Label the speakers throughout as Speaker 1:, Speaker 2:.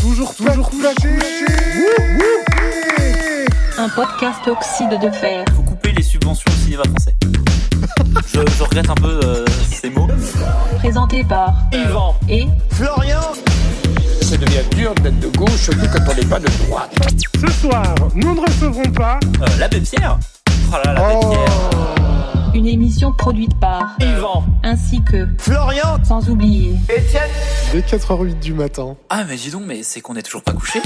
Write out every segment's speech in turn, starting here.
Speaker 1: toujours, toujours flatté.
Speaker 2: Un podcast oxyde de fer.
Speaker 3: faut couper les subventions au cinéma français. je, je regrette un peu euh, ces mots.
Speaker 2: Présenté par
Speaker 3: Yvan,
Speaker 2: et
Speaker 3: Florian
Speaker 4: Ça devient dur d'être de gauche, surtout quand on n'est pas de droite.
Speaker 1: Ce soir, nous ne recevrons pas.
Speaker 3: euh, L'abbé Pierre Oh là là, l'abbé Pierre
Speaker 2: une émission produite par
Speaker 3: Yvan,
Speaker 2: ainsi que
Speaker 3: Florian
Speaker 2: sans oublier
Speaker 5: Dès 4h08 du matin.
Speaker 3: Ah mais dis donc, mais c'est qu'on est toujours pas couché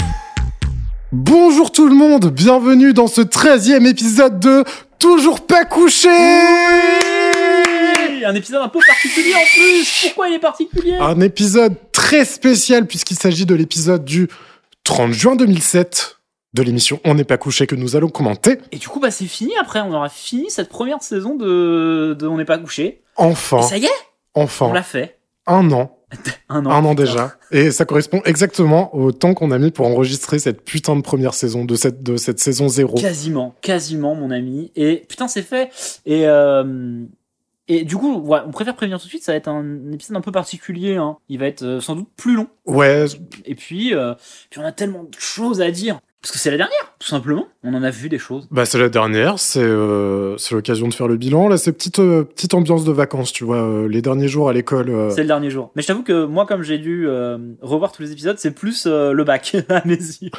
Speaker 5: Bonjour tout le monde, bienvenue dans ce 13e épisode de Toujours pas couché
Speaker 6: un épisode un peu particulier en plus. Pourquoi il est particulier
Speaker 5: Un épisode très spécial puisqu'il s'agit de l'épisode du 30 juin 2007 de l'émission On n'est pas couché que nous allons commenter.
Speaker 6: Et du coup, bah c'est fini. Après, on aura fini cette première saison de, de On n'est pas couché.
Speaker 5: Enfin,
Speaker 6: Et ça y est, on
Speaker 5: enfin,
Speaker 6: l'a fait.
Speaker 5: un an,
Speaker 6: Un an.
Speaker 5: un an déjà. Et ça correspond exactement au temps qu'on a mis pour enregistrer cette putain de première saison, de cette, de cette saison zéro.
Speaker 6: Quasiment, quasiment, mon ami. Et putain, c'est fait. Et euh, et du coup, voilà, on préfère prévenir tout de suite. Ça va être un épisode un peu particulier. hein. Il va être euh, sans doute plus long.
Speaker 5: Ouais,
Speaker 6: Et puis, euh, puis on a tellement de choses à dire. Parce que c'est la dernière, tout simplement. On en a vu des choses.
Speaker 5: Bah, c'est la dernière, c'est euh, c'est l'occasion de faire le bilan. Là, c'est petite, euh, petite ambiance de vacances, tu vois, euh, les derniers jours à l'école. euh,
Speaker 6: C'est le dernier jour. Mais je t'avoue que moi, comme j'ai dû euh, revoir tous les épisodes, c'est plus euh, le bac à mes yeux.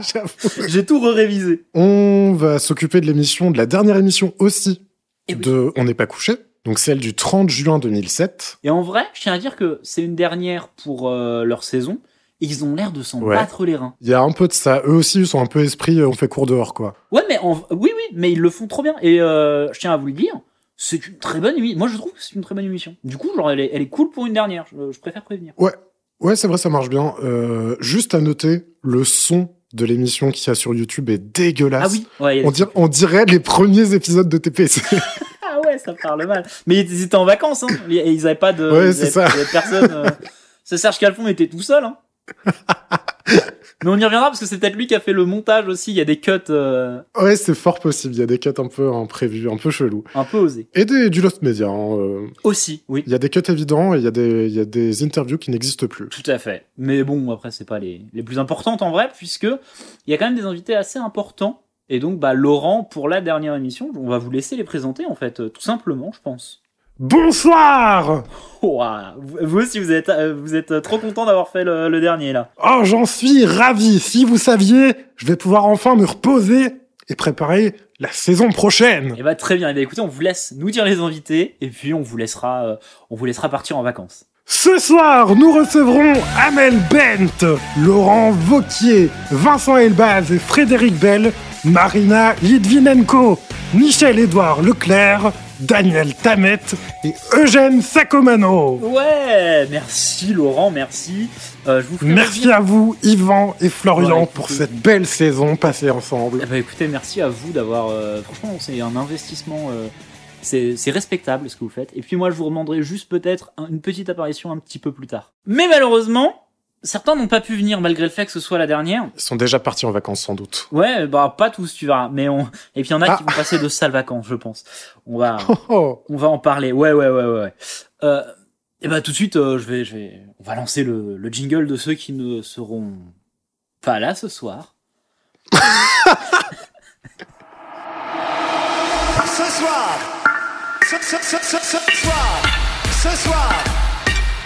Speaker 5: j'avoue.
Speaker 6: J'ai tout re-révisé.
Speaker 5: On va s'occuper de l'émission, de la dernière émission aussi,
Speaker 6: Eh oui.
Speaker 5: de On n'est pas couché, donc celle du 30 juin 2007.
Speaker 6: Et en vrai, je tiens à dire que c'est une dernière pour euh, leur saison. Et ils ont l'air de s'en
Speaker 5: Ouais.
Speaker 6: battre les reins.
Speaker 5: Il y a un peu de ça. Eux aussi, ils sont un peu esprit, euh, on fait court dehors, quoi.
Speaker 6: Ouais, mais en... oui, oui, mais ils le font trop bien. Et euh, je tiens à vous le dire, c'est une très bonne émission. Moi, je trouve que c'est une très bonne émission. Du coup, genre, elle est, elle est cool pour une dernière. Je, je préfère prévenir.
Speaker 5: Ouais, c'est vrai, ça marche bien. Euh, juste à noter, le son de l'émission qu'il y a sur YouTube est dégueulasse.
Speaker 6: Ah oui, ouais, il y a
Speaker 5: On,
Speaker 6: des-
Speaker 5: dir- on dirait les premiers épisodes de TPC.
Speaker 6: ah ouais, ça parle mal. Mais ils étaient en vacances, hein. Et ils avaient pas de.
Speaker 5: Ouais,
Speaker 6: ils
Speaker 5: c'est
Speaker 6: avaient-
Speaker 5: ça.
Speaker 6: ils avaient personne. euh, C'est Serge Calfon était tout seul, hein. Mais on y reviendra parce que c'est peut-être lui qui a fait le montage aussi. Il y a des cuts euh,
Speaker 5: ouais, c'est fort possible. Il y a des cuts un peu imprévus, un peu chelous.
Speaker 6: un peu osés.
Speaker 5: Et des, du Lost Media. hein, euh.
Speaker 6: Aussi, oui.
Speaker 5: Il y a des cuts évidents et il y, a des- il y a des interviews qui n'existent plus.
Speaker 6: Tout à fait. Mais bon, après, c'est pas les, les plus importantes en vrai, puisque il y a quand même des invités assez importants. Et donc, bah, Laurent, pour la dernière émission, on va vous laisser les présenter, en fait, euh, tout simplement, je pense.
Speaker 5: Bonsoir
Speaker 6: Ouah, vous vous aussi, vous êtes, euh, vous êtes euh, trop content d'avoir fait le, le dernier, là.
Speaker 5: Oh, j'en suis ravi Si vous saviez, je vais pouvoir enfin me reposer et préparer la saison prochaine
Speaker 6: Et bah, très bien. Et bah, écoutez, on vous laisse nous dire les invités, et puis on vous laissera, euh, on vous laissera partir en vacances.
Speaker 5: Ce soir, nous recevrons Amel Bent, Laurent Vauquier, Vincent Elbaz et Frédéric Bell, Marina Litvinenko, Michel-Édouard Leclerc, Daniel Tamet et Eugène Sacomano.
Speaker 6: Ouais, merci Laurent, merci. Euh, je vous ferai
Speaker 5: Merci à vous, Yvan et Florian,
Speaker 6: Ouais,
Speaker 5: pour
Speaker 6: écoutez.
Speaker 5: cette belle saison passée ensemble.
Speaker 6: Eh ben, écoutez, merci à vous d'avoir. euh, franchement, c'est un investissement. euh, c'est c'est respectable ce que vous faites. Et puis moi, je vous demanderai juste peut-être un- une petite apparition un petit peu plus tard. Mais malheureusement, certains n'ont pas pu venir malgré le fait que ce soit la dernière.
Speaker 5: Ils sont déjà partis en vacances sans doute.
Speaker 6: Ouais, bah pas tous, tu verras. Mais on. Et puis il y en a qui
Speaker 5: Ah.
Speaker 6: vont passer de sales vacances, je pense. On va,
Speaker 5: Oh, oh.
Speaker 6: on va en parler. Ouais, ouais, ouais, ouais. ouais. Euh, et ben tout de suite, euh, je vais, je vais. On va lancer le, le jingle de ceux qui ne seront pas là ce soir.
Speaker 7: Ce soir, ce, ce, ce, ce, ce soir, ce soir,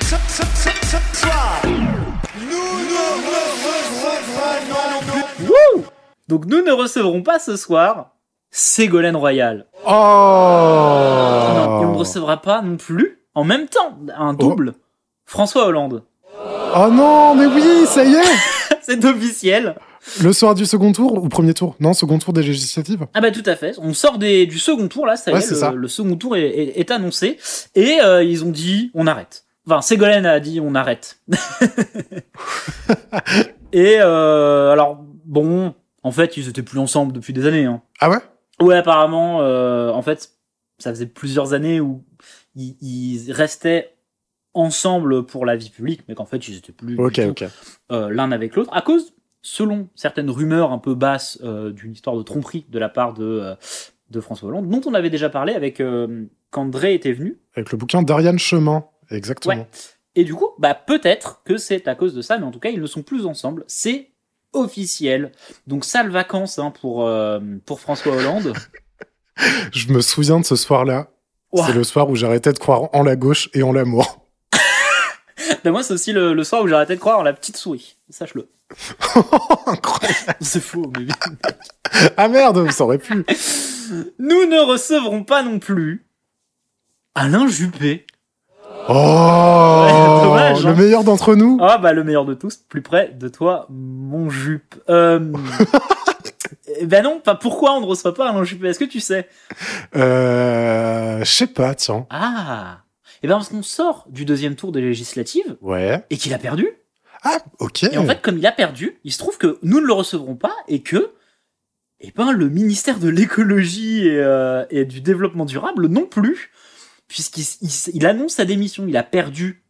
Speaker 7: ce, ce, ce, ce soir, nous nous revoilà
Speaker 6: Donc nous ne recevrons pas ce soir Ségolène Royal. Ah Non, et on ne
Speaker 5: Oh
Speaker 6: recevra pas non plus, en même temps, un double, François Hollande.
Speaker 5: Oh non, mais oui, ça y est
Speaker 6: C'est officiel.
Speaker 5: Le soir du second tour ou premier tour Non, second tour des législatives.
Speaker 6: Ah bah tout à fait. On sort des, du second tour là, ça y
Speaker 5: Ouais,
Speaker 6: est,
Speaker 5: c'est
Speaker 6: le,
Speaker 5: ça.
Speaker 6: le second tour est, est- est annoncé. Et euh, ils ont dit on arrête. Enfin, Ségolène a dit on arrête. et euh, alors, bon, en fait, ils étaient plus ensemble depuis des années. Hein.
Speaker 5: Ah ouais
Speaker 6: Ouais, apparemment, euh, en fait, ça faisait plusieurs années où ils, ils restaient ensemble pour la vie publique, mais qu'en fait, ils étaient plus du
Speaker 5: Ok, ok.
Speaker 6: tout, euh, l'un avec l'autre, à cause, selon certaines rumeurs un peu basses, euh, d'une histoire de tromperie de la part de, euh, de François Hollande, dont on avait déjà parlé avec euh, quand Dre était venu.
Speaker 5: Avec le bouquin d'Ariane Chemin. Exactement.
Speaker 6: Et du coup, bah peut-être que c'est à cause de ça, mais en tout cas, ils ne sont plus ensemble. C'est officiel. Donc sale vacances hein, pour euh, pour François Hollande.
Speaker 5: Je me souviens de ce soir-là.
Speaker 6: Ouah.
Speaker 5: C'est le soir où j'arrêtais de croire en la gauche et en l'amour.
Speaker 6: Ben moi, c'est aussi le, le soir où j'ai arrêté de croire en la petite souris. Sache-le.
Speaker 5: Incroyable.
Speaker 6: C'est faux, mais
Speaker 5: Ah merde, ça aurait pu.
Speaker 6: Nous ne recevrons pas non plus Alain Juppé.
Speaker 5: Oh,
Speaker 6: Ouais, dommage, hein.
Speaker 5: le meilleur d'entre nous.
Speaker 6: Ah bah le meilleur de tous, plus près de toi, mon Jupe. Euh... eh ben non, pas pourquoi on ne reçoit pas Alain Juppé Est-ce que tu sais
Speaker 5: Euh, je sais pas, tiens.
Speaker 6: Ah Eh ben parce qu'on sort du deuxième tour des législatives
Speaker 5: Ouais.
Speaker 6: et qu'il a perdu.
Speaker 5: Ah, ok.
Speaker 6: Et en fait, comme il a perdu, il se trouve que nous ne le recevrons pas et que, eh ben, le ministère de l'écologie et, euh, et du développement durable non plus, puisqu'il s- il, s- il annonce sa démission. Il a perdu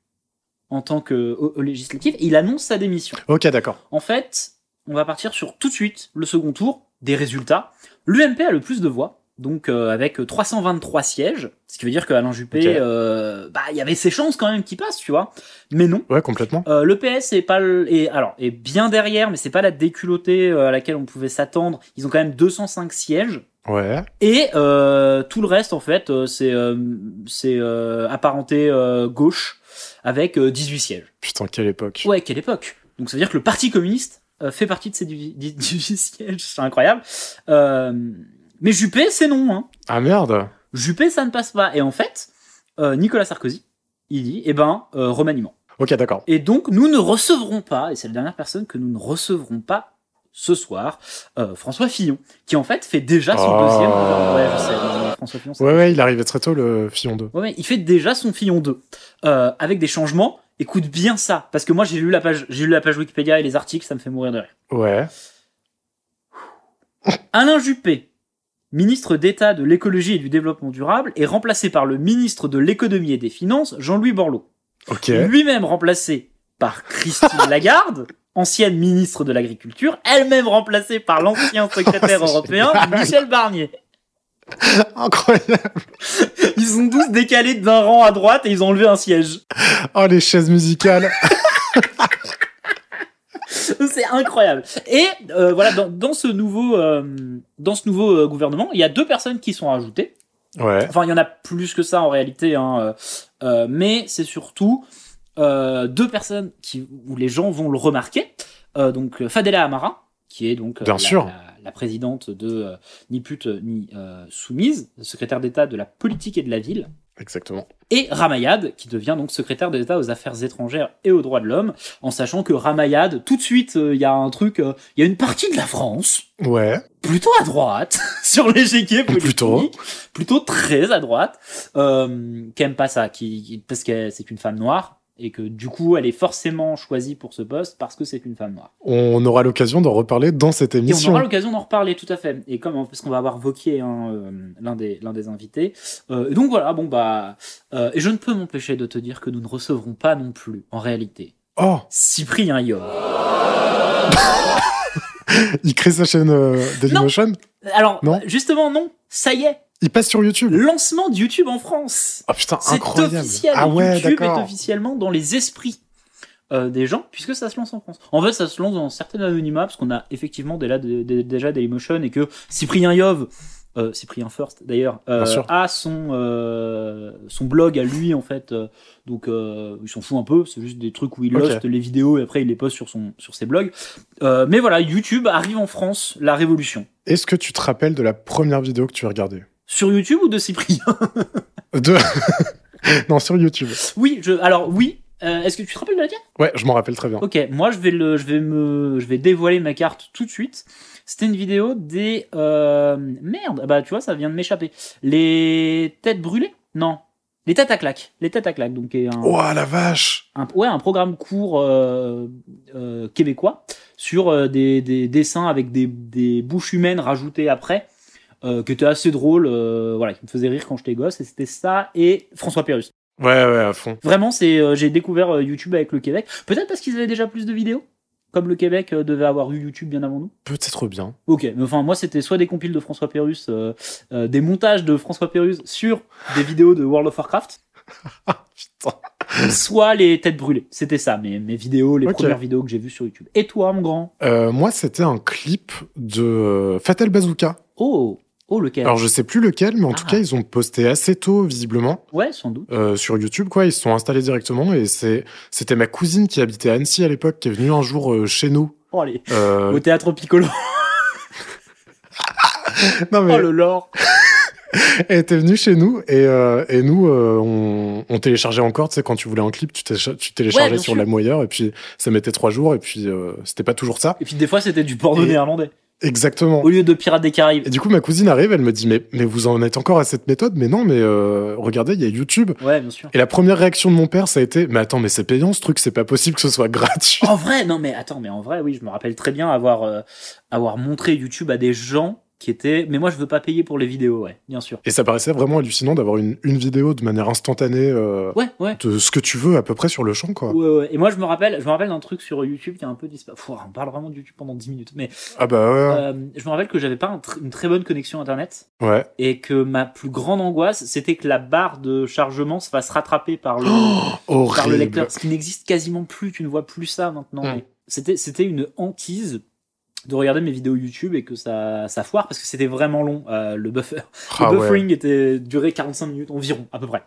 Speaker 6: en tant que au, au législatif et il annonce sa démission.
Speaker 5: Ok, d'accord.
Speaker 6: En fait, on va partir sur tout de suite le second tour des résultats. L'UMP a le plus de voix, donc euh, avec 323 sièges, ce qui veut dire qu'Alain Juppé,
Speaker 5: Ok.
Speaker 6: euh, bah, il y avait ses chances quand même qu'il passe, tu vois. Mais non.
Speaker 5: Ouais, complètement.
Speaker 6: Euh, le PS est pas le- est- alors est bien derrière, mais c'est pas la déculottée euh, à laquelle on pouvait s'attendre. Ils ont quand même 205 sièges.
Speaker 5: Ouais.
Speaker 6: Et euh, tout le reste, en fait, euh, c'est euh, c'est euh, apparenté euh, gauche avec euh, 18 sièges.
Speaker 5: Putain, quelle époque.
Speaker 6: Ouais, quelle époque Donc ça veut dire que le Parti communiste euh, fait partie de ces 18 18 sièges. C'est incroyable. Euh, mais Juppé, c'est non. Hein.
Speaker 5: Ah merde.
Speaker 6: Juppé, ça ne passe pas. Et en fait, euh, Nicolas Sarkozy, il dit, eh ben, euh, remaniement.
Speaker 5: Ok, d'accord.
Speaker 6: Et donc, nous ne recevrons pas, et c'est la dernière personne que nous ne recevrons pas ce soir, euh, François Fillon, qui en fait fait déjà son
Speaker 5: Oh.
Speaker 6: deuxième. Ouais, je sais, non, non, François Fillon, c'est-
Speaker 5: Ouais, ouais, il arrivait très tôt, le Fillon 2.
Speaker 6: Ouais, ouais, il fait déjà son Fillon 2, euh, avec des changements. Écoute bien ça, parce que moi j'ai lu la page, j'ai lu la page Wikipédia et les articles, ça me fait mourir de rire.
Speaker 5: Ouais.
Speaker 6: Alain Juppé, ministre d'État de l'écologie et du développement durable, est remplacé par le ministre de l'économie et des finances, Jean-Louis Borloo.
Speaker 5: Ok.
Speaker 6: lui-même remplacé par Christine Lagarde, ancienne ministre de l'Agriculture, elle-même remplacée par l'ancien secrétaire
Speaker 5: Oh, C'est
Speaker 6: européen Michel Barnier.
Speaker 5: Incroyable.
Speaker 6: Ils sont tous décalés d'un rang à droite et ils ont enlevé un siège.
Speaker 5: Oh, les chaises musicales.
Speaker 6: C'est incroyable. Et euh, voilà, dans, dans ce nouveau, euh, dans ce nouveau euh, gouvernement, il y a deux personnes qui sont rajoutées.
Speaker 5: Ouais.
Speaker 6: Enfin, il y en a plus que ça en réalité, hein, euh, euh, mais c'est surtout euh, deux personnes qui, où les gens vont le remarquer. Euh, donc euh, Fadela Amara, qui est donc euh,
Speaker 5: Bien
Speaker 6: la,
Speaker 5: sûr.
Speaker 6: la- la présidente de euh, Ni pute ni euh, soumise, secrétaire d'État de la politique et de la ville,
Speaker 5: Exactement.
Speaker 6: et Ramayad, qui devient donc secrétaire d'État aux affaires étrangères et aux droits de l'homme, en sachant que Ramayad, tout de suite, euh, il y a un truc, euh, il y a une partie de la France
Speaker 5: Ouais.
Speaker 6: plutôt à droite sur l'échiquier politique,
Speaker 5: Plutôt.
Speaker 6: plutôt très à droite, euh, qui aime pas ça, qui, qui- parce que c'est une femme noire et que du coup elle est forcément choisie pour ce poste parce que c'est une femme noire.
Speaker 5: On aura l'occasion d'en reparler dans cette
Speaker 6: Et on
Speaker 5: émission.
Speaker 6: aura l'occasion d'en reparler tout à fait. Et comme parce qu'on va avoir Vauquier, hein, euh, l'un des l'un des invités. Euh, et donc voilà, bon bah, euh, et je ne peux m'empêcher de te dire que nous ne recevrons pas non plus, en réalité,
Speaker 5: Oh,
Speaker 6: Cyprien Euh, Yom.
Speaker 5: il crée sa chaîne euh, Dailymotion.
Speaker 6: Alors
Speaker 5: Non.
Speaker 6: justement non, ça y est,
Speaker 5: Il passe sur YouTube.
Speaker 6: lancement de YouTube en France.
Speaker 5: Oh putain,
Speaker 6: C'est
Speaker 5: incroyable.
Speaker 6: officiel.
Speaker 5: Ah ouais,
Speaker 6: YouTube est
Speaker 5: d'accord.
Speaker 6: officiellement dans les esprits euh, des gens, puisque ça se lance en France. En fait, ça se lance dans un certain anonymat, parce qu'on a effectivement dès là, des- des- déjà Dailymotion et que Cyprien Yov, euh, Cyprien First d'ailleurs, euh,
Speaker 5: Bien sûr.
Speaker 6: a son, euh, son blog à lui en fait. euh, donc, euh, il s'en fout un peu. C'est juste des trucs où il
Speaker 5: Ok.
Speaker 6: hoste les vidéos et après il les poste sur, son, sur ses blogs. Euh, mais voilà, YouTube arrive en France, la révolution.
Speaker 5: Est-ce que tu te rappelles de la première vidéo que tu as regardée
Speaker 6: Sur YouTube ou de Cyprien
Speaker 5: De. non, sur YouTube.
Speaker 6: Oui, je, alors oui. Euh, Est-ce que tu te rappelles de la tienne
Speaker 5: Ouais, je m'en rappelle très bien.
Speaker 6: Ok, moi je vais le, je vais me, je vais dévoiler ma carte tout de suite. C'était une vidéo des euh, merde, ah bah tu vois ça vient de m'échapper. Les têtes brûlées Non, les têtes à claques, les têtes à claques. Donc est un,
Speaker 5: Oh la vache
Speaker 6: un- ouais un programme court euh, euh, québécois sur euh, des, des dessins avec des, des bouches humaines rajoutées après. Euh, qui était assez drôle, euh, voilà, qui me faisait rire quand j'étais gosse, et c'était ça et François Pérus.
Speaker 5: Ouais, ouais, à fond.
Speaker 6: Vraiment, c'est euh, j'ai découvert euh, YouTube avec le Québec. Peut-être parce qu'ils avaient déjà plus de vidéos, comme le Québec euh, devait avoir eu YouTube bien avant nous.
Speaker 5: Peut-être bien.
Speaker 6: Ok, mais enfin moi c'était soit des compiles de François Pérus, euh, euh, des montages de François Pérus sur des vidéos de World of Warcraft,
Speaker 5: Putain.
Speaker 6: soit les têtes brûlées. C'était ça, mes, mes vidéos, les
Speaker 5: Ok.
Speaker 6: premières vidéos que j'ai vues sur YouTube. Et toi, mon grand
Speaker 5: Euh, moi, c'était un clip de euh, Fatal Bazooka.
Speaker 6: Oh, oh lequel
Speaker 5: Alors, je sais plus lequel, mais en tout
Speaker 6: Ah.
Speaker 5: cas, ils ont posté assez tôt, visiblement,
Speaker 6: Ouais, sans doute.
Speaker 5: euh, sur YouTube, quoi. Ils se sont installés directement et c'est, c'était ma cousine qui habitait à Annecy à l'époque, qui est venue un jour euh, chez nous.
Speaker 6: Oh, allez,
Speaker 5: Euh,
Speaker 6: au théâtre Piccolo.
Speaker 5: non, mais
Speaker 6: Oh, le lore.
Speaker 5: elle était venue chez nous et, euh, et nous, euh, on, on téléchargeait encore, tu sais, quand tu voulais un clip, tu, télécha- tu téléchargeais
Speaker 6: bien
Speaker 5: sur
Speaker 6: sûr.
Speaker 5: la moyeur et puis ça mettait trois jours et puis euh, c'était pas toujours ça.
Speaker 6: Et puis, des fois, c'était du porno
Speaker 5: Et-
Speaker 6: néerlandais.
Speaker 5: Exactement.
Speaker 6: Au lieu de Pirates des Caraïbes.
Speaker 5: Et du coup, ma cousine arrive, elle me dit mais, mais vous en êtes encore à cette méthode Mais non, mais euh, regardez, il y a YouTube.
Speaker 6: Ouais, bien sûr.
Speaker 5: Et la première réaction de mon père, ça a été mais attends, mais c'est payant ce truc, c'est pas possible que ce soit gratuit.
Speaker 6: En vrai, non, mais attends, mais en vrai, oui, je me rappelle très bien avoir, euh, avoir montré YouTube à des gens qui étaient. Mais moi, je veux pas payer pour les vidéos, ouais, bien sûr.
Speaker 5: Et ça paraissait vraiment hallucinant d'avoir une, une vidéo de manière instantanée euh,
Speaker 6: Ouais, ouais.
Speaker 5: de ce que tu veux à peu près sur le champ, quoi.
Speaker 6: Ouais, ouais. Et moi, je me rappelle, je me rappelle d'un truc sur YouTube qui a un peu disparu. Faut, On parle vraiment de YouTube pendant 10 minutes. Mais
Speaker 5: Ah bah ouais,
Speaker 6: euh, je me rappelle que j'avais pas un tr- une très bonne connexion Internet
Speaker 5: ouais.
Speaker 6: et que ma plus grande angoisse, c'était que la barre de chargement se fasse rattraper par le, par le
Speaker 5: Horrible.
Speaker 6: lecteur. Ce qui n'existe quasiment plus. Tu ne vois plus ça maintenant.
Speaker 5: Mm.
Speaker 6: mais C'était, c'était une hantise de regarder mes vidéos YouTube et que ça, ça foire parce que c'était vraiment long, euh, le buffer.
Speaker 5: Ah
Speaker 6: le
Speaker 5: ouais.
Speaker 6: buffering était duré 45 minutes environ, à peu près.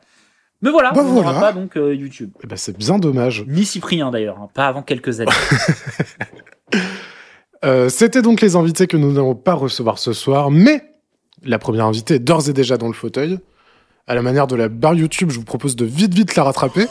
Speaker 6: Mais voilà,
Speaker 5: Bah
Speaker 6: on n'aura
Speaker 5: voilà.
Speaker 6: pas donc euh, YouTube.
Speaker 5: Eh ben, c'est bien dommage.
Speaker 6: Ni Cyprien d'ailleurs, hein, pas avant quelques années.
Speaker 5: Euh, C'était donc les invités que nous n'allons pas recevoir ce soir, mais la première invitée est d'ores et déjà dans le fauteuil. À la manière de la barre YouTube, je vous propose de vite vite la rattraper.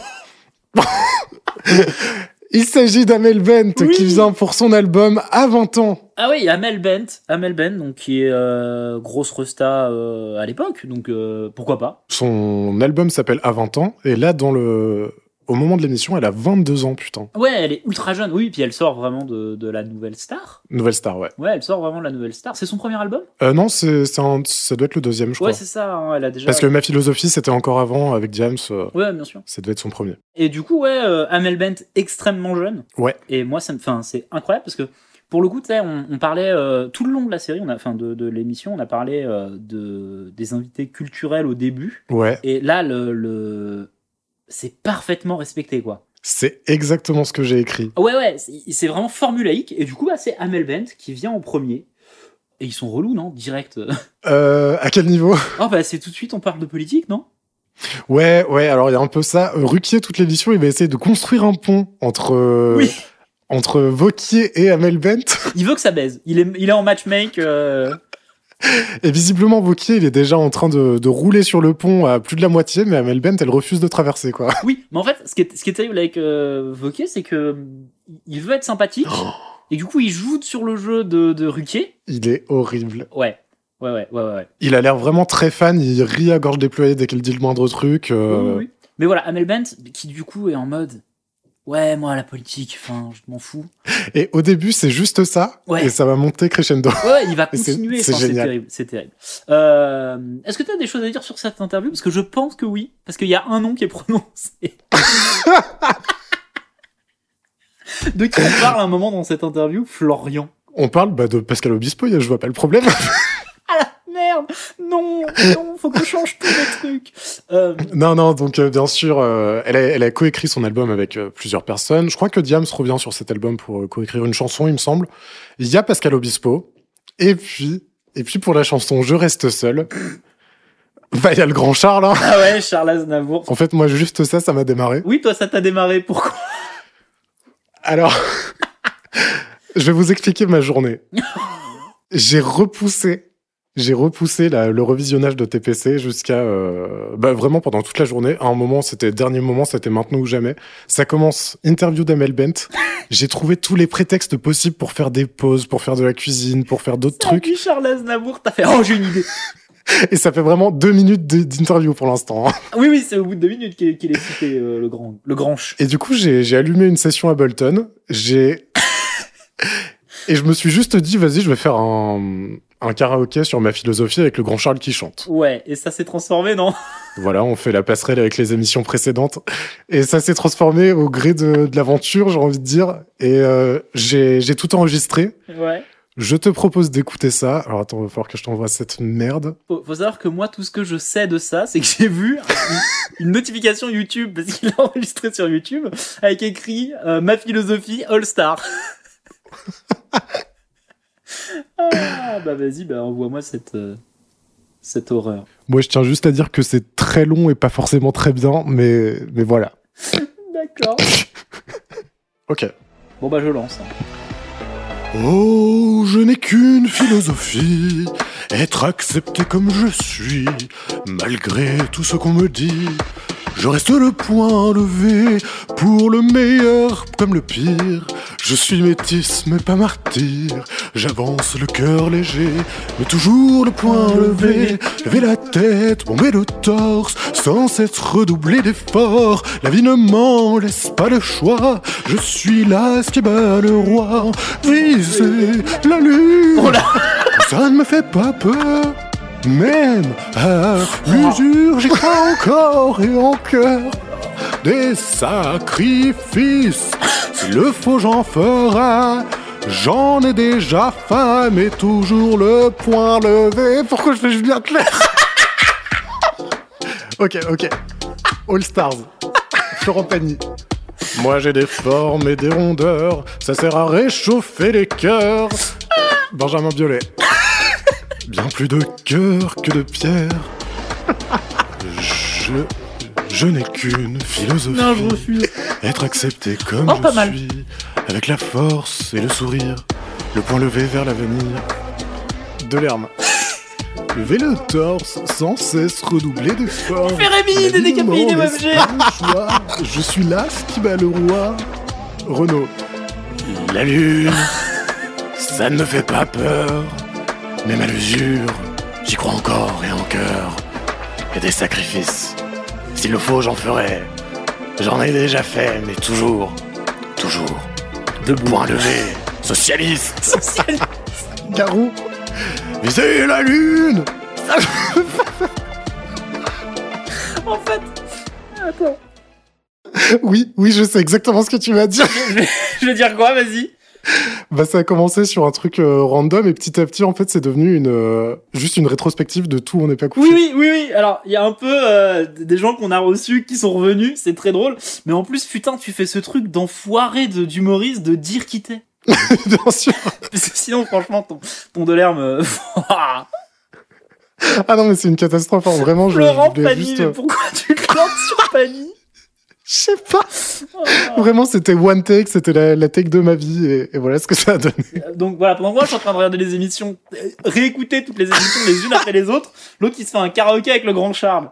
Speaker 5: Il s'agit d'Amel Bent qui vient pour son album à 20 ans.
Speaker 6: Ah oui, il y a Amel Bent, Amel Bent, donc qui est euh, grosse resta euh, à l'époque, donc euh, pourquoi pas.
Speaker 5: Son album s'appelle À 20 ans et là dans le au moment de l'émission, elle a 22 ans putain.
Speaker 6: Ouais, elle est ultra jeune, oui, puis elle sort vraiment de, de la nouvelle star.
Speaker 5: Nouvelle star ouais.
Speaker 6: Ouais, elle sort vraiment de la nouvelle star. C'est son premier album
Speaker 5: Euh, non, c'est c'est un- ça doit être le deuxième je
Speaker 6: Ouais,
Speaker 5: crois.
Speaker 6: c'est ça, hein, elle a déjà.
Speaker 5: Parce que ma philosophie c'était encore avant avec James, euh,
Speaker 6: Ouais, bien sûr.
Speaker 5: ça devait être son premier.
Speaker 6: Et du coup, ouais, euh, Amel Bent extrêmement jeune.
Speaker 5: Ouais.
Speaker 6: Et moi, ça me, enfin, c'est incroyable parce que pour le coup, tu sais, on, on parlait euh, tout le long de la série, on a, enfin, de, de l'émission, on a parlé euh, de des invités culturels au début.
Speaker 5: Ouais,
Speaker 6: Et là, le, le... c'est parfaitement respecté, quoi.
Speaker 5: c'est exactement ce que j'ai écrit.
Speaker 6: Ouais, ouais, c'est c'est vraiment formulaïque. Et du coup, bah, c'est Amel Bent qui vient en premier. Et ils sont relous, non Direct. euh.
Speaker 5: Euh, à quel niveau
Speaker 6: Oh, bah, c'est tout de suite, on parle de politique, non
Speaker 5: Ouais, ouais, alors il y a un peu ça. Euh, Ruquier, toute l'édition, il va essayer de construire un pont entre, euh,
Speaker 6: Oui.
Speaker 5: entre Vauquier et Amel Bent.
Speaker 6: Il veut que ça baise. Il est, il est en matchmake. euh.
Speaker 5: Et visiblement, Vauquier, il est déjà en train de, de rouler sur le pont à plus de la moitié, mais Amel Bent, elle refuse de traverser, quoi.
Speaker 6: Oui, mais en fait, ce qui est, ce qui est terrible avec euh, Wauquiez, c'est que euh, il veut être sympathique.
Speaker 5: Oh.
Speaker 6: Et du coup, il joue sur le jeu de, de Ruquier.
Speaker 5: Il est horrible.
Speaker 6: Ouais. Ouais, ouais, ouais, ouais. ouais.
Speaker 5: Il a l'air vraiment très fan, il rit à gorge déployée dès qu'elle dit le moindre truc. euh,
Speaker 6: Oui, oui, oui. Mais voilà, Amel Bent, qui du coup est en mode. Ouais, moi, la politique, enfin, je m'en fous.
Speaker 5: Et au début, c'est juste ça,
Speaker 6: Ouais.
Speaker 5: et ça va monter crescendo.
Speaker 6: Ouais, ouais, il va
Speaker 5: Et c'est-
Speaker 6: continuer.
Speaker 5: c'est
Speaker 6: enfin, C'est
Speaker 5: génial.
Speaker 6: terrible. C'est terrible. Euh, Est-ce que tu as des choses à dire sur cette interview Parce que je pense que oui. Parce qu'il y a un nom qui est prononcé. de qui on parle à un moment dans cette interview Florian.
Speaker 5: On parle bah, de Pascal Obispo, je vois pas le problème.
Speaker 6: Merde Non Non Faut que je change tous les trucs Euh,
Speaker 5: Non, non, donc euh, bien sûr, euh, elle a, elle a coécrit son album avec euh, plusieurs personnes. Je crois que Diams revient sur cet album pour euh, coécrire une chanson, il me semble. Il y a Pascal Obispo. Et puis, et puis pour la chanson Je reste seul, bah, il y a le grand Charles. hein.
Speaker 6: Ah ouais, Charles Aznavour.
Speaker 5: En fait, moi, juste ça, ça m'a démarré.
Speaker 6: Oui, toi, ça t'a démarré. Pourquoi
Speaker 5: Alors, je vais vous expliquer ma journée. J'ai repoussé. J'ai repoussé la- le revisionnage de TPC jusqu'à euh, bah, vraiment pendant toute la journée. À un moment, c'était dernier moment, c'était maintenant ou jamais. Ça commence interview d'Amel Bent. J'ai trouvé tous les prétextes possibles pour faire des pauses, pour faire de la cuisine, pour faire d'autres
Speaker 6: T'as
Speaker 5: trucs.
Speaker 6: vu Charles Aznavour, t'as fait « Oh, j'ai une idée
Speaker 5: Et ça fait vraiment deux minutes d- d'interview pour l'instant. hein. !»
Speaker 6: Ah Oui, oui, c'est au bout de deux minutes qu'il qu'il est cité, euh, le grand le grand ch.
Speaker 5: Et du coup, j'ai j'ai allumé une session Ableton. J'ai. et je me suis juste dit, vas-y, je vais faire un, un karaoké sur ma philosophie avec le grand Charles qui chante.
Speaker 6: Ouais, et ça s'est transformé, non
Speaker 5: Voilà, on fait la passerelle avec les émissions précédentes. Et ça s'est transformé au gré de, de l'aventure, j'ai envie de dire. Et euh, j'ai j'ai tout enregistré.
Speaker 6: Ouais.
Speaker 5: Je te propose d'écouter ça. Alors attends, il va falloir que je t'envoie cette merde.
Speaker 6: Faut, faut savoir que moi, tout ce que je sais de ça, c'est que j'ai vu une, une notification YouTube, parce qu'il l'a enregistré sur YouTube, avec écrit euh, Ma philosophie All Star. ah, bah vas-y, bah envoie-moi cette, euh, cette horreur.
Speaker 5: Moi, je tiens juste à dire que c'est très long et pas forcément très bien, mais, mais voilà.
Speaker 6: D'accord.
Speaker 5: Ok.
Speaker 6: Bon, bah je lance.
Speaker 5: Oh, je n'ai qu'une philosophie, être accepté comme je suis, malgré tout ce qu'on me dit. Je reste le point levé, pour le meilleur comme le pire. Je suis métisse mais pas martyr, j'avance le cœur léger, mais toujours le point levé. Lever la tête, bomber le torse, sans cesse redoubler d'efforts. La vie ne m'en laisse pas le choix, je suis là ce qui bat le roi. Viser la lune, ça ne me fait pas peur. Même à l'usure, j'y crois encore et encore. Des sacrifices, s'il le faut, j'en ferai. J'en ai déjà faim, mais toujours le point levé. Pourquoi je fais Julien Clerc Ok, ok. All Stars. Florent Pagny. Moi j'ai des formes et des rondeurs, ça sert à réchauffer les cœurs. Benjamin Biolay. Ah. Bien plus de cœur que de pierre. Je. Je n'ai qu'une philosophie.
Speaker 6: Non, je refuse.
Speaker 5: Être accepté comme
Speaker 6: Oh,
Speaker 5: je
Speaker 6: pas mal.
Speaker 5: suis, avec la force et le sourire, le point levé vers l'avenir. De l'herbe. Lever le torse sans cesse redoubler d'efforts.
Speaker 6: Rémi,
Speaker 5: La
Speaker 6: des
Speaker 5: vie ne m'en
Speaker 6: décapillés, des
Speaker 5: laisse
Speaker 6: objets.
Speaker 5: pas le choix. Je suis là, ce qui bat le roi. Renaud. La lune, ça ne me fait pas peur. Même à l'usure, j'y crois encore et encore. Et des sacrifices. S'il le faut, j'en ferai. J'en ai déjà fait, mais toujours, toujours.
Speaker 6: Debout.
Speaker 5: Point levé, socialiste. Garou. Visez la lune
Speaker 6: En fait, attends.
Speaker 5: Oui, oui, je sais exactement ce que tu vas dire.
Speaker 6: Je veux dire quoi, vas-y.
Speaker 5: Bah, ça a commencé sur un truc euh, random et petit à petit, en fait, c'est devenu une, euh, juste une rétrospective de tout. On n'est pas couché.
Speaker 6: Oui, oui, oui, oui. Alors, il y a un peu euh, des gens qu'on a reçus qui sont revenus, c'est très drôle. Mais en plus, putain, tu fais ce truc d'enfoiré de- d'humoriste de dire qui t'es.
Speaker 5: bien sûr.
Speaker 6: Parce que sinon, franchement, ton, ton Delerme. euh,
Speaker 5: Ah non, mais c'est une catastrophe. hein. Vraiment, je,
Speaker 6: Florent
Speaker 5: je voulais
Speaker 6: Pagny,
Speaker 5: juste.
Speaker 6: mais
Speaker 5: euh,
Speaker 6: pourquoi tu te lances sur Pagny
Speaker 5: Je sais pas.
Speaker 6: Oh.
Speaker 5: Vraiment, c'était one take, c'était la, la take de ma vie, et, et voilà ce que ça a donné.
Speaker 6: Euh, Donc voilà, pendant que moi, je suis en train de regarder les émissions, euh, réécouter toutes les émissions les unes après les autres. L'autre, il se fait un karaoké avec le grand Charles.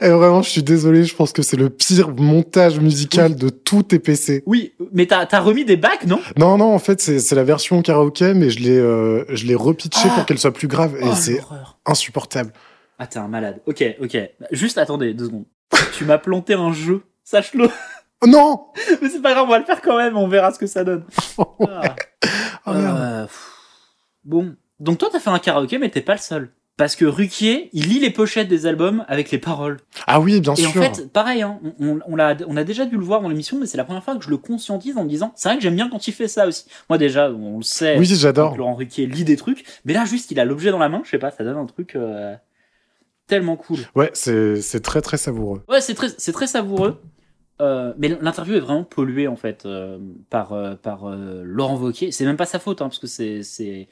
Speaker 5: Et vraiment, je suis désolé. Je pense que c'est le pire montage musical de tout TPC.
Speaker 6: Oui, mais t'as t'as remis des bacs, non
Speaker 5: Non, non, en fait, c'est c'est la version karaoké, mais je l'ai, euh, je l'ai repitché
Speaker 6: Ah.
Speaker 5: pour qu'elle soit plus grave, et
Speaker 6: Oh,
Speaker 5: c'est
Speaker 6: l'horreur.
Speaker 5: insupportable.
Speaker 6: Ah, t'es un malade. Ok, ok. Bah, Juste attendez deux secondes. tu m'as planté un jeu. Sache-le.
Speaker 5: Oh, non.
Speaker 6: Mais c'est pas grave, on va le faire quand même, on verra ce que ça donne. Ah.
Speaker 5: Oh, merde.
Speaker 6: Euh, pff. bon. Donc toi, t'as fait un karaoké, mais t'es pas le seul. Parce que Ruquier, il lit les pochettes des albums avec les paroles.
Speaker 5: Ah oui, bien
Speaker 6: Et en
Speaker 5: sûr.
Speaker 6: fait, pareil, hein, on, on, on l'a- on a déjà dû le voir dans l'émission, mais c'est la première fois que je le conscientise en me disant, c'est vrai que j'aime bien quand il fait ça aussi. Moi déjà, on le sait,
Speaker 5: oui, j'adore.
Speaker 6: donc Laurent Ruquier lit des trucs, mais là juste, il a l'objet dans la main, je sais pas, ça donne un truc euh, tellement cool.
Speaker 5: Ouais, c'est c'est très très savoureux.
Speaker 6: Ouais, c'est très, c'est très savoureux. Euh, mais l'interview est vraiment polluée en fait euh, par euh, par euh, Laurent Wauquiez. C'est même pas sa faute hein, parce que c'est c'est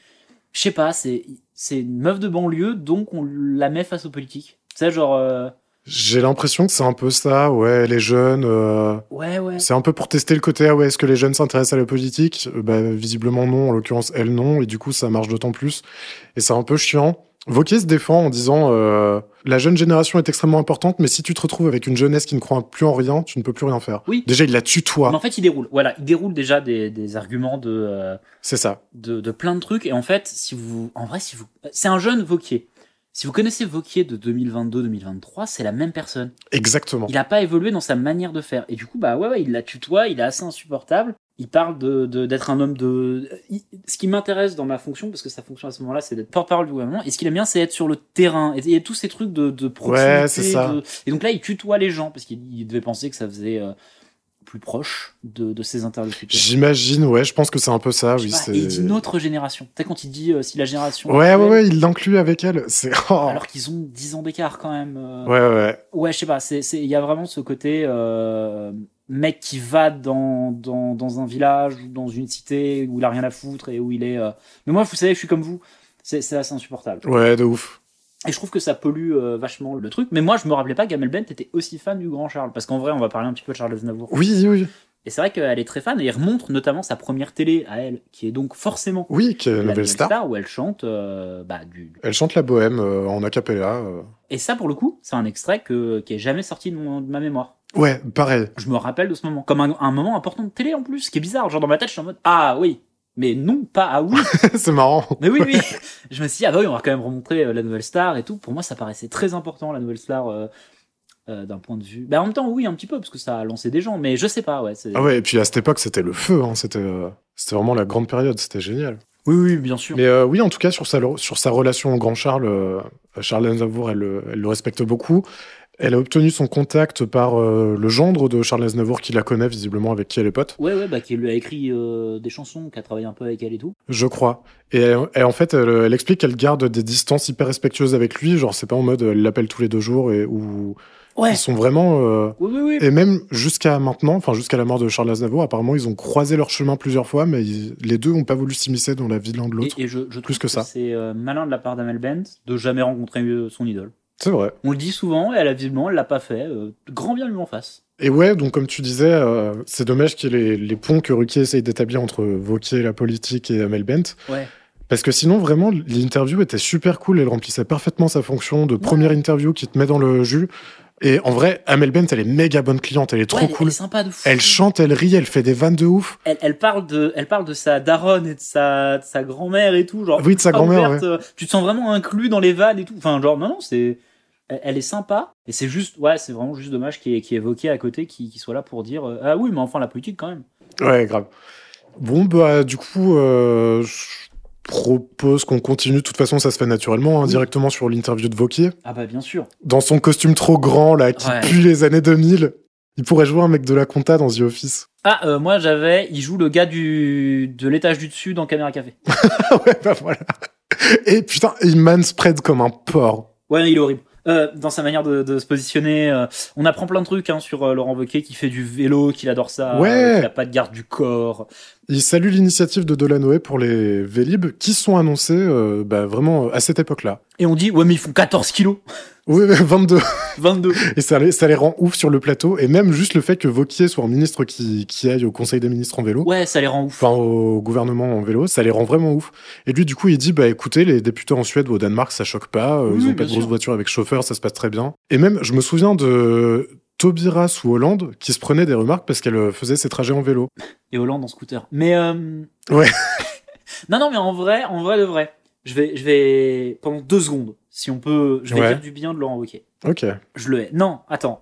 Speaker 6: je sais pas, c'est c'est une meuf de banlieue donc on la met face aux politiques. Tu sais genre euh,
Speaker 5: J'ai l'impression que c'est un peu ça, ouais, les jeunes. euh,
Speaker 6: ouais ouais.
Speaker 5: C'est un peu pour tester le côté, ah ouais, est-ce que les jeunes s'intéressent à la politique Euh, Bah, visiblement non, en l'occurrence, elle non, et du coup, ça marche d'autant plus. Et c'est un peu chiant. Vauquier se défend en disant euh, La jeune génération est extrêmement importante, mais si tu te retrouves avec une jeunesse qui ne croit plus en rien, tu ne peux plus rien faire.
Speaker 6: Oui.
Speaker 5: Déjà, il la tutoie,
Speaker 6: Mais en fait, il déroule. Voilà, il déroule déjà des, des arguments de euh,
Speaker 5: c'est ça.
Speaker 6: de, de plein de trucs. Et en fait, si vous, en vrai, si vous, c'est un jeune Vauquier. Si vous connaissez Vauquier de 2022-2023, c'est la même personne.
Speaker 5: Exactement.
Speaker 6: Il n'a pas évolué dans sa manière de faire. Et du coup, bah ouais, ouais, il la tutoie, il est assez insupportable. Il parle de de- d'être un homme de. il- Ce qui m'intéresse dans ma fonction, parce que sa fonction à ce moment-là, c'est d'être porte-parole du gouvernement. Et ce qu'il aime bien, c'est être sur le terrain. Et il y a tous ces trucs de, de proximité.
Speaker 5: Ouais, c'est ça.
Speaker 6: de- Et donc là, il tutoie les gens, parce qu'il il devait penser que ça faisait. euh, plus proche de, de ses interlocuteurs.
Speaker 5: J'imagine, ouais, je pense que c'est un peu ça,
Speaker 6: Je
Speaker 5: Ah oui.
Speaker 6: sais pas,
Speaker 5: c'est-
Speaker 6: et d'une autre génération. Tu sais, quand il dit euh, si la génération.
Speaker 5: Ouais, ouais,
Speaker 6: actuelle-
Speaker 5: ouais, il l'inclut avec elle. C'est. oh.
Speaker 6: Alors euh, qu'ils ont 10 ans d'écart quand même. euh,
Speaker 5: Ouais, ouais, ouais.
Speaker 6: Ouais, je sais pas, c'est, c'est, il y a vraiment ce côté euh, mec qui va dans, dans, dans un village ou dans une cité où il a rien à foutre et où il est. euh, Mais moi, vous savez, je suis comme vous. C'est, c'est assez insupportable.
Speaker 5: Ouais, de ouf.
Speaker 6: Et je trouve que ça pollue euh, vachement le truc. Mais moi, je me rappelais pas qu'Amel Bent était aussi fan du grand Charles. Parce qu'en vrai, on va parler un petit peu de Charles Aznavour.
Speaker 5: Oui, oui,
Speaker 6: Et c'est vrai qu'elle est très fan et il remontre notamment sa première télé à elle, qui est donc forcément
Speaker 5: oui, qui est
Speaker 6: la
Speaker 5: Euh, nouvelle star.
Speaker 6: où elle chante euh, bah, du,
Speaker 5: Elle chante la bohème euh, en a cappella. euh.
Speaker 6: Et ça, pour le coup, c'est un extrait que, qui est jamais sorti de, mon- de ma mémoire.
Speaker 5: Ouais, pareil.
Speaker 6: Je me rappelle de ce moment. Comme un, un moment important de télé en plus, ce qui est bizarre. Genre dans ma tête, je suis en mode Ah oui, mais non, pas Ah oui.
Speaker 5: c'est marrant.
Speaker 6: Mais oui, oui. je me suis dit Ah bah oui, on va quand même remontrer euh, la nouvelle star et tout. Pour moi, ça paraissait très important, la nouvelle star. euh, euh, d'un point de vue. Bah, en même temps, oui, un petit peu, parce que ça a lancé des gens, mais je sais pas, ouais. c'est-
Speaker 5: Ah ouais, et puis à cette époque, c'était le feu. Hein, c'était, euh, c'était vraiment la grande période. C'était génial.
Speaker 6: Oui, oui, bien sûr.
Speaker 5: Mais euh, oui, en tout cas, sur sa, sur sa relation au grand Charles, euh, Charles Aznavour, elle, le- elle le respecte beaucoup. Elle a obtenu son contact par euh, le gendre de Charles Aznavour qui la connaît visiblement avec qui elle est pote.
Speaker 6: Ouais, ouais, bah, qui lui a écrit euh, des chansons, qui a travaillé un peu avec elle et tout.
Speaker 5: Je crois. Et, elle- elle- en fait, elle, elle explique qu'elle garde des distances hyper respectueuses avec lui. Genre, c'est pas en mode elle l'appelle tous les deux jours et où
Speaker 6: Ouais.
Speaker 5: ils sont vraiment. euh,
Speaker 6: Oui, oui, oui.
Speaker 5: Et même jusqu'à maintenant, enfin jusqu'à la mort de Charles Aznavour, apparemment ils ont croisé leur chemin plusieurs fois, mais ils- les deux ont pas voulu s'immiscer dans la vie de l'un de l'autre.
Speaker 6: Et, et je, je trouve
Speaker 5: Plus que ça.
Speaker 6: C'est euh, malin de la part d'Amel Bent de jamais rencontrer euh, son idole.
Speaker 5: C'est vrai.
Speaker 6: On le dit souvent, et elle a visiblement, elle l'a pas fait. euh, grand bien lui en face.
Speaker 5: Et ouais, donc comme tu disais, euh, c'est dommage qu'il y ait les, les ponts que Ruquier essaye d'établir entre Vauquier, la politique et Amel Bent.
Speaker 6: Ouais.
Speaker 5: Parce que sinon, vraiment, l'interview était super cool. Elle remplissait parfaitement sa fonction de première interview qui te met dans le jus. Et en vrai, Amel Bent, elle est méga bonne cliente. Elle est trop
Speaker 6: Ouais, elle-
Speaker 5: cool.
Speaker 6: Elle est sympa de fou.
Speaker 5: Elle chante, elle rit, elle fait des vannes de ouf.
Speaker 6: Elle, elle parle de, elle parle de sa daronne et de sa, de sa grand-mère et tout. Genre,
Speaker 5: Oui, Ah, de sa
Speaker 6: pas
Speaker 5: grand-mère,
Speaker 6: ouverte, euh, Tu te sens vraiment inclus dans les vannes et tout. Enfin, genre, non, non, c'est. Elle, elle est sympa. Et c'est juste, ouais, c'est vraiment juste dommage qu'il y ait- qu'il y ait évoqué à côté, qui soit là pour dire euh, Ah oui, mais enfin, la politique quand même.
Speaker 5: Ouais, grave. Bon, bah, du coup, euh, je propose qu'on continue. De toute façon, ça se fait naturellement, hein, directement sur l'interview de Vauquier.
Speaker 6: Ah bah, bien sûr.
Speaker 5: Dans son costume trop grand, là, qui
Speaker 6: Ouais.
Speaker 5: pue les années 2000. Il pourrait jouer un mec de la compta dans The Office.
Speaker 6: Ah, euh, moi, j'avais. Il joue le gars du, de l'étage du dessus dans Caméra Café.
Speaker 5: ouais, bah voilà. Et putain, il manspread comme un porc.
Speaker 6: Ouais, il est horrible. Euh, dans sa manière de, de se positionner, euh, on apprend plein de trucs hein, sur euh, Laurent Wauquiez qui fait du vélo, qu'il adore ça,
Speaker 5: Ouais.
Speaker 6: euh, qu'il a pas de garde du corps.
Speaker 5: Il salue l'initiative de Delanoë pour les Vélib qui sont annoncés euh, bah, vraiment à cette époque-là.
Speaker 6: Et on dit, ouais, mais ils font 14 kilos,
Speaker 5: Oui, 22.
Speaker 6: 22.
Speaker 5: Et ça les, ça les rend ouf sur le plateau. Et même juste le fait que Vauquier soit un ministre qui, qui aille au Conseil des ministres en vélo,
Speaker 6: Ouais, ça les rend ouf.
Speaker 5: enfin au gouvernement en vélo, ça les rend vraiment ouf. Et lui, du coup, il dit Bah écoutez, les députés en Suède ou au Danemark, ça choque pas. euh,
Speaker 6: Oui,
Speaker 5: ils
Speaker 6: oui,
Speaker 5: ont pas
Speaker 6: bien
Speaker 5: de
Speaker 6: sûr.
Speaker 5: grosse voiture avec chauffeur, ça se passe très bien. Et même, je me souviens de Tobiras ou Hollande qui se prenait des remarques parce qu'elle euh, faisait ses trajets en vélo.
Speaker 6: Et Hollande en scooter. Mais. euh,
Speaker 5: Ouais.
Speaker 6: non, non, mais en vrai, en vrai de vrai, je vais, je vais pendant deux secondes, si on peut, je vais
Speaker 5: Ouais.
Speaker 6: dire du bien de Laurent Wauquiez.
Speaker 5: Ok.
Speaker 6: Je le hais. Non, attends.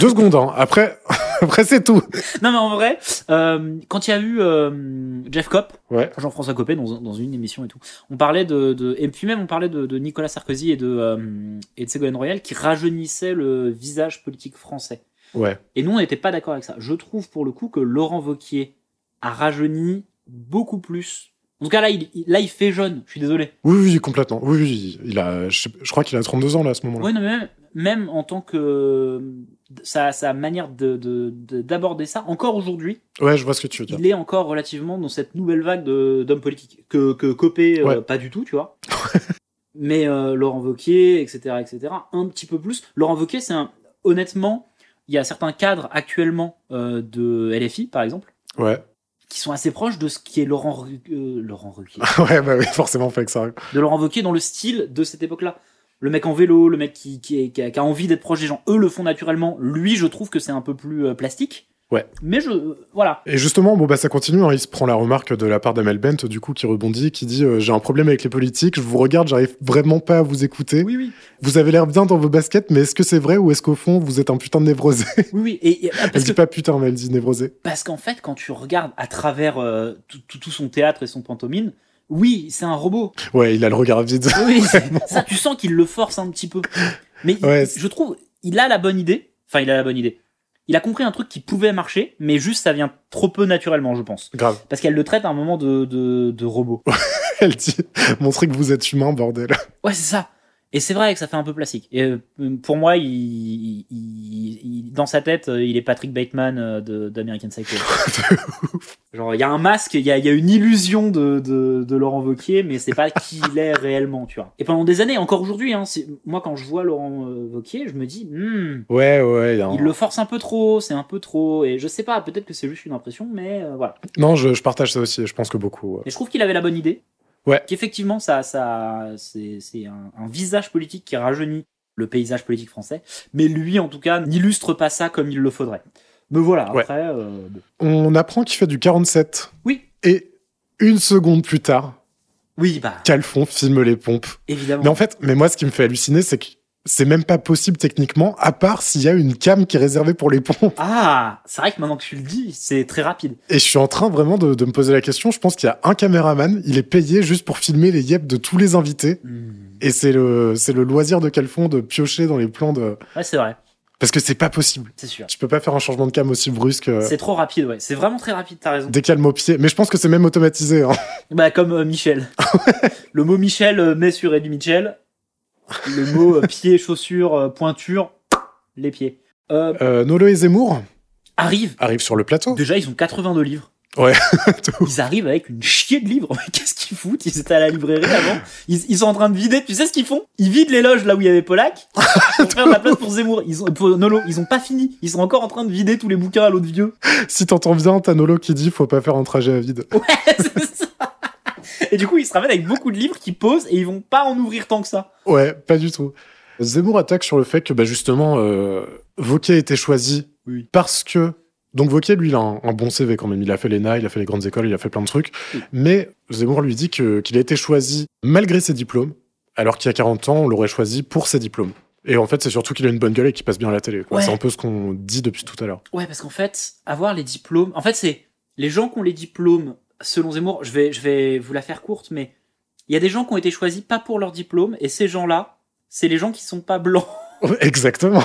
Speaker 5: Deux secondes, hein. Après, après c'est tout.
Speaker 6: Non, mais en vrai, euh, quand il y a eu euh, Jeff Kopp,
Speaker 5: Ouais.
Speaker 6: Jean-François Copé, dans, dans une émission et tout, on parlait de, de- et puis même on parlait de, de Nicolas Sarkozy et de, euh, et de Ségolène Royal qui rajeunissaient le visage politique français.
Speaker 5: Ouais.
Speaker 6: Et nous, on n'était pas d'accord avec ça. Je trouve pour le coup que Laurent Vauquier a rajeuni beaucoup plus. En tout cas, là, il, il- là, il fait jeune. Je suis désolé.
Speaker 5: Oui, oui, complètement. Oui, oui. Il a, je, sais- je crois qu'il a 32 ans là à ce moment-là.
Speaker 6: Ouais, non, mais même, même en tant que euh, sa, sa manière de- de- de- d'aborder ça, encore aujourd'hui,
Speaker 5: Ouais, je vois ce que tu veux dire.
Speaker 6: il est encore relativement dans cette nouvelle vague de- d'hommes politiques que, que Copé, euh,
Speaker 5: Ouais.
Speaker 6: pas du tout, tu vois. Mais euh, Laurent Wauquiez, etc., etc., un petit peu plus. Laurent Wauquiez, c'est un. Honnêtement, il y a certains cadres actuellement euh, de LFI, par exemple,
Speaker 5: Ouais.
Speaker 6: qui sont assez proches de ce qui est Laurent, Ru- euh, Laurent Ruquier.
Speaker 5: Ouais, bah oui, forcément, fait que ça. arrive.
Speaker 6: de Laurent Wauquiez dans le style de cette époque-là. Le mec en vélo, le mec qui, qui, est- qui a, qui a envie d'être proche des gens, eux le font naturellement. Lui, je trouve que c'est un peu plus euh, plastique.
Speaker 5: Ouais.
Speaker 6: Mais je. euh, voilà.
Speaker 5: Et justement, bon, bah, ça continue. hein. Il se prend la remarque de la part d'Amel Bent, du coup, qui rebondit, qui dit euh, J'ai un problème avec les politiques, je vous regarde, j'arrive vraiment pas à vous écouter.
Speaker 6: Oui, oui.
Speaker 5: Vous avez l'air bien dans vos baskets, mais est-ce que c'est vrai ou est-ce qu'au fond, vous êtes un putain de névrosé
Speaker 6: Oui, oui. Et, et- ah,
Speaker 5: Elle
Speaker 6: parce que-
Speaker 5: dit pas putain, mais elle dit névrosé.
Speaker 6: parce qu'en fait, quand tu regardes à travers euh, tout, tout- tout son théâtre et son pantomime, oui, c'est un robot.
Speaker 5: Ouais, il a le regard vide.
Speaker 6: Oui, c'est- ça, tu sens qu'il le force un petit peu. Mais il-
Speaker 5: Ouais,
Speaker 6: je trouve, il a la bonne idée. Enfin, il a la bonne idée. il a compris un truc qui pouvait marcher, mais juste ça vient trop peu naturellement, je pense.
Speaker 5: Grave.
Speaker 6: Parce qu'elle le traite à un moment de, de, de robot.
Speaker 5: Elle dit montrez que vous êtes humain, bordel.
Speaker 6: Ouais, c'est ça. Et c'est vrai que ça fait un peu plastique. Et euh, pour moi, il, il- il- dans sa tête, euh, il est Patrick Bateman euh, de- d'American Psycho. Genre, il y a un masque, il y a, il y a une illusion de, de, de Laurent Wauquiez, mais c'est pas qui il est réellement, tu vois. Et pendant des années, encore aujourd'hui, hein, c'est- moi quand je vois Laurent euh, Wauquiez, je me dis, Hmm,
Speaker 5: Ouais, ouais. il y a un-
Speaker 6: il le force un peu trop, c'est un peu trop. Et je sais pas, peut-être que c'est juste une impression, mais euh, voilà.
Speaker 5: Non, je, je partage ça aussi. Je pense que beaucoup. ouais.
Speaker 6: Mais je trouve qu'il avait la bonne idée.
Speaker 5: Ouais.
Speaker 6: Qu'effectivement, ça, ça, c'est c'est un, un visage politique qui rajeunit le paysage politique français. Mais lui, en tout cas, n'illustre pas ça comme il le faudrait. Mais voilà,
Speaker 5: Ouais.
Speaker 6: après. euh, bon.
Speaker 5: On apprend qu'il fait du 47.
Speaker 6: Oui.
Speaker 5: Et une seconde plus tard,
Speaker 6: Oui, bah,
Speaker 5: Calfon filme les pompes.
Speaker 6: évidemment.
Speaker 5: Mais en fait, mais moi, ce qui me fait halluciner, c'est que c'est même pas possible techniquement, à part s'il y a une cam qui est réservée pour les pompes.
Speaker 6: Ah, c'est vrai que maintenant que tu le dis, c'est très rapide.
Speaker 5: Et je suis en train vraiment de, de me poser la question. Je pense qu'il y a un caméraman, il est payé juste pour filmer les yep de tous les invités.
Speaker 6: Hmm.
Speaker 5: Et c'est le, c'est le loisir de Calfon de piocher dans les plans de.
Speaker 6: Ouais, c'est vrai,
Speaker 5: Parce que c'est pas possible.
Speaker 6: c'est sûr.
Speaker 5: Tu peux pas faire un changement de cam aussi brusque. euh,
Speaker 6: C'est trop rapide, ouais. C'est vraiment très rapide, t'as raison.
Speaker 5: Dès qu'elle pied. Mais je pense que c'est même automatisé. hein.
Speaker 6: Bah, comme euh, Michel. le mot Michel euh, met sur Eddie Mitchell. Le mot euh, pied, chaussure, euh, pointure, les pieds. Euh,
Speaker 5: Euh, Nolo et Zemmour
Speaker 6: arrive
Speaker 5: arrivent sur le plateau.
Speaker 6: Déjà, ils ont 82 livres.
Speaker 5: Ouais,
Speaker 6: ils arrivent avec une chier de livres. Mais Qu'est-ce qu'ils foutent Ils étaient à la librairie avant. Ils, ils sont en train de vider. Tu sais ce qu'ils font Ils vident les loges là où il y avait Polak pour faire de la place pour Zemmour. Ils ont, pour Nolo, ils ont pas fini. Ils sont encore en train de vider tous les bouquins à l'autre vieux.
Speaker 5: Si t'entends bien, t'as Nolo qui dit faut pas faire un trajet à vide.
Speaker 6: C'est ça. et du coup, ils se ramènent avec beaucoup de livres qui posent et ils vont pas en ouvrir tant que ça.
Speaker 5: Ouais, pas du tout. Zemmour attaque sur le fait que bah, justement, euh, Vauquier a été choisi
Speaker 6: Oui.
Speaker 5: parce que. Donc Vauquier, lui, il a un, un bon CV quand même. Il a fait l'ENA, il a fait les grandes écoles, il a fait plein de trucs.
Speaker 6: Oui.
Speaker 5: Mais Zemmour lui dit que- qu'il a été choisi malgré ses diplômes, alors qu'il y a 40 ans, on l'aurait choisi pour ses diplômes. Et en fait, c'est surtout qu'il a une bonne gueule et qu'il passe bien à la télé. quoi.
Speaker 6: Ouais.
Speaker 5: C'est un peu ce qu'on dit depuis tout à l'heure.
Speaker 6: Ouais, parce qu'en fait, avoir les diplômes. En fait, c'est les gens qui ont les diplômes, selon Zemmour, je vais, je vais vous la faire courte, mais il y a des gens qui ont été choisis pas pour leur diplôme, et ces gens-là, c'est les gens qui sont pas blancs
Speaker 5: Exactement.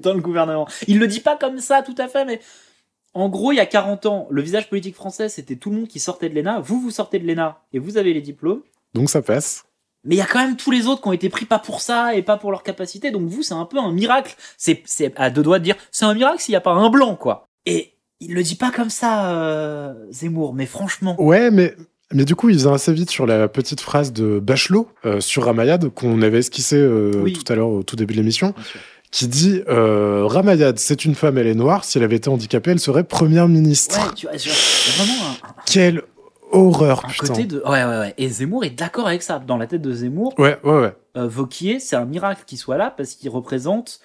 Speaker 6: dans le gouvernement. Il le dit pas comme ça, tout à fait, mais en gros, il y a 40 ans, le visage politique français, c'était tout le monde qui sortait de l'ENA. Vous, vous sortez de l'ENA, et vous avez les diplômes.
Speaker 5: Donc ça passe.
Speaker 6: Mais il y a quand même tous les autres qui ont été pris pas pour ça et pas pour leur capacité. Donc vous, c'est un peu un miracle. C'est, c'est à deux doigts de dire, c'est un miracle s'il n'y a pas un blanc, quoi. Et il le dit pas comme ça, euh, Zemmour. Mais franchement,
Speaker 5: Ouais, mais, mais du coup, il vient assez vite sur la petite phrase de Bachelot euh, sur Ramayad, qu'on avait esquissé euh,
Speaker 6: Oui.
Speaker 5: tout à l'heure au tout début de l'émission,
Speaker 6: sûr.
Speaker 5: qui dit euh, Ramayad, c'est une femme, elle est noire, si elle avait été handicapée, elle serait première
Speaker 6: ouais,
Speaker 5: ministre.
Speaker 6: tu vois, genre, il y a vraiment un,
Speaker 5: Quelle horreur,
Speaker 6: un
Speaker 5: putain.
Speaker 6: côté de, ouais, ouais, ouais. Et Zemmour est d'accord avec ça. Dans la tête de Zemmour,
Speaker 5: Ouais, ouais, ouais.
Speaker 6: euh, Vauquier, c'est un miracle qu'il soit là parce qu'il représente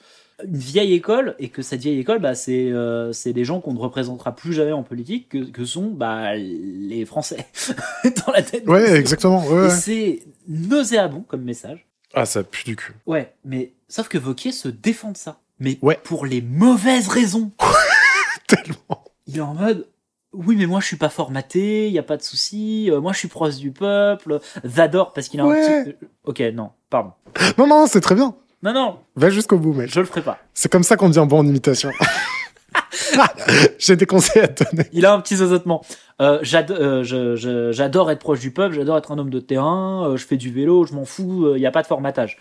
Speaker 6: une vieille école et que cette vieille école, bah, c'est, euh, c'est des gens qu'on ne représentera plus jamais en politique que, que sont, bah, les Français. Dans la tête de
Speaker 5: Ouais,
Speaker 6: Zemmour.
Speaker 5: exactement. ouais,
Speaker 6: Et
Speaker 5: ouais.
Speaker 6: c'est nauséabond comme message.
Speaker 5: Ah, ça pue du cul.
Speaker 6: Ouais, mais sauf que Vauquier se défend de ça. Mais
Speaker 5: Ouais.
Speaker 6: pour les mauvaises raisons.
Speaker 5: Tellement.
Speaker 6: Il est en mode oui, mais moi je suis pas formaté, il y a pas de souci, euh, moi je suis proche du peuple. Zador parce qu'il a un
Speaker 5: Ouais.
Speaker 6: petit OK, non, pardon.
Speaker 5: Non, non, c'est très bien.
Speaker 6: Non non,
Speaker 5: Va jusqu'au bout, mec.
Speaker 6: je le ferai pas.
Speaker 5: C'est comme ça qu'on dit un bon en imitation. J'ai des conseils à te donner.
Speaker 6: Il a un petit zozotement. Euh, j'ado- euh, je- je- j'adore être proche du peuple, j'adore être un homme de terrain, euh, je fais du vélo, je m'en fous, euh, il n'y a pas de formatage.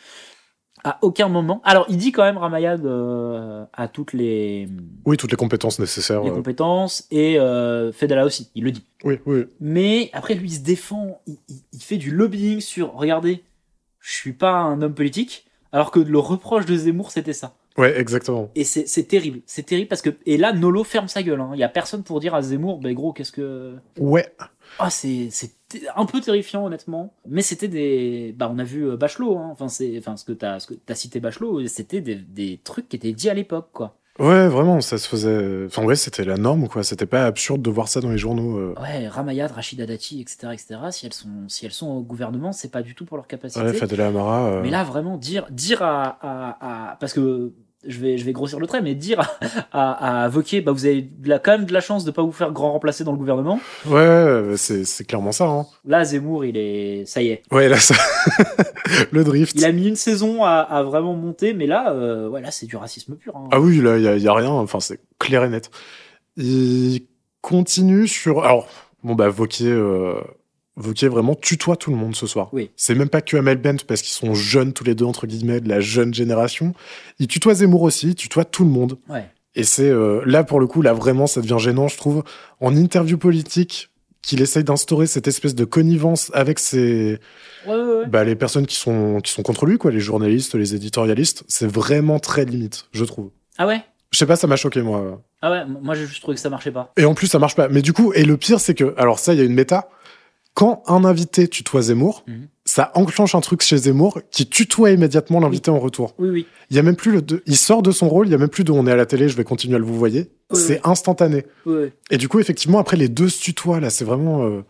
Speaker 6: À aucun moment. Alors, il dit quand même Ramayad euh, à toutes les,
Speaker 5: Oui, toutes les compétences nécessaires.
Speaker 6: les
Speaker 5: euh,
Speaker 6: compétences et euh, Fedala aussi, il le dit.
Speaker 5: Oui, oui.
Speaker 6: Mais après, lui, il se défend, il, il- il fait du lobbying sur regardez, je suis pas un homme politique, alors que le reproche de Zemmour, c'était ça.
Speaker 5: Ouais, exactement.
Speaker 6: Et c'est c'est terrible, c'est terrible parce que. Et là, Nolo ferme sa gueule, hein. il y a personne pour dire à Zemmour, ben gros, qu'est-ce que.
Speaker 5: Ouais.
Speaker 6: Ah, c'est c'est t- un peu terrifiant, honnêtement. Mais c'était des. Bah, on a vu euh, Bachelot, hein. enfin, c'est enfin, ce que t'as ce que t'as cité Bachelot, et c'était des, des trucs qui étaient dits à l'époque, quoi.
Speaker 5: Ouais, vraiment, ça se faisait. euh, Enfin, ouais, c'était la norme, quoi. C'était pas absurde de voir ça dans les journaux. euh.
Speaker 6: Ouais, Ramayad, Rachida Dati, etc., etc. Si elles sont, si elles sont au gouvernement, c'est pas du tout pour leur capacité.
Speaker 5: Ouais, Fadela Amara. euh,
Speaker 6: Mais là, vraiment, dire, dire à, à- à- parce que je vais, je vais grossir le trait, mais dire à, à, à Wauquiez, bah, vous avez de la, quand même de la chance de pas vous faire grand remplacer dans le gouvernement.
Speaker 5: Ouais, ouais, ouais, c'est c'est clairement ça. Hein.
Speaker 6: Là, Zemmour, il est, ça y est.
Speaker 5: Ouais, là, ça... le drift.
Speaker 6: Il a mis une saison à, à vraiment monter, mais là, euh, ouais, là, c'est du racisme pur. hein.
Speaker 5: Ah oui, là, il n'y a, rien. Enfin, c'est clair et net. Il continue sur. Alors, bon, bah, Vauquier, euh, Vauquier vraiment tutoie tout le monde ce soir.
Speaker 6: Oui.
Speaker 5: C'est même pas que Amel Bent, parce qu'ils sont jeunes tous les deux, entre guillemets, de la jeune génération. Il tutoie Zemmour aussi, il tutoie tout le monde.
Speaker 6: Ouais.
Speaker 5: Et c'est euh, là, pour le coup, là, vraiment, ça devient gênant, je trouve. En interview politique, qu'il essaye d'instaurer cette espèce de connivence avec ses,
Speaker 6: Ouais, ouais, ouais.
Speaker 5: bah, les personnes qui sont, qui sont contre lui, quoi, les journalistes, les éditorialistes, c'est vraiment très limite, je trouve.
Speaker 6: Ah ouais?
Speaker 5: Je sais pas, ça m'a choqué, moi.
Speaker 6: Ah ouais, moi j'ai juste trouvé que ça marchait pas.
Speaker 5: Et en plus, ça marche pas. Mais du coup, et le pire, c'est que, alors ça, il y a une méta. Quand un invité tutoie Zemmour,
Speaker 6: Mhm.
Speaker 5: ça enclenche un truc chez Zemmour qui tutoie immédiatement l'invité en retour.
Speaker 6: Oui, oui.
Speaker 5: Il y a même plus le, de- il sort de son rôle, il y a même plus de on est à la télé, je vais continuer à le vous voyez.
Speaker 6: Oui,
Speaker 5: c'est
Speaker 6: oui.
Speaker 5: instantané.
Speaker 6: Ouais, ouais.
Speaker 5: Et du coup, effectivement, après, les deux se tutoient, là, c'est vraiment euh,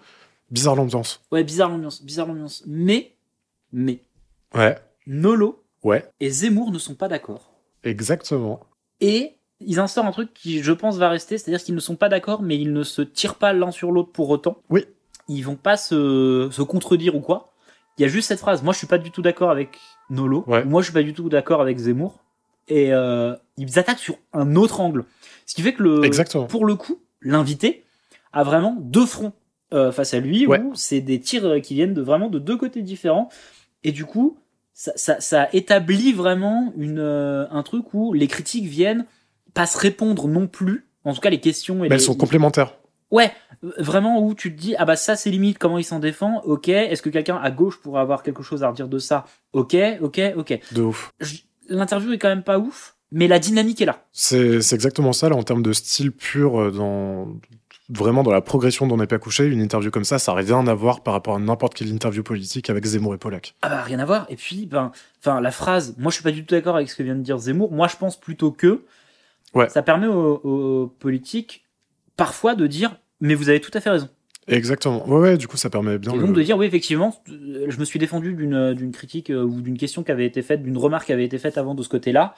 Speaker 5: bizarre l'ambiance.
Speaker 6: Ouais, bizarre l'ambiance, bizarre l'ambiance. Mais, mais,
Speaker 5: Ouais.
Speaker 6: Nolo
Speaker 5: Ouais.
Speaker 6: et Zemmour ne sont pas d'accord.
Speaker 5: Exactement.
Speaker 6: Et ils instaurent un truc qui, je pense, va rester, c'est-à-dire qu'ils ne sont pas d'accord, mais ils ne se tirent pas l'un sur l'autre pour autant.
Speaker 5: Oui.
Speaker 6: Ils vont pas se, se contredire ou quoi. Il y a juste cette phrase, moi je suis pas du tout d'accord avec Nolo,
Speaker 5: Ouais.
Speaker 6: moi je suis pas du tout d'accord avec Zemmour. Et euh, ils attaquent sur un autre angle. Ce qui fait que le,
Speaker 5: Exactement.
Speaker 6: pour le coup, l'invité a vraiment deux fronts euh, face à lui,
Speaker 5: Ouais.
Speaker 6: où c'est des tirs euh, qui viennent de vraiment de deux côtés différents. Et du coup, ça, ça, ça établit vraiment une, euh, un truc où les critiques viennent pas se répondre non plus. En tout cas, les questions et
Speaker 5: Mais elles
Speaker 6: les-
Speaker 5: sont complémentaires.
Speaker 6: Ouais, euh, vraiment où tu te dis ah bah ça c'est limite comment il s'en défend. Ok, est-ce que quelqu'un à gauche pourrait avoir quelque chose à redire de ça Ok, ok, ok.
Speaker 5: De ouf.
Speaker 6: Je- L'interview est quand même pas ouf, mais la dynamique est là.
Speaker 5: C'est c'est exactement ça, là, en termes de style pur, euh, dans, vraiment dans la progression dont on n'est pas couché. Une interview comme ça, ça n'a rien à voir par rapport à n'importe quelle interview politique avec Zemmour et Pollack.
Speaker 6: ah bah rien à voir et puis ben enfin la phrase moi je suis pas du tout d'accord avec ce que vient de dire Zemmour moi je pense plutôt que
Speaker 5: Ouais.
Speaker 6: ça permet aux, aux politiques parfois de dire mais vous avez tout à fait raison
Speaker 5: Exactement. Ouais, ouais, du coup, ça permet bien.
Speaker 6: et
Speaker 5: le-
Speaker 6: donc de dire oui effectivement euh, je me suis défendu d'une d'une critique euh, ou d'une question qui avait été faite d'une remarque qui avait été faite avant de ce côté là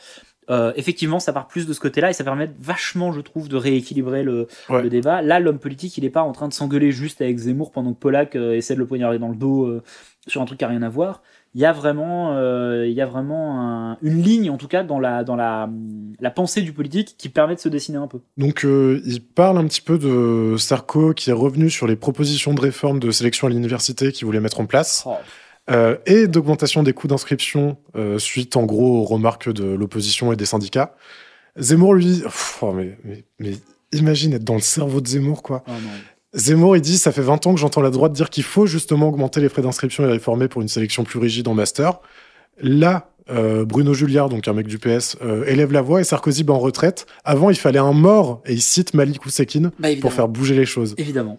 Speaker 6: effectivement ça part plus de ce côté là et ça permet vachement je trouve de rééquilibrer le,
Speaker 5: Ouais.
Speaker 6: le débat là l'homme politique il est pas en train de s'engueuler juste avec Zemmour pendant que Polak euh, essaie de le poignarder dans le dos euh, sur un truc qui a rien à voir il y a vraiment euh, il y a vraiment un- une ligne en tout cas dans la dans la la pensée du politique qui permet de se dessiner un peu
Speaker 5: Donc, euh, il parle un petit peu de Sarko qui est revenu sur les propositions de réforme de sélection à l'université qu'il voulait mettre en place euh, et d'augmentation des coûts d'inscription euh, suite en gros aux remarques de l'opposition et des syndicats. Zemmour, lui, pff, oh, mais, mais, mais imagine être dans le cerveau de Zemmour, quoi.
Speaker 6: Oh non.
Speaker 5: Zemmour, il dit Ça fait 20 ans que j'entends la droite dire qu'il faut justement augmenter les frais d'inscription et réformer pour une sélection plus rigide en master. Là, euh, Bruno Julliard, donc un mec du PS, euh, élève la voix et Sarkozy bat en retraite. Avant, il fallait un mort, et il cite Malik Oussekine
Speaker 6: Bah, évidemment.
Speaker 5: pour faire bouger les choses.
Speaker 6: évidemment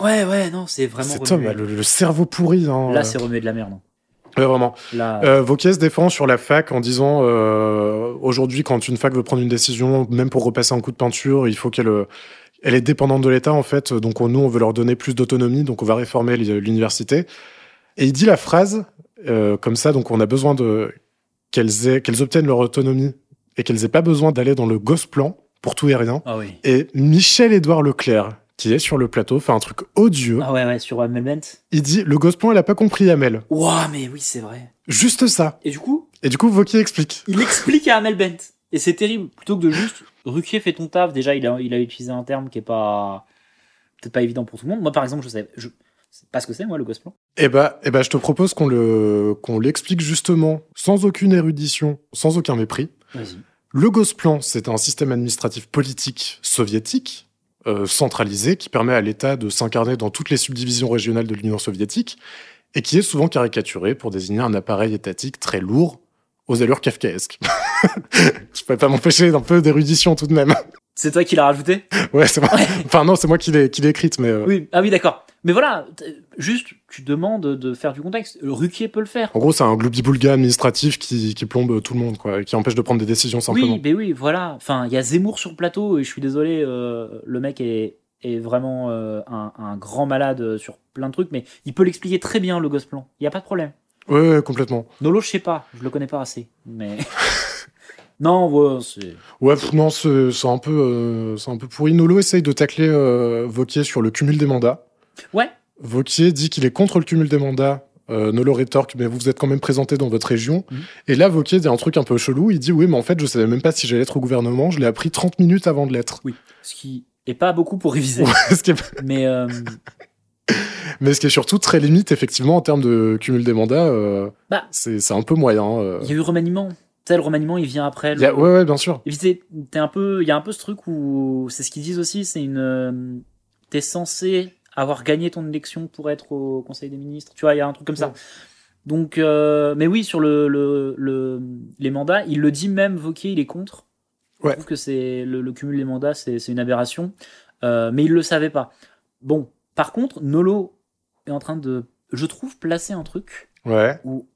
Speaker 6: ouais ouais non c'est vraiment
Speaker 5: Cet homme
Speaker 6: remué.
Speaker 5: a le, le cerveau pourri. Hein,
Speaker 6: là
Speaker 5: euh.
Speaker 6: c'est remué de la merde
Speaker 5: Ouais, vraiment.
Speaker 6: là
Speaker 5: Euh, Vauquier se défend sur la fac en disant euh, aujourd'hui, quand une fac veut prendre une décision, même pour repasser un coup de peinture, il faut qu'elle euh, elle est dépendante de l'État en fait. Donc on- nous, on veut leur donner plus d'autonomie, donc on va réformer l- l'université. Et il dit la phrase euh, comme ça, donc on a besoin de qu'elles aient- qu'elles obtiennent leur autonomie et qu'elles aient pas besoin d'aller dans le gosse-plan pour tout et rien.
Speaker 6: ah oui
Speaker 5: Et Michel-Édouard Leclerc, qui est sur le plateau, fait un truc odieux.
Speaker 6: ah ouais ouais sur Amel Bent
Speaker 5: Il dit le gosse-plan, elle a pas compris Amel.
Speaker 6: Ouah, mais oui c'est vrai
Speaker 5: Juste ça.
Speaker 6: et du coup
Speaker 5: Et du coup, Vauquier explique.
Speaker 6: il explique à Amel Bent. Et c'est terrible. Plutôt que de juste, Ruquier fait ton taf. Déjà, il a, il a utilisé un terme qui est pas, peut-être pas évident pour tout le monde. Moi, par exemple, je sais, je sais pas ce que c'est, moi, le gosplan.
Speaker 5: Eh bah, eh bah, je te propose qu'on le qu'on l'explique justement, sans aucune érudition, sans aucun mépris.
Speaker 6: Vas-y.
Speaker 5: Le Gosplan, c'est un système administratif politique soviétique, euh, centralisé, qui permet à l'État de s'incarner dans toutes les subdivisions régionales de l'Union soviétique, et qui est souvent caricaturé pour désigner un appareil étatique très lourd, aux allures kafkaesques. je peux pas m'empêcher d'un peu d'érudition tout de même.
Speaker 6: C'est toi qui l'as rajouté?
Speaker 5: Ouais, c'est moi. Enfin, non, c'est moi qui l'ai qui l'ai écrite, mais... euh,
Speaker 6: Oui. Ah oui, d'accord. Mais voilà. t- Juste, tu demandes de faire du contexte. Ruquier peut le faire.
Speaker 5: En gros, c'est un gloubi-boulga administratif qui, qui plombe tout le monde, quoi, et qui empêche de prendre des décisions simplement.
Speaker 6: Oui, mais oui, voilà. Enfin, il y a Zemmour sur le plateau et je suis désolé, euh, le mec est, est vraiment euh, un, un grand malade sur plein de trucs, mais il peut l'expliquer très bien le gosplan. Il y a pas de problème.
Speaker 5: Ouais, ouais, complètement.
Speaker 6: Nolo, je sais pas, je le connais pas assez. Mais. non, ouais, c'est.
Speaker 5: Ouais, pff, non, c'est c'est un, peu, euh, c'est un peu pourri. Nolo essaye de tacler euh, Vauquier sur le cumul des mandats.
Speaker 6: Ouais.
Speaker 5: Vauquier dit qu'il est contre le cumul des mandats. Euh, Nolo rétorque, mais vous vous êtes quand même présenté dans votre région.
Speaker 6: Mhm.
Speaker 5: Et là, Vauquier dit un truc un peu chelou. Il dit Oui, mais en fait, je savais même pas si j'allais être au gouvernement. Je l'ai appris 30 minutes avant de l'être.
Speaker 6: Oui. Ce qui est pas beaucoup pour réviser.
Speaker 5: Ce qui est-
Speaker 6: mais euh,
Speaker 5: mais ce qui est surtout très limite, effectivement, en termes de cumul des mandats, euh,
Speaker 6: Bah.
Speaker 5: c'est c'est un peu moyen. euh.
Speaker 6: il y a eu remaniement. Tel remaniement, il vient après.
Speaker 5: Il
Speaker 6: le-
Speaker 5: y a- Ouais, ouais, bien sûr.
Speaker 6: Et puis, t'es- t'es un peu, il y a un peu ce truc où c'est ce qu'ils disent aussi, c'est une, euh, t'es censé avoir gagné ton élection pour être au Conseil des ministres. Tu vois, il y a un truc comme ça. Donc, euh, mais oui, sur le, le, le- les mandats, il le dit même, Vauquier, il est contre.
Speaker 5: Ouais.
Speaker 6: Je trouve que c'est le, le cumul des mandats, c'est c'est une aberration. Euh, mais il le savait pas. Bon, par contre, Nolo est en train de, je trouve, placer un truc
Speaker 5: Ouais.
Speaker 6: où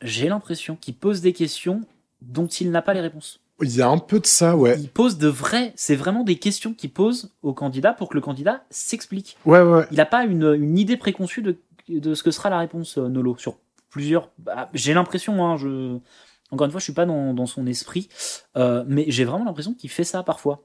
Speaker 6: j'ai l'impression qu'il pose des questions dont il n'a pas les réponses
Speaker 5: Il y a un peu de ça, ouais.
Speaker 6: il pose de vrais, c'est vraiment des questions qu'il pose au candidat pour que le candidat s'explique.
Speaker 5: Ouais, ouais. ouais.
Speaker 6: Il n'a pas une, une idée préconçue de, de ce que sera la réponse, euh, Nolo, sur plusieurs. bah, j'ai l'impression, hein, je. Encore une fois, je suis pas dans, dans son esprit, euh, mais j'ai vraiment l'impression qu'il fait ça parfois.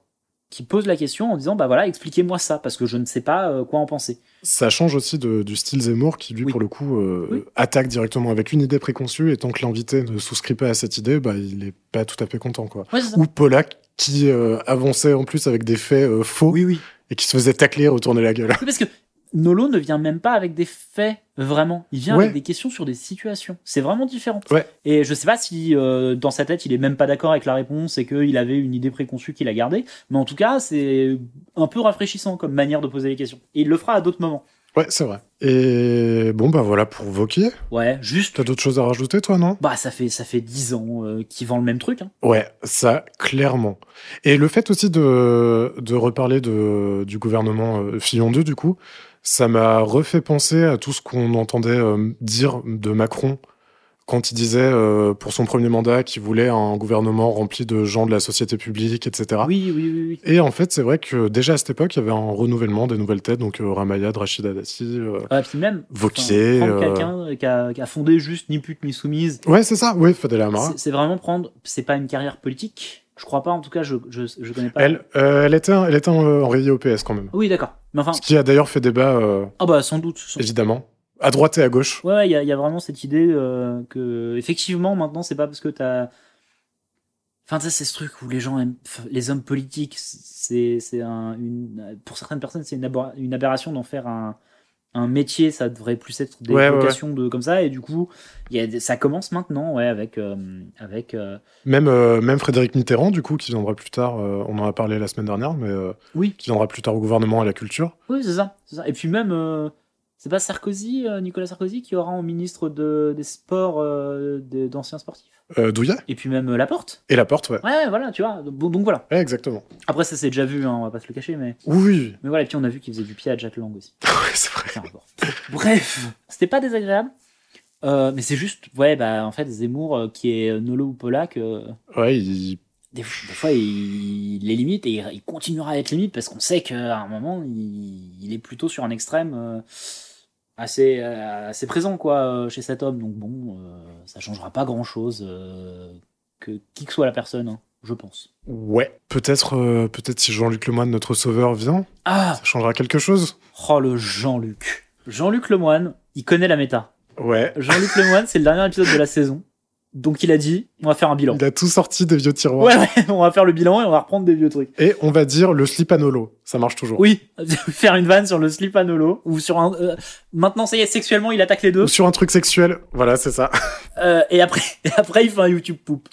Speaker 6: Qu'il pose la question en disant Bah voilà, expliquez-moi ça, parce que je ne sais pas euh, quoi en penser.
Speaker 5: Ça change aussi de- du style Zemmour qui, lui,
Speaker 6: Oui.
Speaker 5: pour le coup, euh,
Speaker 6: Oui.
Speaker 5: attaque directement avec une idée préconçue et tant que l'invité ne souscrit pas à cette idée, bah, il est pas tout à fait content, quoi.
Speaker 6: Ouais, c'est ça.
Speaker 5: Ou Polak qui euh, avançait en plus avec des faits euh, faux
Speaker 6: Oui, oui.
Speaker 5: et qui se faisait tacler, retourner la gueule.
Speaker 6: Oui, parce que Nolo ne vient même pas avec des faits vraiment. Il vient
Speaker 5: Ouais.
Speaker 6: avec des questions sur des situations. C'est vraiment différent.
Speaker 5: Ouais.
Speaker 6: Et je sais pas si euh, dans sa tête il est même pas d'accord avec la réponse et qu'il avait une idée préconçue qu'il a gardée. Mais en tout cas, c'est un peu rafraîchissant comme manière de poser les questions. Et il le fera à d'autres moments.
Speaker 5: Ouais, c'est vrai. Et bon, bah voilà pour Vauquier.
Speaker 6: Ouais, juste.
Speaker 5: T'as d'autres choses à rajouter, toi, non
Speaker 6: Bah ça fait ça fait dix ans euh, qu'il vend le même truc. hein.
Speaker 5: Ouais, ça, clairement. Et le fait aussi de, de reparler de, du gouvernement euh, Fillon 2, du coup, ça m'a refait penser à tout ce qu'on entendait euh, dire de Macron quand il disait, euh, pour son premier mandat, qu'il voulait un gouvernement rempli de gens de la société publique, etc.
Speaker 6: Oui, oui, oui, oui.
Speaker 5: Et en fait, c'est vrai que déjà à cette époque, il y avait un renouvellement des nouvelles têtes, donc euh, Ramayad, Rachida Dati, euh,
Speaker 6: Ouais, Ah, puis même.
Speaker 5: Vauquier.
Speaker 6: prendre
Speaker 5: euh,
Speaker 6: quelqu'un qui a, qui a fondé juste ni pute ni soumise
Speaker 5: Ouais, c'est ça, oui, Fadel Amara.
Speaker 6: hein. C'est- C'est vraiment prendre. C'est pas une carrière politique. Je crois pas. En tout cas, je je, je connais pas.
Speaker 5: Elle, euh, elle était, elle était euh, enrayée au PS quand même.
Speaker 6: Oui, d'accord. Mais enfin,
Speaker 5: Ce qui a d'ailleurs fait débat. euh,
Speaker 6: ah bah sans doute. sans-
Speaker 5: évidemment. À droite et à gauche.
Speaker 6: Ouais, ouais, il y, a- il y a vraiment cette idée euh, que effectivement maintenant c'est pas parce que t'as. Enfin, tu sais, c'est ce truc où les gens aiment enfin, les hommes politiques. C'est c'est un une pour certaines personnes c'est une, abor- une aberration d'en faire un un métier. Ça devrait plus être des
Speaker 5: Ouais, ouais,
Speaker 6: vocations de comme ça. Et du coup, il y a des- ça commence maintenant, ouais, avec euh, avec. euh,
Speaker 5: Même, euh, même Frédéric Mitterrand, du coup, qui viendra plus tard, euh, on en a parlé la semaine dernière, mais euh,
Speaker 6: Oui.
Speaker 5: qui viendra plus tard au gouvernement et à la culture.
Speaker 6: Oui, c'est ça, c'est ça. Et puis même, euh, c'est pas Sarkozy, euh, Nicolas Sarkozy, qui aura en ministre de, des sports euh, des- d'anciens sportifs.
Speaker 5: Euh, Douillet
Speaker 6: Et puis même euh, Laporte.
Speaker 5: et la porte, ouais.
Speaker 6: Ouais, ouais, voilà, tu vois. Donc, donc voilà.
Speaker 5: Ouais, exactement.
Speaker 6: Après, ça c'est déjà vu, hein, on va pas se le cacher, mais,
Speaker 5: Oui,
Speaker 6: mais voilà. Et puis on a vu qu'il faisait du pied à Jack Lang aussi.
Speaker 5: oui, c'est vrai.
Speaker 6: Aucun rapport. Bref, c'était pas désagréable. Euh, mais c'est juste, ouais, bah en fait, Zemmour, euh, qui est euh, Nolo ou Polak, euh,
Speaker 5: Ouais, il-
Speaker 6: des, des fois il, il est limite et il, il continuera à être limite parce qu'on sait qu'à un moment il, il est plutôt sur un extrême euh, assez, euh, assez présent quoi euh, chez cet homme donc bon euh, ça changera pas grand chose que qui que soit la personne hein, je pense
Speaker 5: ouais. Peut-être euh, peut-être si Jean-Luc Lemoine, notre sauveur, vient,
Speaker 6: ah
Speaker 5: ça changera quelque chose.
Speaker 6: oh le Jean-Luc Jean-Luc Lemoine il connaît la méta
Speaker 5: Ouais.
Speaker 6: Jean-Luc Lemoine c'est le dernier épisode de la saison donc il a dit on va faire un bilan
Speaker 5: Il a tout sorti des vieux tiroirs.
Speaker 6: ouais ouais on va faire le bilan et on va reprendre des vieux trucs
Speaker 5: Et on va dire le slip à Nolo. Ça marche toujours.
Speaker 6: Oui, faire une vanne sur le slip anolo ou sur un. euh, maintenant, ça y est, sexuellement, il attaque les deux.
Speaker 5: Ou sur un truc sexuel. Voilà, c'est ça.
Speaker 6: euh, et après, et après, il fait un YouTube poop.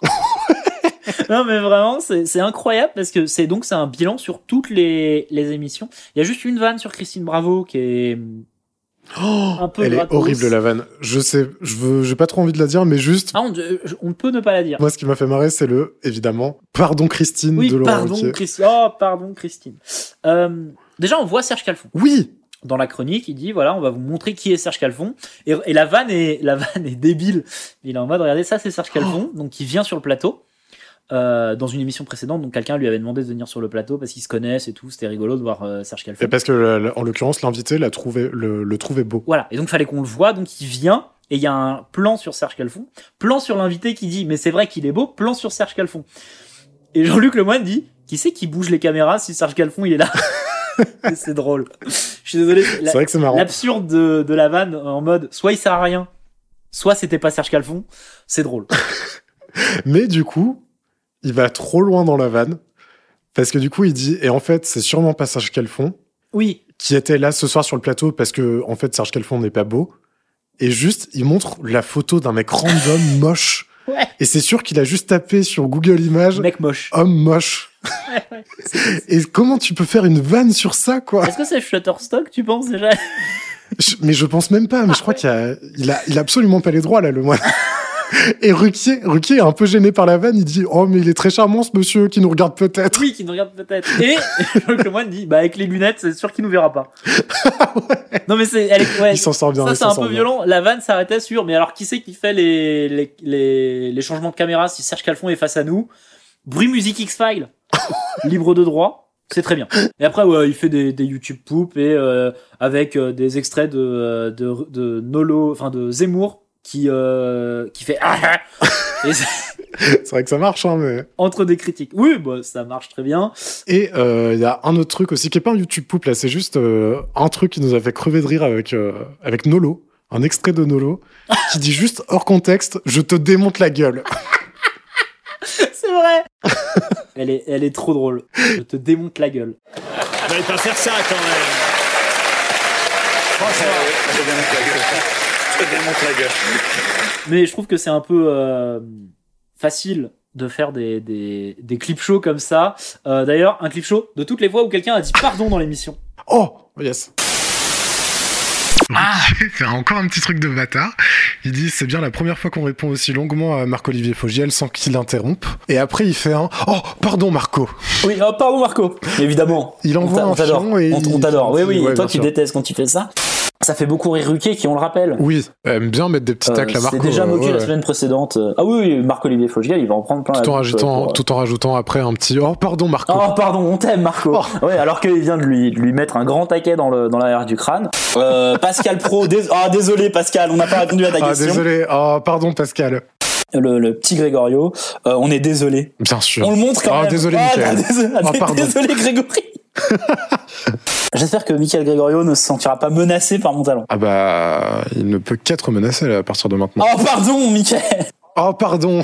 Speaker 6: non, mais vraiment, c'est c'est incroyable parce que c'est donc c'est un bilan sur toutes les, les émissions. Il y a juste une vanne sur Christine Bravo qui est Oh, un peu
Speaker 5: Elle est
Speaker 6: gratos.
Speaker 5: horrible, la vanne. Je sais, je veux, j'ai pas trop envie de la dire, mais juste,
Speaker 6: Ah, on, euh, je- on ne peut ne pas la dire.
Speaker 5: Moi, ce qui m'a fait marrer, c'est le, évidemment, pardon Christine
Speaker 6: Oui,
Speaker 5: de Laurent
Speaker 6: pardon,
Speaker 5: Ruquier.
Speaker 6: Christine. Oh, pardon, Christine. Euh, déjà, on voit Serge Calfon.
Speaker 5: Oui,
Speaker 6: dans la chronique, il dit voilà, on va vous montrer qui est Serge Calfon. Et, et la vanne est la vanne est débile. Il est en mode regardez ça, c'est Serge Calfon,
Speaker 5: Oh.
Speaker 6: donc il vient sur le plateau. euh, dans une émission précédente, donc quelqu'un lui avait demandé de venir sur le plateau parce qu'ils se connaissent et tout, c'était rigolo de voir euh, Serge Calfon.
Speaker 5: Et parce que, la- la- en l'occurrence, l'invité l'a trouvé, le, le trouvait beau.
Speaker 6: Voilà, et donc fallait qu'on le voit, donc il vient, Et il y a un plan sur Serge Calfon, plan sur l'invité qui dit mais c'est vrai qu'il est beau, plan sur Serge Calfon. Et Jean-Luc Lemoine dit qui c'est qui bouge les caméras si Serge Calfon il est là Et C'est drôle. Je suis désolé. la-
Speaker 5: C'est vrai que c'est marrant.
Speaker 6: L'absurde de, de la vanne en mode soit il sert à rien, soit c'était pas Serge Calfon, c'est drôle.
Speaker 5: Mais du coup, il va trop loin dans la vanne. Parce que du coup, il dit, et en fait, c'est sûrement pas Serge Calfon
Speaker 6: Oui,
Speaker 5: qui était là ce soir sur le plateau parce que, en fait, Serge Calfon n'est pas beau. Et juste, il montre la photo d'un mec random moche.
Speaker 6: Ouais.
Speaker 5: Et c'est sûr qu'il a juste tapé sur Google Images
Speaker 6: mec moche.
Speaker 5: homme moche. et comment tu peux faire une vanne sur ça, quoi
Speaker 6: Est-ce que c'est Shutterstock, tu penses déjà
Speaker 5: Je- Mais je pense même pas, mais je
Speaker 6: Ah
Speaker 5: crois qu'il a, il a, il a absolument pas les droits, là, le moine. Et Ruquier, Ruquier est un peu gêné par la vanne, il dit Oh, mais il est très charmant ce monsieur qui nous regarde peut-être.
Speaker 6: Oui, qui nous regarde peut-être. Et Jean-Luc Lemoine dit, bah avec les lunettes, c'est sûr qu'il nous verra pas. Non mais c'est, elle est, ouais,
Speaker 5: Il s'en sort bien.
Speaker 6: ça
Speaker 5: il
Speaker 6: c'est
Speaker 5: s'en
Speaker 6: un
Speaker 5: sort
Speaker 6: peu
Speaker 5: bien.
Speaker 6: violent. La vanne s'arrêtait sur, mais alors qui c'est qui fait les, les, les, les changements de caméra si Serge Calfon est face à nous Bruit musique X-File, libre de droit, c'est très bien. Et après, ouais, il fait des, des YouTube poop et euh, avec euh, des extraits de, euh, de, de Nolo, enfin de Zemmour qui, euh, qui fait ah, ah Et c'est-
Speaker 5: C'est vrai que ça marche, hein, mais.
Speaker 6: entre des critiques. Oui, bah, ça marche très bien.
Speaker 5: Et euh, il y a un autre truc aussi qui est pas un YouTube poupe là, c'est juste euh, un truc qui nous a fait crever de rire avec euh, avec Nolo, un extrait de Nolo qui dit juste hors contexte, je te démonte la gueule.
Speaker 6: C'est vrai. elle est, elle est trop drôle. Je te démonte la gueule.
Speaker 7: Vous pas faire ça quand même.
Speaker 6: Mais je trouve que c'est un peu euh, facile de faire des, des, des clips shows comme ça. Euh, D'ailleurs, un clip show de toutes les fois où quelqu'un a dit pardon dans l'émission.
Speaker 5: Oh, yes. Ah, faire encore un petit truc de bâtard. Il dit c'est bien la première fois qu'on répond aussi longuement à Marc-Olivier Fogiel sans qu'il l'interrompe. Et après il fait un oh pardon Marco.
Speaker 3: Oui, oh, pardon Marco, évidemment.
Speaker 5: Il envoie
Speaker 3: On t'a-
Speaker 5: un
Speaker 3: on t'adore.
Speaker 5: fion et
Speaker 3: On t- on
Speaker 5: il-
Speaker 3: t'adore. Oui,
Speaker 5: il-
Speaker 3: oui,
Speaker 5: ouais,
Speaker 3: et toi
Speaker 5: bien
Speaker 3: tu
Speaker 5: sûr.
Speaker 3: détestes quand tu fais ça. Ça fait beaucoup rire Ruquier qui, on le rappelle.
Speaker 5: Oui, aime bien mettre des petits
Speaker 3: Euh,
Speaker 5: tacles à Marco.
Speaker 3: C'était déjà
Speaker 5: euh,
Speaker 3: moqué
Speaker 5: ouais,
Speaker 3: la
Speaker 5: ouais.
Speaker 3: semaine précédente. Ah oui, oui, Marc-Olivier Fogiel, il va en prendre plein la
Speaker 5: Tout en,
Speaker 3: bouche,
Speaker 5: rajoutant,
Speaker 3: pour, euh,
Speaker 5: tout en rajoutant après un petit oh pardon Marco.
Speaker 3: Oh pardon, on t'aime Marco.
Speaker 5: Oh.
Speaker 3: Ouais, alors qu'il vient de lui, de lui mettre un grand taquet dans le dans l'arrière du crâne. Euh, Pascal Pro, dés- ah désolé Pascal, on n'a pas répondu à ta
Speaker 5: Ah,
Speaker 3: question.
Speaker 5: désolé. Oh, pardon, Pascal.
Speaker 3: le, le petit Grégorio, euh, on est désolé.
Speaker 5: Bien sûr.
Speaker 3: On le montre quand
Speaker 5: Ah,
Speaker 3: même.
Speaker 5: désolé,
Speaker 3: Ah,
Speaker 5: Michael.
Speaker 3: désolé,
Speaker 5: Ah, pardon.
Speaker 3: désolé, Grégory. J'espère que Michael Gregorio ne se sentira pas menacé par mon talent.
Speaker 5: Ah bah, il ne peut qu'être menacé là, à partir de maintenant.
Speaker 3: Oh pardon Michael
Speaker 5: Oh, pardon.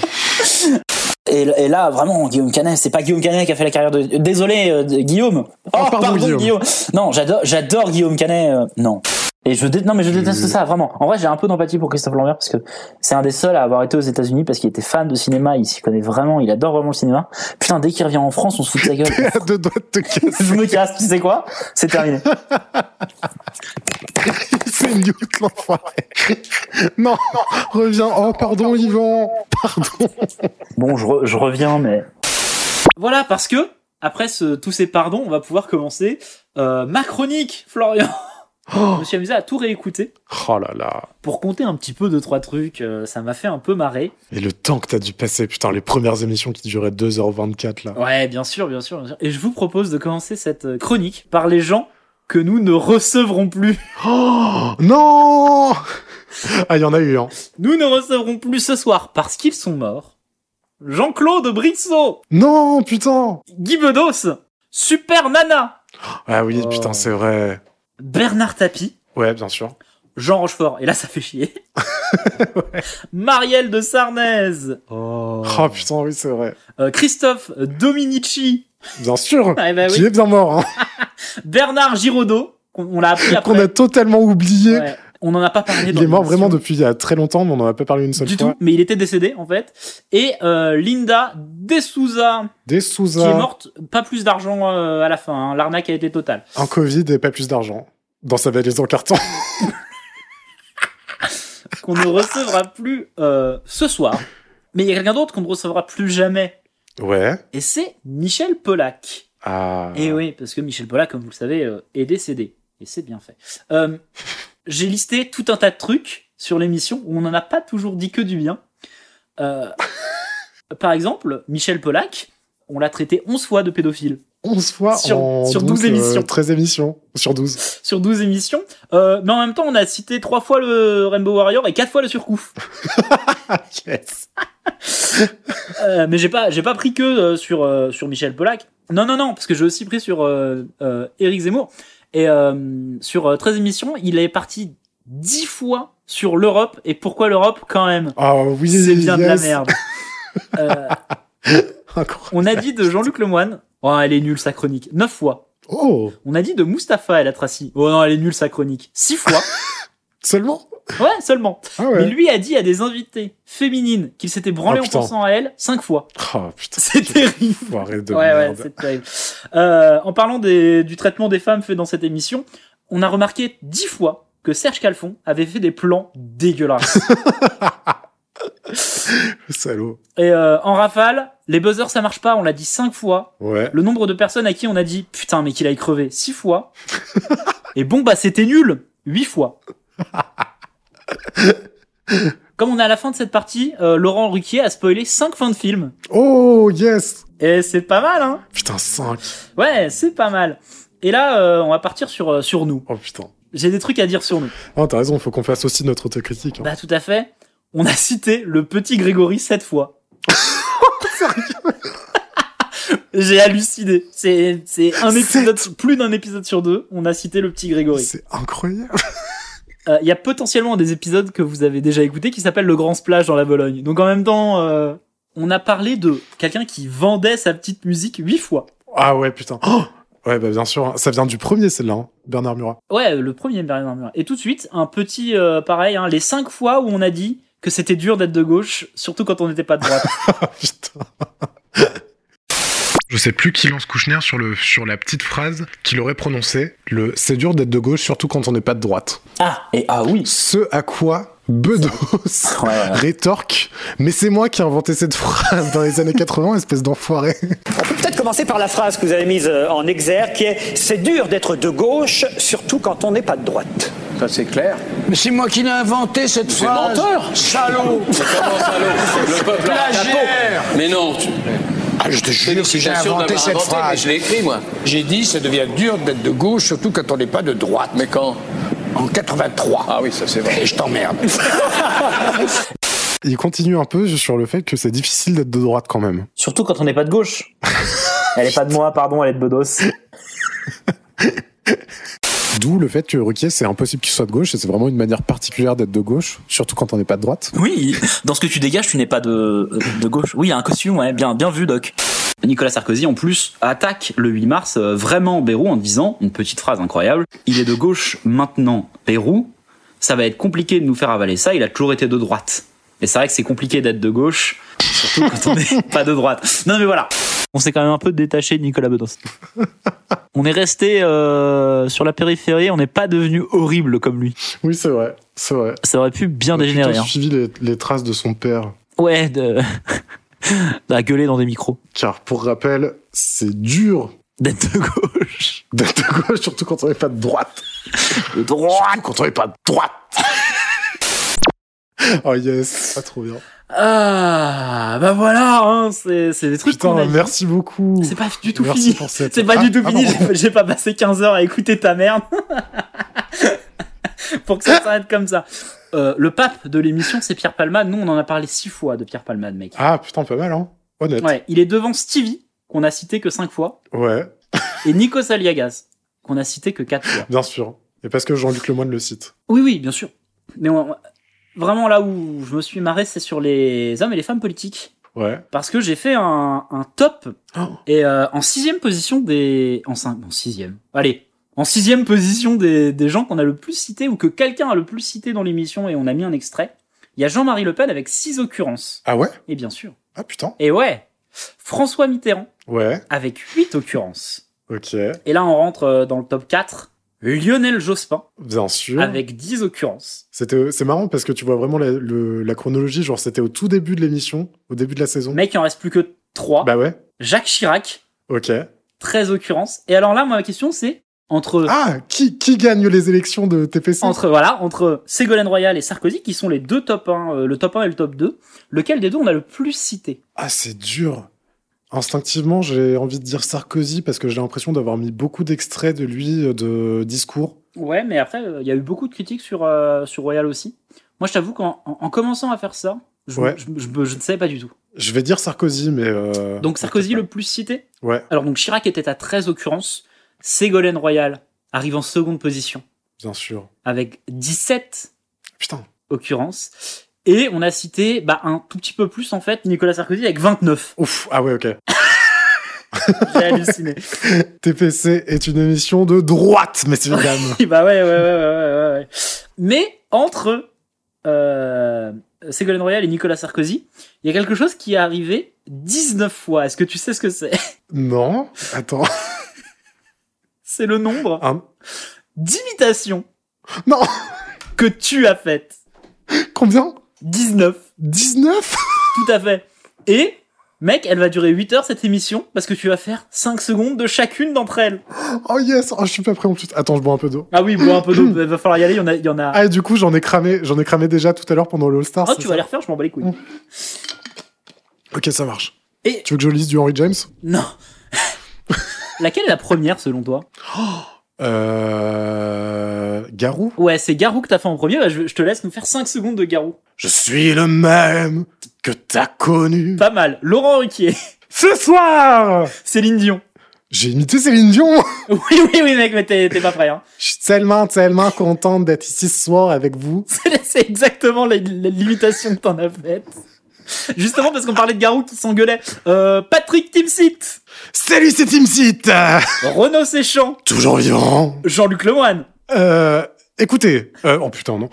Speaker 3: et, et là vraiment Guillaume Canet, c'est pas Guillaume Canet qui a fait la carrière de désolé euh, de- Guillaume. Oh,
Speaker 5: pardon, Guillaume.
Speaker 3: Non, j'adore j'adore Guillaume Canet. euh, non. Et je dé- non mais je déteste
Speaker 5: Je-
Speaker 3: ça vraiment. En vrai, j'ai un peu d'empathie pour Christophe Lambert parce que c'est un des seuls à avoir été aux États-Unis parce qu'il était fan de cinéma, il s'y connaît vraiment, il adore vraiment le cinéma. Putain, dès qu'il revient en France, on se fout de sa gueule.
Speaker 5: À deux doigts de te casser.
Speaker 3: je me casse, tu sais quoi C'est terminé.
Speaker 5: C'est une youte, l'enfoiré. Non, reviens. Oh, pardon, Yvan. Pardon.
Speaker 3: Bon, je, re- je reviens, mais
Speaker 6: Voilà, parce que après ce, tous ces pardons, on va pouvoir commencer euh, ma chronique, Florian. Je me suis amusé à tout réécouter
Speaker 5: Oh là là.
Speaker 6: pour compter un petit peu deux trois trucs. euh, ça m'a fait un peu marrer.
Speaker 5: Et le temps que t'as dû passer, putain, les premières émissions qui duraient 2h24 là.
Speaker 6: Ouais, bien sûr, bien sûr, bien sûr. Et je vous propose de commencer cette euh, chronique par les gens que nous ne recevrons plus.
Speaker 5: Oh, non Ah, il y en a eu, hein.
Speaker 6: Nous ne recevrons plus ce soir parce qu'ils sont morts. Jean-Claude Brissot,
Speaker 5: Non, putain.
Speaker 6: Guy Bedos, Super Nana,
Speaker 5: Ah oui,
Speaker 6: Oh.
Speaker 5: putain, c'est vrai.
Speaker 6: Bernard Tapie,
Speaker 5: Ouais, bien sûr.
Speaker 6: Jean Rochefort, et là ça fait chier. Marielle de Sarnez,
Speaker 5: Oh, putain, oui, c'est vrai.
Speaker 6: euh, Christophe Dominici,
Speaker 5: Bien sûr.
Speaker 6: ah, eh ben oui,
Speaker 5: Qui est bien mort, hein.
Speaker 6: Bernard Giraudot, qu'on on l'a appris après.
Speaker 5: qu'on a totalement oublié.
Speaker 6: Ouais, on en a pas parlé. dans
Speaker 5: Il est mort
Speaker 6: l'émission.
Speaker 5: vraiment depuis il y a très longtemps, mais on n'en a pas parlé une seule
Speaker 6: Du
Speaker 5: fois.
Speaker 6: tout, mais il était décédé en fait. Et euh, Linda De Souza,
Speaker 5: Des
Speaker 6: qui
Speaker 5: sous
Speaker 6: est morte, pas plus d'argent euh, à la fin. hein. L'arnaque a été totale.
Speaker 5: un Covid et pas plus d'argent. Dans sa valise en carton.
Speaker 6: Qu'on ne recevra plus euh, ce soir. Mais il y a quelqu'un d'autre qu'on ne recevra plus jamais.
Speaker 5: Ouais.
Speaker 6: Et c'est Michel Pollack.
Speaker 5: Ah.
Speaker 6: Et oui, parce que Michel Pollack, comme vous le savez, euh, est décédé. Et c'est bien fait. Euh, J'ai listé tout un tas de trucs sur l'émission où on n'en a pas toujours dit que du bien. Euh, par exemple, Michel Pollack, on l'a traité 11 fois de pédophile.
Speaker 5: 11 fois
Speaker 6: Sur-
Speaker 5: en
Speaker 6: sur 12
Speaker 5: euh,
Speaker 6: émissions.
Speaker 5: 13 émissions. Sur 12.
Speaker 6: sur 12 émissions. Euh, mais en même temps, on a cité trois fois le Rainbow Warrior et quatre fois le Surcouf.
Speaker 5: Yes.
Speaker 6: Euh, mais j'ai pas, j'ai pas pris que euh, sur euh, sur Michel Polac. Non, non, non, parce que j'ai aussi pris sur euh, euh, Éric Zemmour. Et euh, sur euh, 13 émissions, il est parti 10 fois sur l'Europe et pourquoi l'Europe quand même.
Speaker 5: Ah oui,
Speaker 6: C'est bien de la
Speaker 5: yes.
Speaker 6: merde. Euh,
Speaker 5: Incroyable.
Speaker 6: on a dit de Jean-Luc Lemoine. Oh, elle est nulle sa chronique. 9 fois.
Speaker 5: Oh,
Speaker 6: On a dit de Mustapha El Atrassi. Oh non, elle est nulle sa chronique. 6 fois.
Speaker 5: seulement
Speaker 6: Ouais, seulement.
Speaker 5: Ah ouais.
Speaker 6: Mais lui a dit à des invités féminines qu'il s'était branlé
Speaker 5: Oh,
Speaker 6: en
Speaker 5: putain.
Speaker 6: pensant à elle cinq fois.
Speaker 5: Oh putain.
Speaker 6: C'est terrible.
Speaker 5: Foiré de
Speaker 6: Ouais, ouais,
Speaker 5: merde.
Speaker 6: c'est terrible. Euh, en parlant des- du traitement des femmes fait dans cette émission, on a remarqué dix fois que Serge Calfon avait fait des plans dégueulasses.
Speaker 5: Le salaud.
Speaker 6: Et euh, en rafale, les buzzers ça marche pas, on l'a dit cinq fois.
Speaker 5: Ouais.
Speaker 6: Le nombre de personnes à qui on a dit putain mais qu'il aille crever six fois. Et bon bah c'était nul huit fois. Comme on est à la fin de cette partie, euh, Laurent Ruquier a spoilé cinq fins de film.
Speaker 5: Oh, yes.
Speaker 6: Et c'est pas mal, hein
Speaker 5: Putain, 5.
Speaker 6: Ouais, c'est pas mal. Et là, euh, on va partir sur, euh, sur nous.
Speaker 5: Oh putain.
Speaker 6: J'ai des trucs à dire sur nous.
Speaker 5: Ah, t'as raison, faut qu'on fasse aussi notre autocritique. hein.
Speaker 6: Bah, tout à fait. On a cité le petit Grégory sept fois. J'ai halluciné. C'est c'est un épisode, plus d'un épisode sur deux, on a cité le petit Grégory.
Speaker 5: C'est incroyable.
Speaker 6: Euh, Il y a potentiellement des épisodes que vous avez déjà écoutés qui s'appellent Le Grand Splash dans la Bologne. Donc en même temps, euh, on a parlé de quelqu'un qui vendait sa petite musique huit fois.
Speaker 5: Ah ouais, putain. Oh ouais, bah bien sûr. hein. Ça vient du premier, celle-là. hein. Bernard Murat.
Speaker 6: Ouais, euh, le premier Bernard Murat. Et tout de suite, un petit euh, pareil, hein, les cinq fois où on a dit que c'était dur d'être de gauche, surtout quand on n'était pas de droite.
Speaker 5: Ah putain. Je sais plus qui lance Kouchner sur, le, sur la petite phrase qu'il aurait prononcée. Le c'est dur d'être de gauche, surtout quand on n'est pas de droite.
Speaker 3: Ah, et ah oui.
Speaker 5: Ce à quoi Bedos
Speaker 3: Ouais, ouais, ouais.
Speaker 5: rétorque Mais c'est moi qui ai inventé cette phrase dans les années 80, espèce d'enfoiré.
Speaker 8: On peut peut-être commencer par la phrase que vous avez mise euh, en exergue qui est C'est dur d'être de gauche, surtout quand on n'est pas de droite.
Speaker 9: Ça, c'est clair.
Speaker 10: Mais c'est moi qui l'ai inventé cette phrase. Salaud
Speaker 4: Le peuple a un capot. Mais non, tu...
Speaker 10: Ah, je te jure,
Speaker 4: je
Speaker 10: si
Speaker 4: suis
Speaker 10: j'ai
Speaker 4: sûr
Speaker 10: inventé
Speaker 4: d'avoir
Speaker 10: cette
Speaker 4: inventé, mais
Speaker 10: phrase.
Speaker 4: je l'ai écrit, moi.
Speaker 9: J'ai dit, ça devient dur d'être de gauche, surtout quand on n'est pas de droite.
Speaker 4: Mais quand
Speaker 10: En 83.
Speaker 4: Ah oui, ça c'est vrai.
Speaker 10: Et je t'emmerde.
Speaker 5: Il continue un peu sur le fait que c'est difficile d'être de droite quand même.
Speaker 3: Surtout quand on n'est pas de gauche. Elle est pas de moi, pardon, elle est de Bedos.
Speaker 5: D'où le fait que Ruquier, c'est impossible qu'il soit de gauche et c'est vraiment une manière particulière d'être de gauche, surtout quand on n'est pas de droite.
Speaker 3: Oui, dans ce que tu dégages, tu n'es pas de, de gauche. Oui, il y a un costume, ouais, bien, bien vu, Doc.
Speaker 6: Nicolas Sarkozy, en plus, attaque le 8 mars euh, vraiment Bérou en disant une petite phrase incroyable. Il est de gauche maintenant, Bérou. Ça va être compliqué de nous faire avaler ça. Il a toujours été de droite. Et c'est vrai que c'est compliqué d'être de gauche, surtout quand on n'est pas de droite. Non mais voilà. On s'est quand même un peu détaché de Nicolas Bedos. On est resté euh, sur la périphérie. On n'est pas devenu horrible comme lui.
Speaker 5: Oui, c'est vrai, c'est vrai.
Speaker 6: Ça aurait pu bien
Speaker 5: On a
Speaker 6: dégénérer.
Speaker 5: plutôt
Speaker 6: hein.
Speaker 5: suivi les, les traces de son père.
Speaker 6: Ouais, de... à gueuler dans des micros.
Speaker 5: Car pour rappel, c'est dur
Speaker 6: D'être de gauche.
Speaker 5: d'être de gauche, surtout quand on n'est pas de droite.
Speaker 6: De droite.
Speaker 5: Quand on n'est pas de droite. oh yes, pas trop bien.
Speaker 6: Ah, bah voilà, hein, c'est c'est des trucs qu'on a
Speaker 5: Putain,
Speaker 6: dit.
Speaker 5: merci beaucoup.
Speaker 6: C'est pas du tout
Speaker 5: Merci
Speaker 6: fini.
Speaker 5: pour cette-
Speaker 6: C'est pas du
Speaker 5: Ah,
Speaker 6: tout
Speaker 5: ah,
Speaker 6: fini,
Speaker 5: pardon.
Speaker 6: j'ai- j'ai pas passé 15 heures à écouter ta merde. Pour que ça s'arrête comme ça. Euh, le pape de l'émission, c'est Pierre Palmade. Nous, on en a parlé six fois de Pierre Palmade, mec.
Speaker 5: Ah putain, pas mal, hein. Honnête.
Speaker 6: Ouais, il est devant Stevie, qu'on a cité que cinq fois,
Speaker 5: ouais.
Speaker 6: et Nikos Aliagas, qu'on a cité que quatre fois.
Speaker 5: Bien sûr. Et parce que Jean-Luc Lemoyne le cite.
Speaker 6: Oui, oui, bien sûr. Mais on- vraiment, là où je me suis marré, c'est sur les hommes et les femmes politiques.
Speaker 5: Ouais.
Speaker 6: parce que j'ai fait un, un top
Speaker 5: Oh.
Speaker 6: et euh, en sixième position des en cin- en sixième allez en sixième position des, des gens qu'on a le plus cité ou que quelqu'un a le plus cité dans l'émission et on a mis un extrait il y a Jean-Marie Le Pen avec six occurrences
Speaker 5: Ah ouais
Speaker 6: et bien sûr
Speaker 5: Ah putain.
Speaker 6: et ouais François Mitterrand
Speaker 5: Ouais.
Speaker 6: avec huit occurrences
Speaker 5: Ok.
Speaker 6: et là on rentre euh, dans le top 4 Lionel Jospin
Speaker 5: Bien sûr.
Speaker 6: avec 10 occurrences
Speaker 5: C'était, c'est marrant parce que tu vois vraiment la, le- la chronologie. Genre, c'était au tout début de l'émission, au début de la saison.
Speaker 6: mec il en reste plus que 3
Speaker 5: Bah ouais.
Speaker 6: Jacques Chirac
Speaker 5: Ok.
Speaker 6: 13 occurrences et alors là moi ma question c'est entre
Speaker 5: Ah, qui, qui gagne les élections de TPC
Speaker 6: entre voilà entre Ségolène Royal et Sarkozy qui sont les deux top 1 euh, le top 1 et le top 2 lequel des deux on a le plus cité
Speaker 5: Ah, c'est dur. Instinctivement, j'ai envie de dire Sarkozy parce que j'ai l'impression d'avoir mis beaucoup d'extraits de lui, euh, de discours.
Speaker 6: Ouais, mais après, euh, il y a eu beaucoup de critiques sur, euh, sur Royal aussi. Moi, je t'avoue qu'en en- en commençant à faire ça, je,
Speaker 5: Ouais.
Speaker 6: je- je- je ne savais pas du tout.
Speaker 5: Je vais dire Sarkozy, mais. euh,
Speaker 6: Donc Sarkozy le plus cité.
Speaker 5: Ouais,
Speaker 6: Alors donc Chirac était à 13 occurrences. Ségolène Royal arrive en seconde position
Speaker 5: bien sûr.
Speaker 6: avec 17
Speaker 5: Putain.
Speaker 6: occurrences. Et on a cité bah, un tout petit peu plus en fait Nicolas Sarkozy avec 29.
Speaker 5: Ouf, ah ouais, ok.
Speaker 6: J'ai halluciné.
Speaker 5: TPC est une émission de droite, messieurs, dames.
Speaker 6: Oui, bah ouais, ouais, ouais, ouais, ouais, ouais, ouais. Mais entre euh, Ségolène Royal et Nicolas Sarkozy, il y a quelque chose qui est arrivé 19 fois. Est-ce que tu sais ce que c'est
Speaker 5: Non, attends.
Speaker 6: C'est le nombre
Speaker 5: Un-
Speaker 6: d'imitations
Speaker 5: Ah. Non,
Speaker 6: que tu as faites.
Speaker 5: combien
Speaker 6: 19,
Speaker 5: 19
Speaker 6: tout à fait. Et, mec, elle va durer 8 heures cette émission parce que tu vas faire 5 secondes de chacune d'entre elles.
Speaker 5: Oh yes, oh, je suis pas prêt en plus. Attends, je bois un peu d'eau.
Speaker 6: Ah oui, bon, un peu d'eau, va falloir y aller, il y en a. il Y en a...
Speaker 5: Ah, et du coup, j'en ai cramé, j'en ai cramé déjà tout à l'heure pendant le All-Star.
Speaker 6: oh,
Speaker 5: c'est
Speaker 6: tu
Speaker 5: ça
Speaker 6: vas les refaire, je m'en bats les couilles.
Speaker 5: Ok, ça marche.
Speaker 6: Et-
Speaker 5: Tu veux que je lise du Henry James
Speaker 6: Non. Laquelle est la première selon toi
Speaker 5: Euh. Garou
Speaker 6: Ouais, c'est Garou que t'as fait en premier, bah, je, je te laisse nous faire 5 secondes de Garou.
Speaker 5: Je suis le même que t'as connu.
Speaker 6: Pas mal. Laurent Ruquier,
Speaker 11: Ce soir
Speaker 6: Céline Dion.
Speaker 5: J'ai imité Céline Dion.
Speaker 6: Oui, oui, oui, mec, mais t'es t'es pas prêt. Hein.
Speaker 5: Je suis tellement, tellement contente d'être ici ce soir avec vous.
Speaker 6: C'est c'est exactement la, la- l'imitation que t'en as faite. Justement parce qu'on parlait de Garou qui s'engueulait. Euh, Patrick Timsit,
Speaker 5: Salut, c'est Team Seat
Speaker 6: Renaud Séchant,
Speaker 5: Toujours vivant
Speaker 6: Jean-Luc Lemoine.
Speaker 5: Euh. Écoutez. euh, oh putain, non.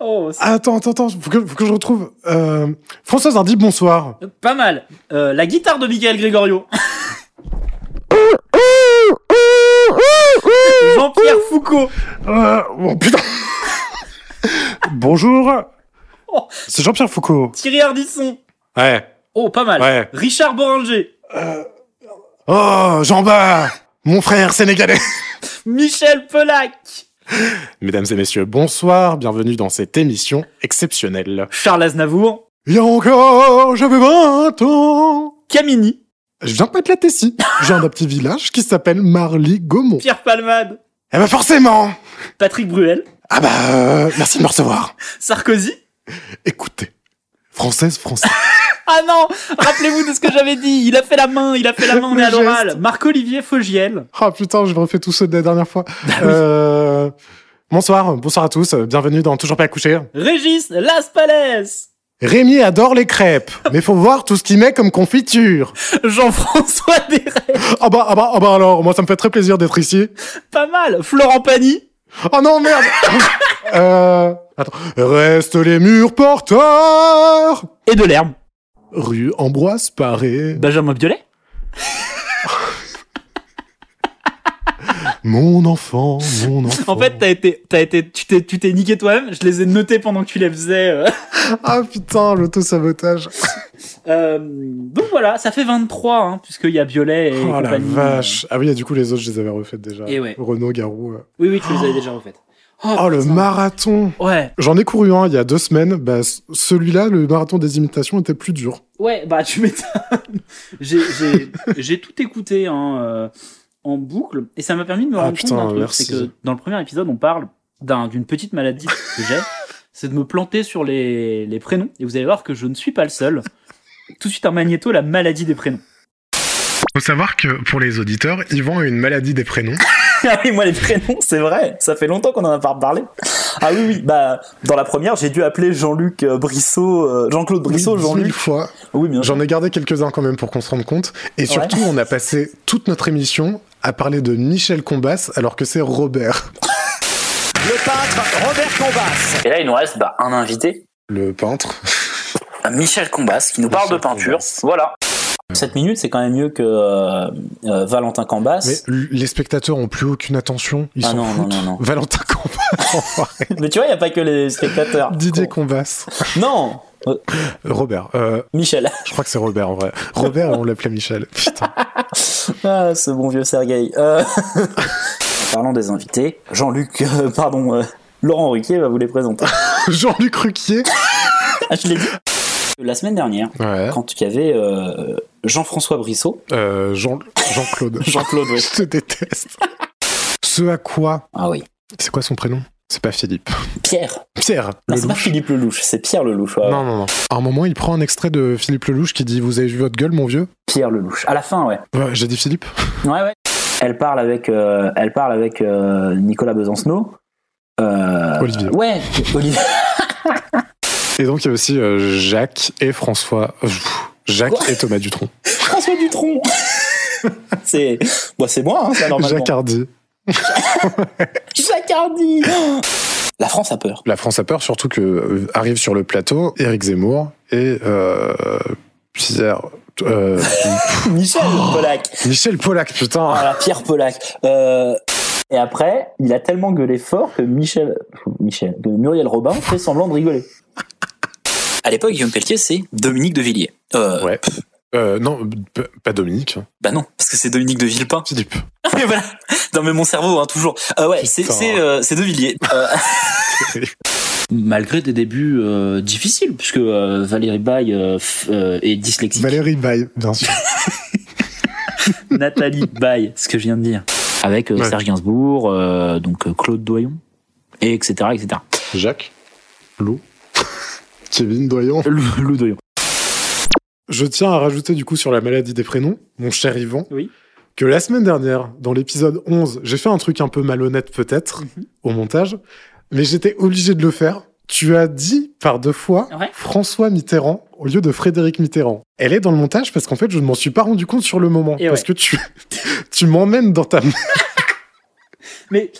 Speaker 6: Oh, c'est
Speaker 5: Attends, attends, attends. Faut que, faut que je retrouve. Euh, Françoise Hardy, bonsoir.
Speaker 6: pas mal. Euh, la guitare de Michael Gregorio. Jean-Pierre Foucault.
Speaker 5: Euh, oh putain Bonjour.
Speaker 6: Oh.
Speaker 5: C'est Jean-Pierre Foucault.
Speaker 6: Thierry Ardisson.
Speaker 5: Ouais.
Speaker 6: Oh, pas mal.
Speaker 5: Ouais.
Speaker 6: Richard Boringer.
Speaker 5: Oh, jean bas mon frère sénégalais.
Speaker 6: Michel Pelac.
Speaker 5: Mesdames et messieurs, bonsoir, bienvenue dans cette émission exceptionnelle.
Speaker 6: Charles Aznavour,
Speaker 5: Il y a encore, j'avais 20 ans.
Speaker 6: Camini,
Speaker 5: Je viens pas de la Tessie. Je viens d'un petit village qui s'appelle Marly-Gaumont.
Speaker 6: Pierre Palmade,
Speaker 5: Eh ben forcément
Speaker 6: Patrick Bruel,
Speaker 5: Ah bah, euh, merci de me recevoir.
Speaker 6: Sarkozy.
Speaker 5: Écoutez, française, française.
Speaker 6: Ah non, rappelez-vous de ce que j'avais dit. Il a fait la main, il a fait la main, on est à
Speaker 5: Le geste.
Speaker 6: l'oral. Marc-Olivier Fogiel.
Speaker 5: Ah putain, je refais tout ceux de la dernière fois. Euh, bonsoir, bonsoir à tous, euh, bienvenue dans Toujours pas accouché.
Speaker 6: Régis Laspalès,
Speaker 5: Rémi adore les crêpes, mais faut voir tout ce qu'il met comme confiture.
Speaker 6: Jean-François Desrêts,
Speaker 5: Ah bah, ah bah, ah bah alors, moi ça me fait très plaisir d'être ici.
Speaker 6: pas mal, Florent Pagny,
Speaker 5: Oh non, merde euh, attends. Restent les murs porteurs
Speaker 6: et de l'herbe,
Speaker 5: Rue Ambroise Paré,
Speaker 6: Benjamin Biolay,
Speaker 5: mon enfant, mon enfant.
Speaker 6: En fait, t'as été, t'as été, tu t'es, tu t'es niqué toi-même. Je les ai notés pendant que tu les faisais. euh.
Speaker 5: Ah putain, l'auto-sabotage.
Speaker 6: Euh, donc voilà, ça fait 23, hein, puisqu'il y a Biolay et
Speaker 5: Oh la
Speaker 6: compagnie.
Speaker 5: vache. Ah oui, et du coup, les autres, je les avais refaites déjà.
Speaker 6: Et ouais.
Speaker 5: Renaud, Garou. euh.
Speaker 6: Oui, oui, tu les avais déjà refaites.
Speaker 5: Oh le
Speaker 6: putain.
Speaker 5: marathon
Speaker 6: Ouais,
Speaker 5: J'en ai couru un il y a deux semaines. Bah, c- celui-là, le marathon des imitations était plus dur.
Speaker 6: Ouais, bah tu m'étonnes. J'ai- j'ai- J'ai tout écouté hein, euh, en boucle et ça m'a permis de me
Speaker 5: Ah,
Speaker 6: rendre
Speaker 5: putain,
Speaker 6: compte d'un truc.
Speaker 5: merci.
Speaker 6: C'est que dans le premier épisode, on parle d'un- d'une petite maladie que j'ai. C'est de me planter sur les, les prénoms et vous allez voir que je ne suis pas le seul. Tout de suite un magnéto, la maladie des prénoms.
Speaker 5: Faut savoir que pour les auditeurs, Yvan a une maladie des prénoms.
Speaker 3: Ah oui, moi les prénoms, c'est vrai. Ça fait longtemps qu'on en a pas reparlé. Ah oui, oui. Bah, dans la première, j'ai dû appeler Jean-Luc euh, Brissot, euh, Jean-Claude Brissot,
Speaker 5: Oui, mille
Speaker 3: Jean-Luc.
Speaker 5: fois.
Speaker 3: Oui, bien sûr.
Speaker 5: J'en ai gardé quelques-uns quand même pour qu'on se rende compte. Et surtout, on a passé toute notre émission à parler de Michel Combas alors que c'est Robert.
Speaker 8: Le peintre Robert Combas.
Speaker 3: Et là, il nous reste bah, un invité,
Speaker 5: Le peintre.
Speaker 3: bah, Michel Combas, qui nous parle
Speaker 5: Michel
Speaker 3: de peinture.
Speaker 5: Combas.
Speaker 3: Voilà. 7 minutes, c'est quand même mieux que euh, euh, Valentin Cambas.
Speaker 5: Mais l- les spectateurs ont plus aucune attention. Ils
Speaker 3: Ah
Speaker 5: s'en
Speaker 3: non, non,
Speaker 5: foutent.
Speaker 3: non, non.
Speaker 5: Valentin Combas, enfoiré.
Speaker 3: Mais tu vois, il n'y a pas que les spectateurs.
Speaker 5: Didier
Speaker 3: Con-
Speaker 5: Combas.
Speaker 3: Non Euh,
Speaker 5: Robert. Euh,
Speaker 3: Michel.
Speaker 5: je crois que c'est Robert en vrai. Robert, on l'appelait Michel. Putain.
Speaker 3: Ah, ce bon vieux Sergueï. Euh, en parlant des invités, Jean-Luc, euh, pardon, euh, Laurent Ruquier va vous les présenter.
Speaker 5: Jean-Luc Ruquier.
Speaker 3: Ah, je l'ai dit. La semaine dernière,
Speaker 5: Ouais.
Speaker 3: quand il y avait euh, Jean-François Brissot.
Speaker 5: Euh, Jean, Jean-Claude.
Speaker 3: Jean-Claude, oui.
Speaker 5: Je te déteste. Ce à quoi.
Speaker 3: Ah oui.
Speaker 5: C'est quoi son prénom C'est pas Philippe.
Speaker 3: Pierre.
Speaker 5: Pierre.
Speaker 3: Non,
Speaker 5: le
Speaker 3: c'est pas
Speaker 5: louche.
Speaker 3: Philippe Lelouch, c'est Pierre Lelouch. ouais.
Speaker 5: Non, non, non. À un moment, il prend un extrait de Philippe Lelouch qui dit Vous avez vu votre gueule, mon vieux
Speaker 3: Pierre Lelouch. À la fin, ouais.
Speaker 5: Ouais, J'ai dit Philippe.
Speaker 3: Ouais, ouais. Elle parle avec, euh, elle parle avec euh, Nicolas Besancenot. Euh,
Speaker 5: Olivier.
Speaker 3: Ouais, Olivier.
Speaker 5: Et donc, il y a aussi euh, Jacques et François. euh, pff, Jacques
Speaker 3: Quoi
Speaker 5: et Thomas Dutronc.
Speaker 3: François Dutronc. c'est bon, c'est moi, hein, ça, normalement.
Speaker 5: Jacques Hardy.
Speaker 3: Jacques Hardy. La France a peur.
Speaker 5: La France a peur, surtout que euh, arrive sur le plateau Éric Zemmour et euh, Pierre. euh,
Speaker 3: Michel Polac.
Speaker 5: Michel Polac, putain.
Speaker 3: Voilà, Pierre Polac. Euh, et après, il a tellement gueulé fort que Michel, Michel, que Muriel Robin fait semblant de rigoler. À l'époque, Guillaume Pelletier, c'est Dominique de Villiers. Euh,
Speaker 5: Ouais. Euh, non, p- pas Dominique, hein.
Speaker 3: Bah non, parce que c'est Dominique de Villepin.
Speaker 5: Philippe.
Speaker 3: Mais voilà. Non mais mon cerveau, hein, toujours. Euh, ouais, c'est
Speaker 5: Putain.
Speaker 3: c'est euh, c'est de Villiers. Euh, Malgré des débuts euh, difficiles, puisque euh, Valérie Baye euh, f- euh, est dyslexique.
Speaker 5: Valérie Baye, bien sûr.
Speaker 6: Nathalie Baye, ce que je viens de dire.
Speaker 3: Avec euh,
Speaker 5: Ouais.
Speaker 3: Serge Gainsbourg, euh, donc euh, Claude Doyon, et etc. etc.
Speaker 5: Jacques. Lou. Kevin Doyon.
Speaker 3: Lou, Lou Doyon.
Speaker 5: Je tiens à rajouter du coup sur la maladie des prénoms, mon cher Yvan,
Speaker 6: Oui.
Speaker 5: que la semaine dernière, dans l'épisode 11, j'ai fait un truc un peu malhonnête peut-être
Speaker 6: Mhm.
Speaker 5: au montage, mais j'étais obligé de le faire. Tu as dit par deux fois
Speaker 6: Ouais.
Speaker 5: François Mitterrand au lieu de Frédéric Mitterrand. Elle est dans le montage parce qu'en fait, je ne m'en suis pas rendu compte sur le moment.
Speaker 6: Et
Speaker 5: parce
Speaker 6: ouais.
Speaker 5: que tu, tu m'emmènes dans ta...
Speaker 6: Mais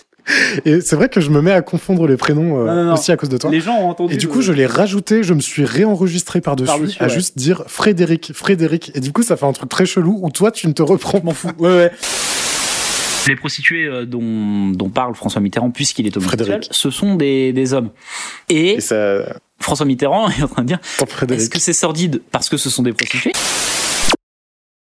Speaker 5: Et c'est vrai que je me mets à confondre les prénoms euh,
Speaker 6: Non, non, non.
Speaker 5: aussi à cause de toi.
Speaker 6: les gens ont entendu.
Speaker 5: Et du coup, je l'ai rajouté, je me suis réenregistré par-dessus,
Speaker 6: Par-dessus,
Speaker 5: à
Speaker 6: ouais.
Speaker 5: juste dire Frédéric, Frédéric. Et du coup, ça fait un truc très chelou où toi, tu ne te reprends.
Speaker 6: m'en fous. Ouais, ouais. Les prostituées euh, dont, dont parle François Mitterrand, puisqu'il est homosexuel,
Speaker 5: Frédéric.
Speaker 6: ce sont des, des hommes. Et
Speaker 5: Et ça.
Speaker 6: François Mitterrand est en train de dire
Speaker 5: Tant
Speaker 6: est-ce
Speaker 5: Frédéric.
Speaker 6: que c'est sordide parce que ce sont des prostituées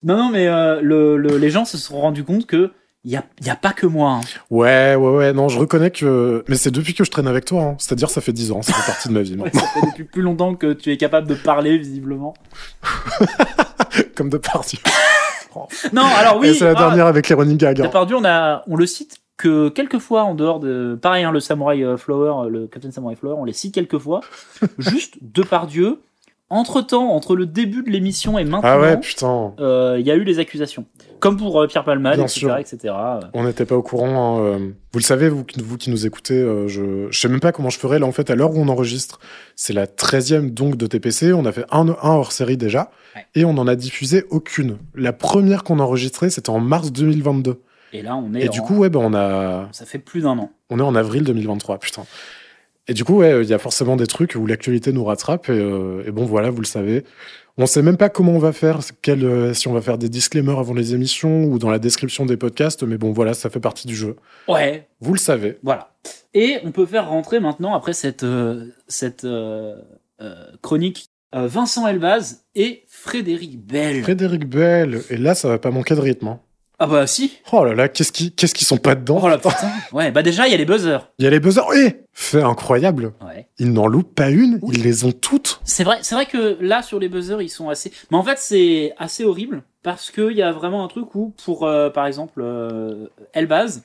Speaker 6: Non, non, mais euh, le, le- les gens se sont rendus compte que il n'y a, y a pas que moi. hein.
Speaker 5: Ouais, ouais, ouais. Non, je reconnais que. Mais c'est depuis que je traîne avec toi. hein. C'est-à-dire, ça fait 10 ans. Ça fait partie de ma vie. moi.
Speaker 6: Ouais, ça fait depuis plus longtemps que tu es capable de parler, visiblement.
Speaker 5: Comme de partie.
Speaker 6: Non, alors Ah oui.
Speaker 5: Et c'est la
Speaker 6: ah,
Speaker 5: dernière avec les running gags. hein.
Speaker 6: Depardieu, on, a, on le cite que quelques fois en dehors de. Pareil, hein, le Samurai euh, Flower, euh, le Captain Samurai Flower, on les cite quelques fois. Juste Depardieu. Entre temps, entre le début de l'émission et maintenant,
Speaker 5: Ah
Speaker 6: euh, il
Speaker 5: ouais, putain.
Speaker 6: y a eu les accusations. Comme pour euh, Pierre Palmade,
Speaker 5: Bien
Speaker 6: etc.,
Speaker 5: sûr.
Speaker 6: etc. Euh,
Speaker 5: On n'était pas au courant. hein, euh. Vous le savez, vous, qui- vous qui nous écoutez, euh, je, je sais même pas comment je ferais. Là, en fait, à l'heure où on enregistre, c'est la 13e donc de TPC. On a fait un, un hors série déjà.
Speaker 6: Ouais.
Speaker 5: Et on n'en a diffusé aucune. La première qu'on a enregistrée, c'était en mars 2022.
Speaker 6: Et là, on
Speaker 5: Et,
Speaker 6: est.
Speaker 5: du
Speaker 6: en-
Speaker 5: coup, ouais, ben, on, a,
Speaker 6: ça fait plus d'un an.
Speaker 5: on est en avril 2023, putain. Et du coup, ouais, il y a forcément des trucs où l'actualité nous rattrape. Et, euh, et bon, voilà, vous le savez. On sait même pas comment on va faire, quel, euh, si on va faire des disclaimers avant les émissions ou dans la description des podcasts. Mais bon, voilà, ça fait partie du jeu.
Speaker 6: Ouais,
Speaker 5: Vous le savez.
Speaker 6: Voilà. Et on peut faire rentrer maintenant, après cette, euh, cette euh, euh, chronique, euh, Vincent Elbaz et Frédéric Bell.
Speaker 5: Frédéric Bell, et là, ça va pas manquer de rythme. hein.
Speaker 6: ah bah si
Speaker 5: Oh là là, qu'est-ce qui, qu'est-ce qu'ils sont pas dedans
Speaker 6: Oh la putain Ouais, bah déjà, il y a les buzzers.
Speaker 5: Il y a les buzzers. Eh, fait incroyable.
Speaker 6: Ouais.
Speaker 5: Ils n'en loupent pas une.
Speaker 6: Oui.
Speaker 5: Ils les ont toutes.
Speaker 6: C'est vrai, c'est vrai que là, sur les buzzers, ils sont assez... Mais en fait, c'est assez horrible, parce qu'il y a vraiment un truc où, pour, euh, par exemple, euh, Elbaz,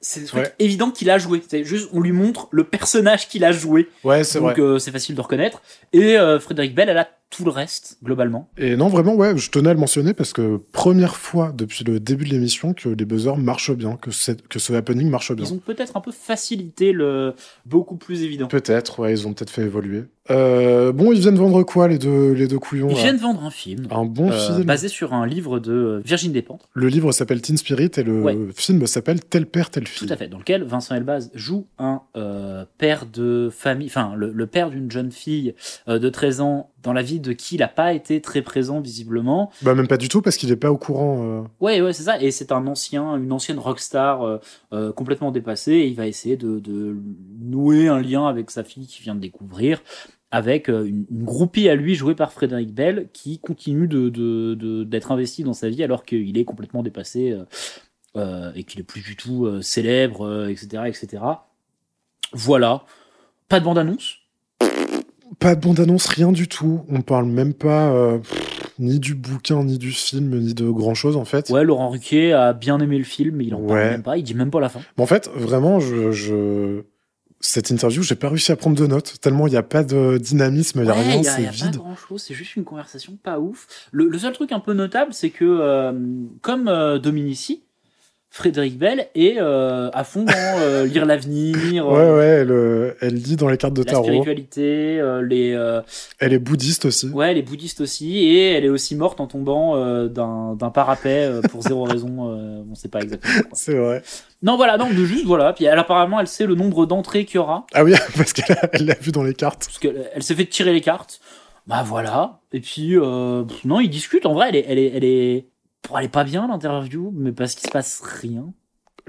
Speaker 6: c'est des trucs
Speaker 5: Ouais.
Speaker 6: évidents qu'il a joué. C'est juste, on lui montre le personnage qu'il a joué.
Speaker 5: Ouais, c'est
Speaker 6: Donc,
Speaker 5: vrai.
Speaker 6: euh, c'est facile de reconnaître. Et euh, Frédéric Bell, elle a tout le reste, globalement.
Speaker 5: Et non, vraiment, ouais, je tenais à le mentionner parce que première fois depuis le début de l'émission que les buzzers marchent bien, que, c'est- que ce happening marche bien.
Speaker 6: Ils ont peut-être un peu facilité le beaucoup plus évident.
Speaker 5: Peut-être, ouais, ils ont peut-être fait évoluer. Euh, bon, ils viennent vendre quoi, les deux, les deux couillons
Speaker 6: Ils
Speaker 5: là
Speaker 6: viennent vendre un film
Speaker 5: Un bon
Speaker 6: euh,
Speaker 5: film.
Speaker 6: basé sur un livre de euh, Virginie Despentes,
Speaker 5: Le livre s'appelle Teen Spirit et le
Speaker 6: Ouais.
Speaker 5: film s'appelle Tel père, tel
Speaker 6: tout
Speaker 5: fille.
Speaker 6: à fait, dans lequel Vincent Elbaz joue un euh, père de famille, enfin le, le père d'une jeune fille euh, de 13 ans dans la vie de qui il n'a pas été très présent visiblement.
Speaker 5: Bah, même pas du tout parce qu'il est pas au courant. euh,
Speaker 6: Ouais, ouais, c'est ça. Et c'est un ancien, une ancienne rockstar euh, euh, complètement dépassée. Et il va essayer de, de nouer un lien avec sa fille qui vient de découvrir, avec euh, une, une groupie à lui jouée par Frédéric Bell, qui continue de, de, de- d'être investi dans sa vie alors qu'il est complètement dépassé euh, euh, et qu'il est plus du tout euh, célèbre, euh, etc., etc. Voilà. Pas de bande-annonce.
Speaker 5: Pas de bande-annonce, rien du tout. On parle même pas euh, pff, ni du bouquin, ni du film, ni de grand chose en fait.
Speaker 6: Ouais, Laurent Ruquier a bien aimé le film, mais il en
Speaker 5: Ouais.
Speaker 6: parle même pas, il dit même pas la fin.
Speaker 5: Mais en fait, vraiment, je, je- cette interview, j'ai pas réussi à prendre de notes tellement il n'y a pas de dynamisme, il n'y a
Speaker 6: Ouais,
Speaker 5: rien,
Speaker 6: y a- y
Speaker 5: c'est
Speaker 6: a
Speaker 5: vide.
Speaker 6: pas grand chose, c'est juste une conversation pas ouf. Le, le seul truc un peu notable, c'est que euh, comme euh, Dominici, Frédéric Bell est euh, à fond dans euh, lire l'avenir,
Speaker 5: Ouais,
Speaker 6: euh,
Speaker 5: ouais, elle, euh, elle lit dans les cartes de
Speaker 6: la
Speaker 5: tarot.
Speaker 6: spiritualité, euh, les euh,
Speaker 5: Elle est bouddhiste aussi.
Speaker 6: ouais, les bouddhistes aussi, et elle est aussi morte en tombant euh, d'un d'un parapet euh, pour zéro raison, euh, on sait pas exactement.
Speaker 5: C'est vrai.
Speaker 6: Non voilà, donc de juste voilà, puis elle apparemment elle sait le nombre d'entrées qu'il y aura.
Speaker 5: Ah oui, parce qu'elle a- elle l'a vu dans les cartes.
Speaker 6: parce qu'elle elle s'est fait tirer les cartes. Bah voilà. Et puis euh, pff, non, ils discutent. En vrai, elle est, elle est, elle est, bon, elle est pas bien l'interview, mais parce qu'il se passe rien.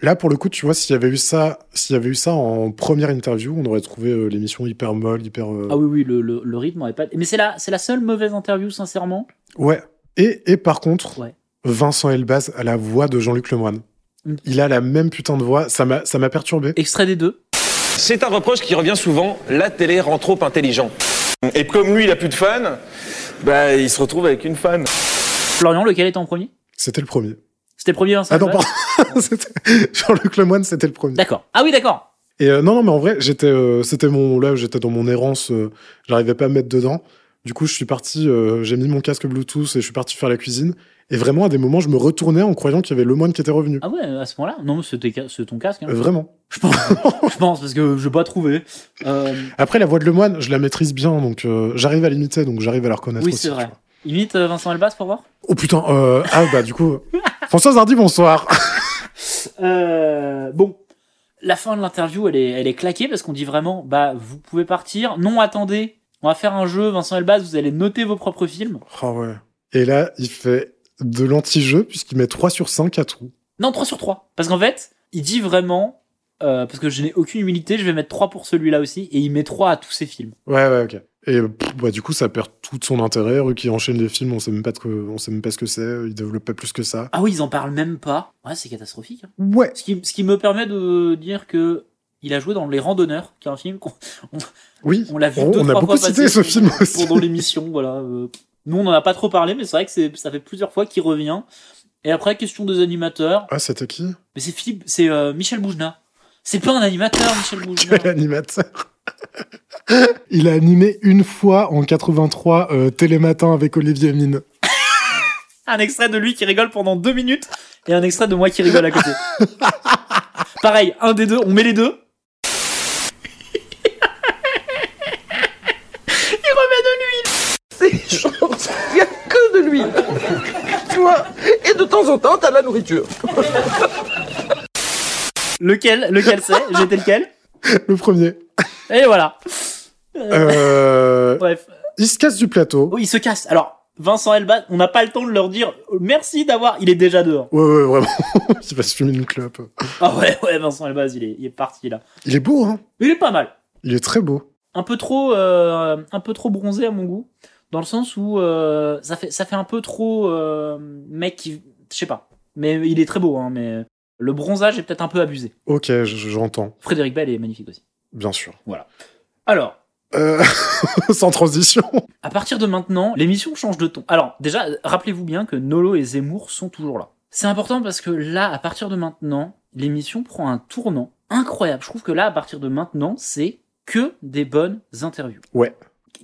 Speaker 5: Là, pour le coup, tu vois, s'il y avait eu ça, s'il y avait eu ça en première interview, on aurait trouvé euh, l'émission hyper molle, hyper. euh,
Speaker 6: Ah oui, oui, le, le, le rythme est pas. Mais c'est la, c'est la seule mauvaise interview, sincèrement.
Speaker 5: Ouais. Et, et par contre,
Speaker 6: Ouais. Mm.
Speaker 5: Vincent Elbaz a la voix de Jean-Luc Lemoine. Il a la même putain de voix. Ça m'a ça m'a perturbé.
Speaker 6: Extrait des deux.
Speaker 12: C'est un reproche qui revient souvent, la télé rend trop intelligent. Et comme lui, il a plus de fans, bah, il se retrouve avec une fan.
Speaker 6: Florian, lequel était en premier
Speaker 5: C'était le premier.
Speaker 6: C'était le premier hein, Vincent.
Speaker 5: Ah non,
Speaker 6: Elbaz
Speaker 5: pardon. C'était- Jean-Luc Lemoine, c'était le premier.
Speaker 6: D'accord. Ah oui, d'accord.
Speaker 5: Et euh, non, non, mais en vrai, j'étais, euh, c'était mon, là, j'étais dans mon errance, euh, j'arrivais pas à me mettre dedans. Du coup, je suis parti, euh, j'ai mis mon casque Bluetooth et je suis parti faire la cuisine. Et vraiment, à des moments, je me retournais en croyant qu'il y avait le moine qui était revenu.
Speaker 6: Ah ouais, à ce moment-là. Non, mais c'était ca- c'est ton casque. hein.
Speaker 5: Euh, vraiment.
Speaker 6: Je pense parce que je vais pas trouver. Euh,
Speaker 5: Après, la voix de le moine, je la maîtrise bien, donc euh, j'arrive à l'imiter, donc j'arrive à la reconnaître
Speaker 6: oui,
Speaker 5: aussi.
Speaker 6: c'est vrai. Imite euh, Vincent Elbaz pour voir.
Speaker 5: Oh putain, euh, ah bah du coup, Françoise Hardy, bonsoir.
Speaker 6: Euh, bon, la fin de l'interview, elle est, elle est claquée parce qu'on dit vraiment, bah, vous pouvez partir. Non, attendez, on va faire un jeu. Vincent Elbaz, vous allez noter vos propres films.
Speaker 5: Ah ouais. Et là, il fait de l'anti-jeu puisqu'il met 3 sur 5 à tout.
Speaker 6: Non, 3 sur 3. Parce qu'en fait, il dit vraiment, euh, parce que je n'ai aucune humilité, je vais mettre 3 pour celui-là aussi. Et il met 3 à tous ses films.
Speaker 5: Ouais, ouais, ok. Et pff, bah, du coup, ça perd tout de son intérêt. Eux qui enchaînent les films, on sait même pas, de quoi- on sait même pas ce que c'est. Ils développent pas plus que ça.
Speaker 6: Ah oui, ils en parlent même pas. Ouais, c'est catastrophique. hein.
Speaker 5: Ouais.
Speaker 6: Ce qui, ce qui me permet de dire que il a joué dans Les Randonneurs, qui est un film qu'on on-
Speaker 5: Oui,
Speaker 6: on l'a vu
Speaker 5: on-
Speaker 6: deux,
Speaker 5: Oh, on a
Speaker 6: trois
Speaker 5: beaucoup
Speaker 6: fois
Speaker 5: cité
Speaker 6: passer
Speaker 5: ce film
Speaker 6: pendant-
Speaker 5: aussi.
Speaker 6: pendant l'émission. Voilà. euh, Nous, on n'en a pas trop parlé, mais c'est vrai que c'est- ça fait plusieurs fois qu'il revient. Et après, question des animateurs.
Speaker 5: Ah, c'était qui
Speaker 6: Mais c'est Philippe, c'est euh, Michel Boujna. C'est pas un animateur, Michel Boujna.
Speaker 5: Quel animateur Il a animé une fois en 83 euh, Télématin avec Olivier Mine.
Speaker 6: un extrait de lui qui rigole pendant deux minutes et un extrait de moi qui rigole à côté. Pareil, un des deux, on met les deux.
Speaker 7: Il remet de l'huile. C'est chance. Il n'y a que de l'huile. tu vois Et de temps en temps, t'as de la nourriture.
Speaker 6: Lequel, lequel c'est J'étais lequel
Speaker 5: Le premier.
Speaker 6: Et voilà.
Speaker 5: Euh,
Speaker 6: Bref.
Speaker 5: Il se casse du plateau.
Speaker 6: Oui, il se casse. Alors, Vincent Elbaz, on n'a pas le temps de leur dire merci d'avoir. Il est déjà dehors.
Speaker 5: Ouais, ouais, vraiment. il va se fumer une clope.
Speaker 6: Ah ouais, ouais, Vincent Elbaz, il est, il est parti là.
Speaker 5: Il est beau, hein
Speaker 6: Il est pas mal.
Speaker 5: Il est très beau.
Speaker 6: Un peu trop, euh, un peu trop bronzé à mon goût, dans le sens où euh, ça fait, ça fait un peu trop euh, mec qui, je sais pas. Mais il est très beau, hein. Mais le bronzage est peut-être un peu abusé.
Speaker 5: Ok, je- j'entends,
Speaker 6: Frédéric Bell est magnifique aussi.
Speaker 5: bien sûr.
Speaker 6: Voilà. Alors,
Speaker 5: Euh, sans transition.
Speaker 6: à partir de maintenant, l'émission change de ton. Alors, déjà, rappelez-vous bien que Nolo et Zemmour sont toujours là. C'est important parce que là, à partir de maintenant, l'émission prend un tournant incroyable. Je trouve que là, à partir de maintenant, c'est que des bonnes interviews.
Speaker 5: Ouais.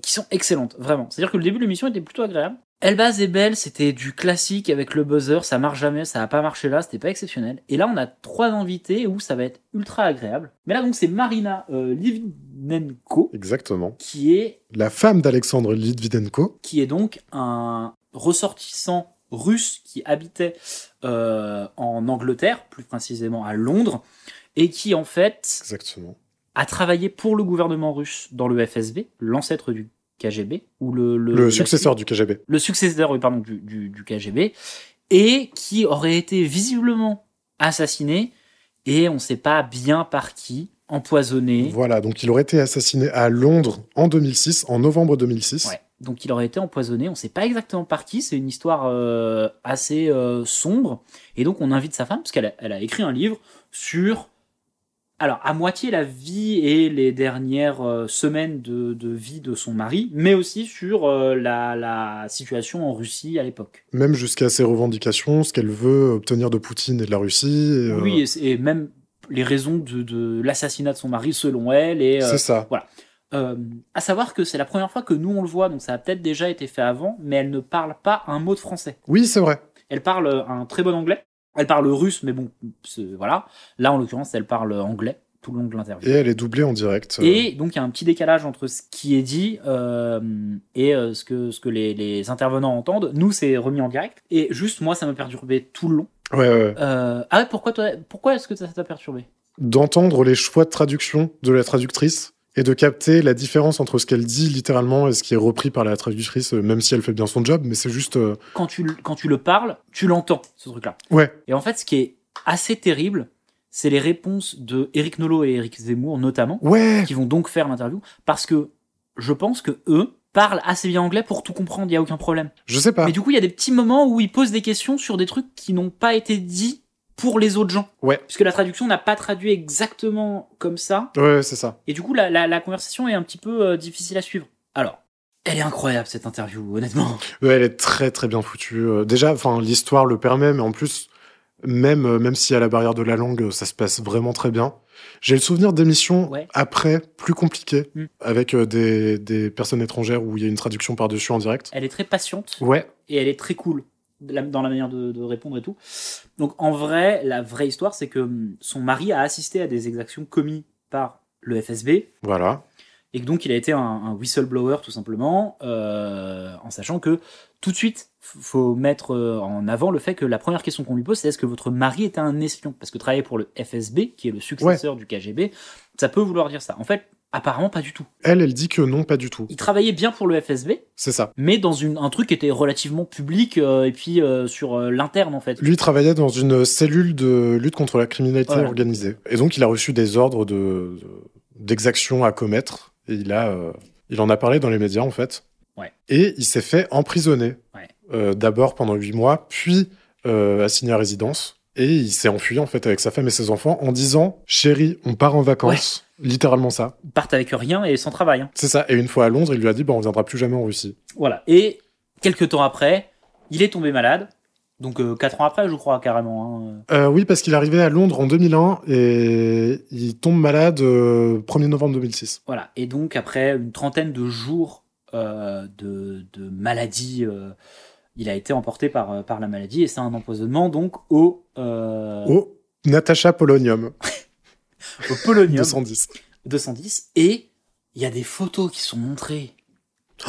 Speaker 6: Qui sont excellentes, vraiment. C'est-à-dire que le début de l'émission était plutôt agréable. Elbaz et Belle, c'était du classique avec le buzzer, ça marche jamais, ça a pas marché là, c'était pas exceptionnel. Et là, on a trois invités où ça va être ultra agréable. Mais là, donc, c'est Marina euh, Livnenko,
Speaker 5: Exactement.
Speaker 6: qui est
Speaker 5: La femme d'Alexandre Litvidenko.
Speaker 6: qui est donc un ressortissant russe qui habitait euh, en Angleterre, plus précisément à Londres, et qui en fait
Speaker 5: Exactement.
Speaker 6: a travaillé pour le gouvernement russe dans le FSB, l'ancêtre du KGB, ou le, le-
Speaker 5: Le
Speaker 6: la-
Speaker 5: successeur du KGB.
Speaker 6: le successeur, oui, pardon, du, du- du KGB, et qui aurait été visiblement assassiné, et on ne sait pas bien par qui, empoisonné.
Speaker 5: Voilà, donc il aurait été assassiné à Londres en 2006, en novembre 2006.
Speaker 6: Ouais. Donc il aurait été empoisonné, on ne sait pas exactement par qui, c'est une histoire euh, assez euh, sombre. Et donc on invite sa femme, parce qu'elle a, elle a écrit un livre sur alors à moitié la vie et les dernières euh, semaines de, de vie de son mari, mais aussi sur euh, la, la situation en Russie à l'époque.
Speaker 5: Même jusqu'à ses revendications, ce qu'elle veut obtenir de Poutine et de la Russie. et, euh,
Speaker 6: Oui, et, et même les raisons de, de l'assassinat de son mari selon elle. et euh,
Speaker 5: C'est ça.
Speaker 6: Voilà. Euh, à savoir que c'est la première fois que nous on le voit, donc ça a peut-être déjà été fait avant, mais elle ne parle pas un mot de français.
Speaker 5: Oui, c'est vrai.
Speaker 6: Elle parle euh, un très bon anglais. Elle parle russe, mais bon, c'est- voilà. Là, en l'occurrence, elle parle anglais tout le long de l'interview.
Speaker 5: Et elle est doublée en direct. euh.
Speaker 6: Et donc, il y a un petit décalage entre ce qui est dit euh, et euh, ce que, ce que les, les intervenants entendent. Nous, c'est remis en direct. Et juste, moi, ça m'a perturbé tout le long.
Speaker 5: Ouais, ouais, ouais.
Speaker 6: Euh, ah, pourquoi, toi- pourquoi est-ce que ça ça t'a perturbé
Speaker 5: D'entendre les choix de traduction de la traductrice et de capter la différence entre ce qu'elle dit littéralement et ce qui est repris par la traductrice, euh, même si elle fait bien son job, mais c'est juste. euh,
Speaker 6: quand tu, le- quand tu le parles, tu l'entends, ce truc-là.
Speaker 5: Ouais.
Speaker 6: Et en fait, ce qui est assez terrible, c'est les réponses de Eric Nolot et Eric Zemmour, notamment, qui vont donc faire l'interview, parce que je pense que eux parlent assez bien anglais pour tout comprendre, il n'y a aucun problème.
Speaker 5: Je sais pas.
Speaker 6: Mais du coup, il y a des petits moments où ils posent des questions sur des trucs qui n'ont pas été dits pour les autres gens.
Speaker 5: Ouais.
Speaker 6: Puisque la traduction n'a pas traduit exactement comme ça.
Speaker 5: Ouais, ouais, c'est ça.
Speaker 6: Et du coup, la, la- la conversation est un petit peu euh, difficile à suivre. Alors, elle est incroyable cette interview, honnêtement.
Speaker 5: Ouais, Euh, elle est très très bien foutue. Euh, Déjà, enfin, l'histoire le permet, mais en plus, même euh, même si à la barrière de la langue, euh, ça se passe vraiment très bien. J'ai le souvenir d'émissions
Speaker 6: Ouais.
Speaker 5: après plus compliquées,
Speaker 6: Mm.
Speaker 5: avec euh, des, des personnes étrangères où il y a une traduction par dessus en direct.
Speaker 6: Elle est très patiente.
Speaker 5: Ouais.
Speaker 6: Et elle est très cool de la- dans la manière de, de répondre et tout. Donc en vrai, la vraie histoire, c'est que hum, son mari a assisté à des exactions commises par le FSB
Speaker 5: Voilà.
Speaker 6: et que donc il a été un, un whistleblower tout simplement, euh, en sachant que tout de suite, f- faut mettre euh, en avant le fait que la première question qu'on lui pose, c'est est-ce que votre mari était un espion Parce que travailler pour le FSB, qui est le successeur du KGB, ça peut vouloir dire ça. En fait, apparemment pas du tout.
Speaker 5: Elle, elle dit que non, pas du tout.
Speaker 6: Il travaillait bien pour le FSB,
Speaker 5: C'est ça.
Speaker 6: mais dans une, un truc qui était relativement public euh, et puis euh, sur euh, l'interne en fait.
Speaker 5: Lui il travaillait dans une cellule de lutte contre la criminalité
Speaker 6: Voilà.
Speaker 5: organisée. Et donc, il a reçu des ordres de, d'exactions à commettre. Et il, a, euh, il en a parlé dans les médias, en fait.
Speaker 6: Ouais.
Speaker 5: Et il s'est fait emprisonner. Euh, d'abord pendant huit mois, puis euh, assigné à résidence. Et il s'est enfui, en fait, avec sa femme et ses enfants en disant Chérie, on part en vacances. Littéralement ça.
Speaker 6: Ils partent avec rien et sans travail. hein.
Speaker 5: C'est ça. Et une fois à Londres, il lui a dit Bah, on viendra plus jamais en Russie.
Speaker 6: Voilà. Et quelques temps après, il est tombé malade. Donc euh, quatre ans après, je crois carrément. hein.
Speaker 5: Euh, oui, parce qu'il est arrivé à Londres en 2001 et il tombe malade euh, 1er novembre 2006.
Speaker 6: Voilà. Et donc, après une trentaine de jours euh, de, de maladie, euh, il a été emporté par, euh, par la maladie et c'est un empoisonnement donc au, euh,
Speaker 5: Oh, Natacha Polonium.
Speaker 6: au polonium
Speaker 5: 210.
Speaker 6: 210. Et il y a des photos qui sont montrées.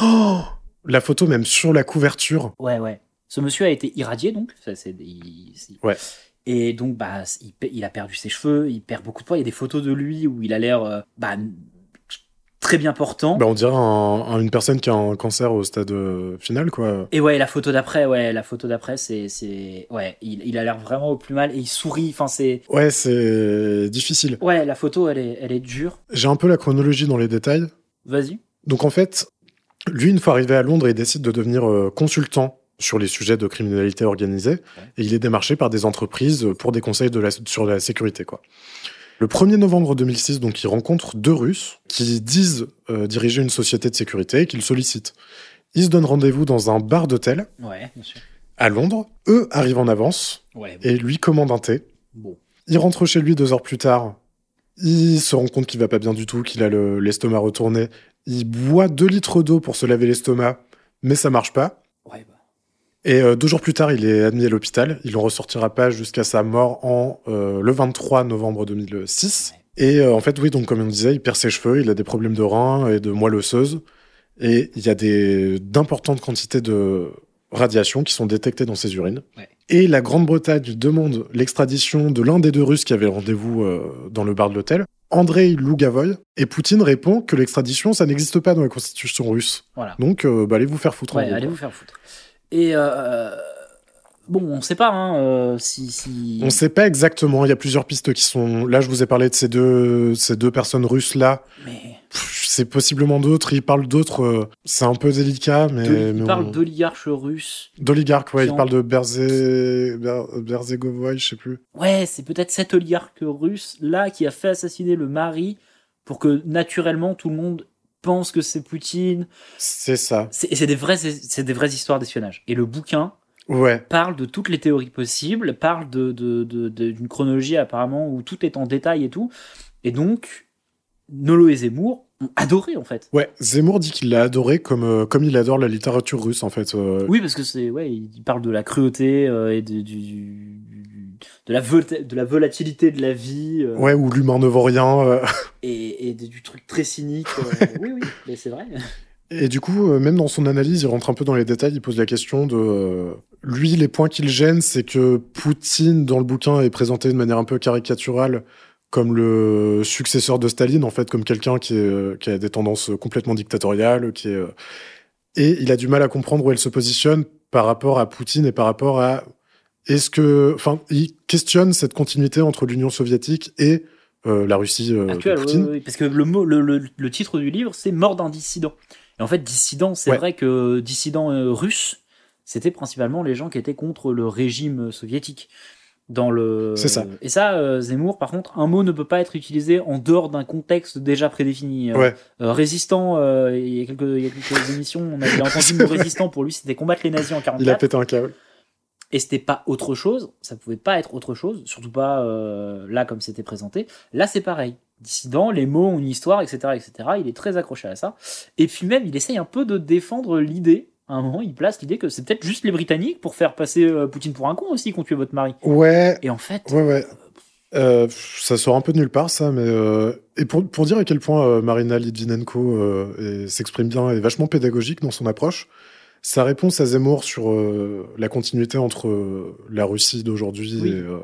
Speaker 5: Oh La photo même sur la couverture.
Speaker 6: Ouais, ouais. Ce monsieur a été irradié donc. Ça, c'est des- il- il-
Speaker 5: Ouais.
Speaker 6: Et donc, bah, il, pe- il a perdu ses cheveux, il perd beaucoup de poids. Il y a des photos de lui où il a l'air euh, bah, très bien portant.
Speaker 5: Bah, on dirait un- un- une personne qui a un cancer au stade euh, final, quoi.
Speaker 6: Et ouais, la photo d'après, ouais, la photo d'après, c'est, c'est, ouais, il, il a l'air vraiment au plus mal et il sourit. Enfin, c'est,
Speaker 5: Ouais, c'est difficile.
Speaker 6: ouais, la photo, elle est, elle est dure.
Speaker 5: J'ai un peu la chronologie dans les détails.
Speaker 6: Vas-y.
Speaker 5: Donc en fait, lui, une fois arrivé à Londres, il décide de devenir euh, consultant sur les sujets de criminalité organisée et il est démarché par des entreprises pour des conseils de la- sur la sécurité. Quoi. Le 1er novembre 2006, donc, il rencontre deux Russes qui disent euh, diriger une société de sécurité et qu'ils sollicitent. Ils se donnent rendez-vous dans un bar d'hôtel
Speaker 6: Ouais, bien sûr.
Speaker 5: à Londres. Eux arrivent en avance
Speaker 6: Ouais.
Speaker 5: et lui commande un thé. Il rentre chez lui deux heures plus tard. Il se rend compte qu'il va pas bien du tout, qu'il a le- l'estomac retourné. Il boit deux litres d'eau pour se laver l'estomac, mais ça marche pas.
Speaker 6: Ouais, bah.
Speaker 5: Et euh, deux jours plus tard, il est admis à l'hôpital. Il en ressortira pas jusqu'à sa mort en euh, le 23 novembre 2006. Et euh, en fait, oui, donc comme on disait, il perd ses cheveux, il a des problèmes de reins et de moelle osseuse. Et il y a des- d'importantes quantités de radiations qui sont détectées dans ses urines. Et la Grande-Bretagne demande l'extradition de l'un des deux Russes qui avait rendez-vous euh, dans le bar de l'hôtel, Andrei Lougavoy. Et Poutine répond que l'extradition, ça n'existe pas dans la constitution russe.
Speaker 6: Voilà.
Speaker 5: Donc, euh, bah, allez vous faire foutre. en
Speaker 6: Ouais,
Speaker 5: gros,
Speaker 6: allez
Speaker 5: quoi.
Speaker 6: vous faire foutre. Et, euh, bon, on sait pas, hein, euh, si, si.
Speaker 5: On ne sait pas exactement, il y a plusieurs pistes qui sont... Là, je vous ai parlé de ces deux, ces deux personnes russes-là.
Speaker 6: Mais...
Speaker 5: Pff, c'est possiblement d'autres. Il parle d'autres. euh, C'est un peu délicat, mais.
Speaker 6: De-
Speaker 5: Euh, mais
Speaker 6: il
Speaker 5: on-
Speaker 6: parle d'oligarches russes.
Speaker 5: D'oligarque, ouais,
Speaker 6: Qui
Speaker 5: il
Speaker 6: en-
Speaker 5: parle de Berzé... Ber- Berzegovoy, je sais plus.
Speaker 6: Ouais, c'est peut-être cet oligarque russe là qui a fait assassiner le mari pour que naturellement tout le monde pense que c'est Poutine.
Speaker 5: C'est ça.
Speaker 6: C'est et c'est des vraies, c'est des vraies histoires d'espionnage. Et le bouquin
Speaker 5: Ouais.
Speaker 6: parle de toutes les théories possibles, parle de de- de- de- d'une chronologie apparemment où tout est en détail et tout. Et donc Nolo et Zemmour ont adoré en fait.
Speaker 5: Ouais, Zemmour dit qu'il l'a adoré comme, euh, comme il adore la littérature russe, en fait. euh,
Speaker 6: Oui, parce que c'est ouais, il parle de la cruauté euh, et de, du- du- du- de la volat- de la volatilité de la vie. euh,
Speaker 5: Ouais, où l'humain ne vaut rien. euh.
Speaker 6: et, et des- du truc très cynique. euh, oui, oui, mais c'est vrai.
Speaker 5: Et du coup, euh, même dans son analyse, il rentre un peu dans les détails, il pose la question de... euh, Lui, les points qu'il gêne, c'est que Poutine, dans le bouquin, est présenté de manière un peu caricaturale comme le successeur de Staline, en fait, comme quelqu'un qui, est, euh, qui a des tendances complètement dictatoriales, qui est... euh, Et il a du mal à comprendre où elle se positionne par rapport à Poutine et par rapport à... Est-ce que... Enfin, il questionne cette continuité entre l'Union soviétique et euh, la Russie euh, de
Speaker 6: Actuel, ouais,
Speaker 5: Poutine.
Speaker 6: ouais, ouais, parce que le, mot, le, le- le titre du livre, c'est Mort d'un dissident. Et en fait, dissident, c'est
Speaker 5: Ouais.
Speaker 6: vrai que dissident euh, russe, c'était principalement les gens qui étaient contre le régime euh, soviétique. Dans le...
Speaker 5: C'est ça.
Speaker 6: Et ça, euh, Zemmour, par contre, un mot ne peut pas être utilisé en dehors d'un contexte déjà prédéfini. Euh,
Speaker 5: Ouais.
Speaker 6: euh, résistant, euh, il, y a quelques, il y a quelques émissions, on avait entendu
Speaker 5: C'est
Speaker 6: le mot
Speaker 5: vrai.
Speaker 6: résistant pour lui, c'était combattre les nazis en 44.
Speaker 5: Il a pété un câble.
Speaker 6: et c'était pas autre chose, ça pouvait pas être autre chose, surtout pas euh, là comme c'était présenté. Là, c'est pareil. Dissident, les mots ont une histoire, etc., etc. Il est très accroché à ça. Et puis même, il essaye un peu de défendre l'idée. À un moment, il place l'idée que c'est peut-être juste les Britanniques pour faire passer euh, Poutine pour un con aussi, qu'on tué votre mari.
Speaker 5: Ouais.
Speaker 6: Et en fait.
Speaker 5: Ouais, ouais. Euh, pff, ça sort un peu de nulle part, ça, mais. euh, Et pour, pour dire à quel point euh, Marina Litvinenko euh, est- s'exprime bien et est vachement pédagogique dans son approche, sa réponse à Zemmour sur euh, la continuité entre euh, la Russie d'aujourd'hui
Speaker 6: Oui.
Speaker 5: et euh,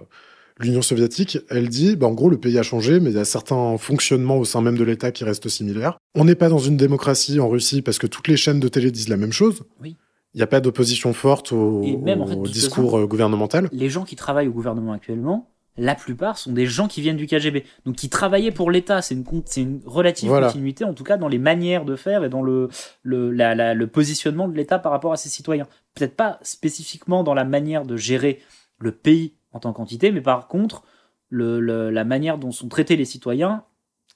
Speaker 5: l'Union soviétique, elle dit bah, en gros, le pays a changé, mais il y a certains fonctionnements au sein même de l'État qui restent similaires. On n'est pas dans une démocratie en Russie parce que toutes les chaînes de télé disent la même chose.
Speaker 6: Oui.
Speaker 5: Il n'y a pas d'opposition forte au,
Speaker 6: Et même, en fait, de
Speaker 5: au
Speaker 6: toute
Speaker 5: discours
Speaker 6: façon,
Speaker 5: euh, gouvernemental.
Speaker 6: Les gens qui travaillent au gouvernement actuellement, la plupart sont des gens qui viennent du KGB. Donc qui travaillaient pour l'État. C'est une, con- c'est une relative
Speaker 5: Voilà.
Speaker 6: continuité, en tout cas, dans les manières de faire et dans le, le, la- la- le positionnement de l'État par rapport à ses citoyens. Peut-être pas spécifiquement dans la manière de gérer le pays en tant qu'entité, mais par contre, le- le- la manière dont sont traités les citoyens,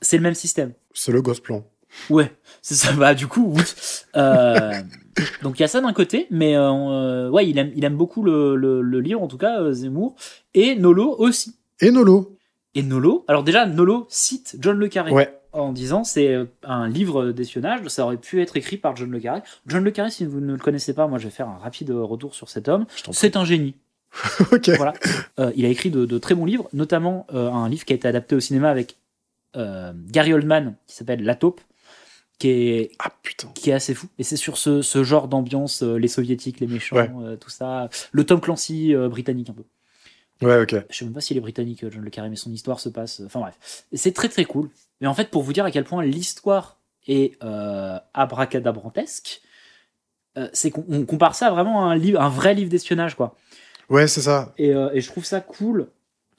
Speaker 6: c'est le même système.
Speaker 5: C'est le Gosplan.
Speaker 6: Ouais, c'est ça. Bah du coup, oui. Euh, donc il y a ça d'un côté, mais euh, ouais, il aime, il aime beaucoup le, le, le livre en tout cas, euh, Zemmour et Nolo aussi.
Speaker 5: Et Nolo.
Speaker 6: Et Nolo. Alors déjà, Nolo cite John le Carré
Speaker 5: Ouais.
Speaker 6: en disant c'est euh, un livre d'espionnage, ça aurait pu être écrit par John le Carré. John le Carré, si vous ne le connaissez pas, moi je vais faire un rapide euh, retour sur cet homme. C'est un génie. Voilà. Euh, il a écrit de, de très bons livres, notamment euh, un livre qui a été adapté au cinéma avec euh, Gary Oldman, qui s'appelle La Taupe, qui est, qui est assez fou. Et c'est sur ce, ce genre d'ambiance, euh, les soviétiques, les méchants,
Speaker 5: Ouais.
Speaker 6: euh, tout ça. Le Tom Clancy euh, britannique un peu.
Speaker 5: Ouais, ok.
Speaker 6: Je sais même pas s'il est britannique, euh, John le Carré, mais son histoire se passe. euh, Enfin bref, c'est très très cool. Mais en fait, pour vous dire à quel point l'histoire est euh, abracadabrantesque, euh, c'est qu'on on compare ça vraiment à un livre, un vrai livre d'espionnage, quoi.
Speaker 5: Ouais, c'est ça,
Speaker 6: Et, euh, et je trouve ça cool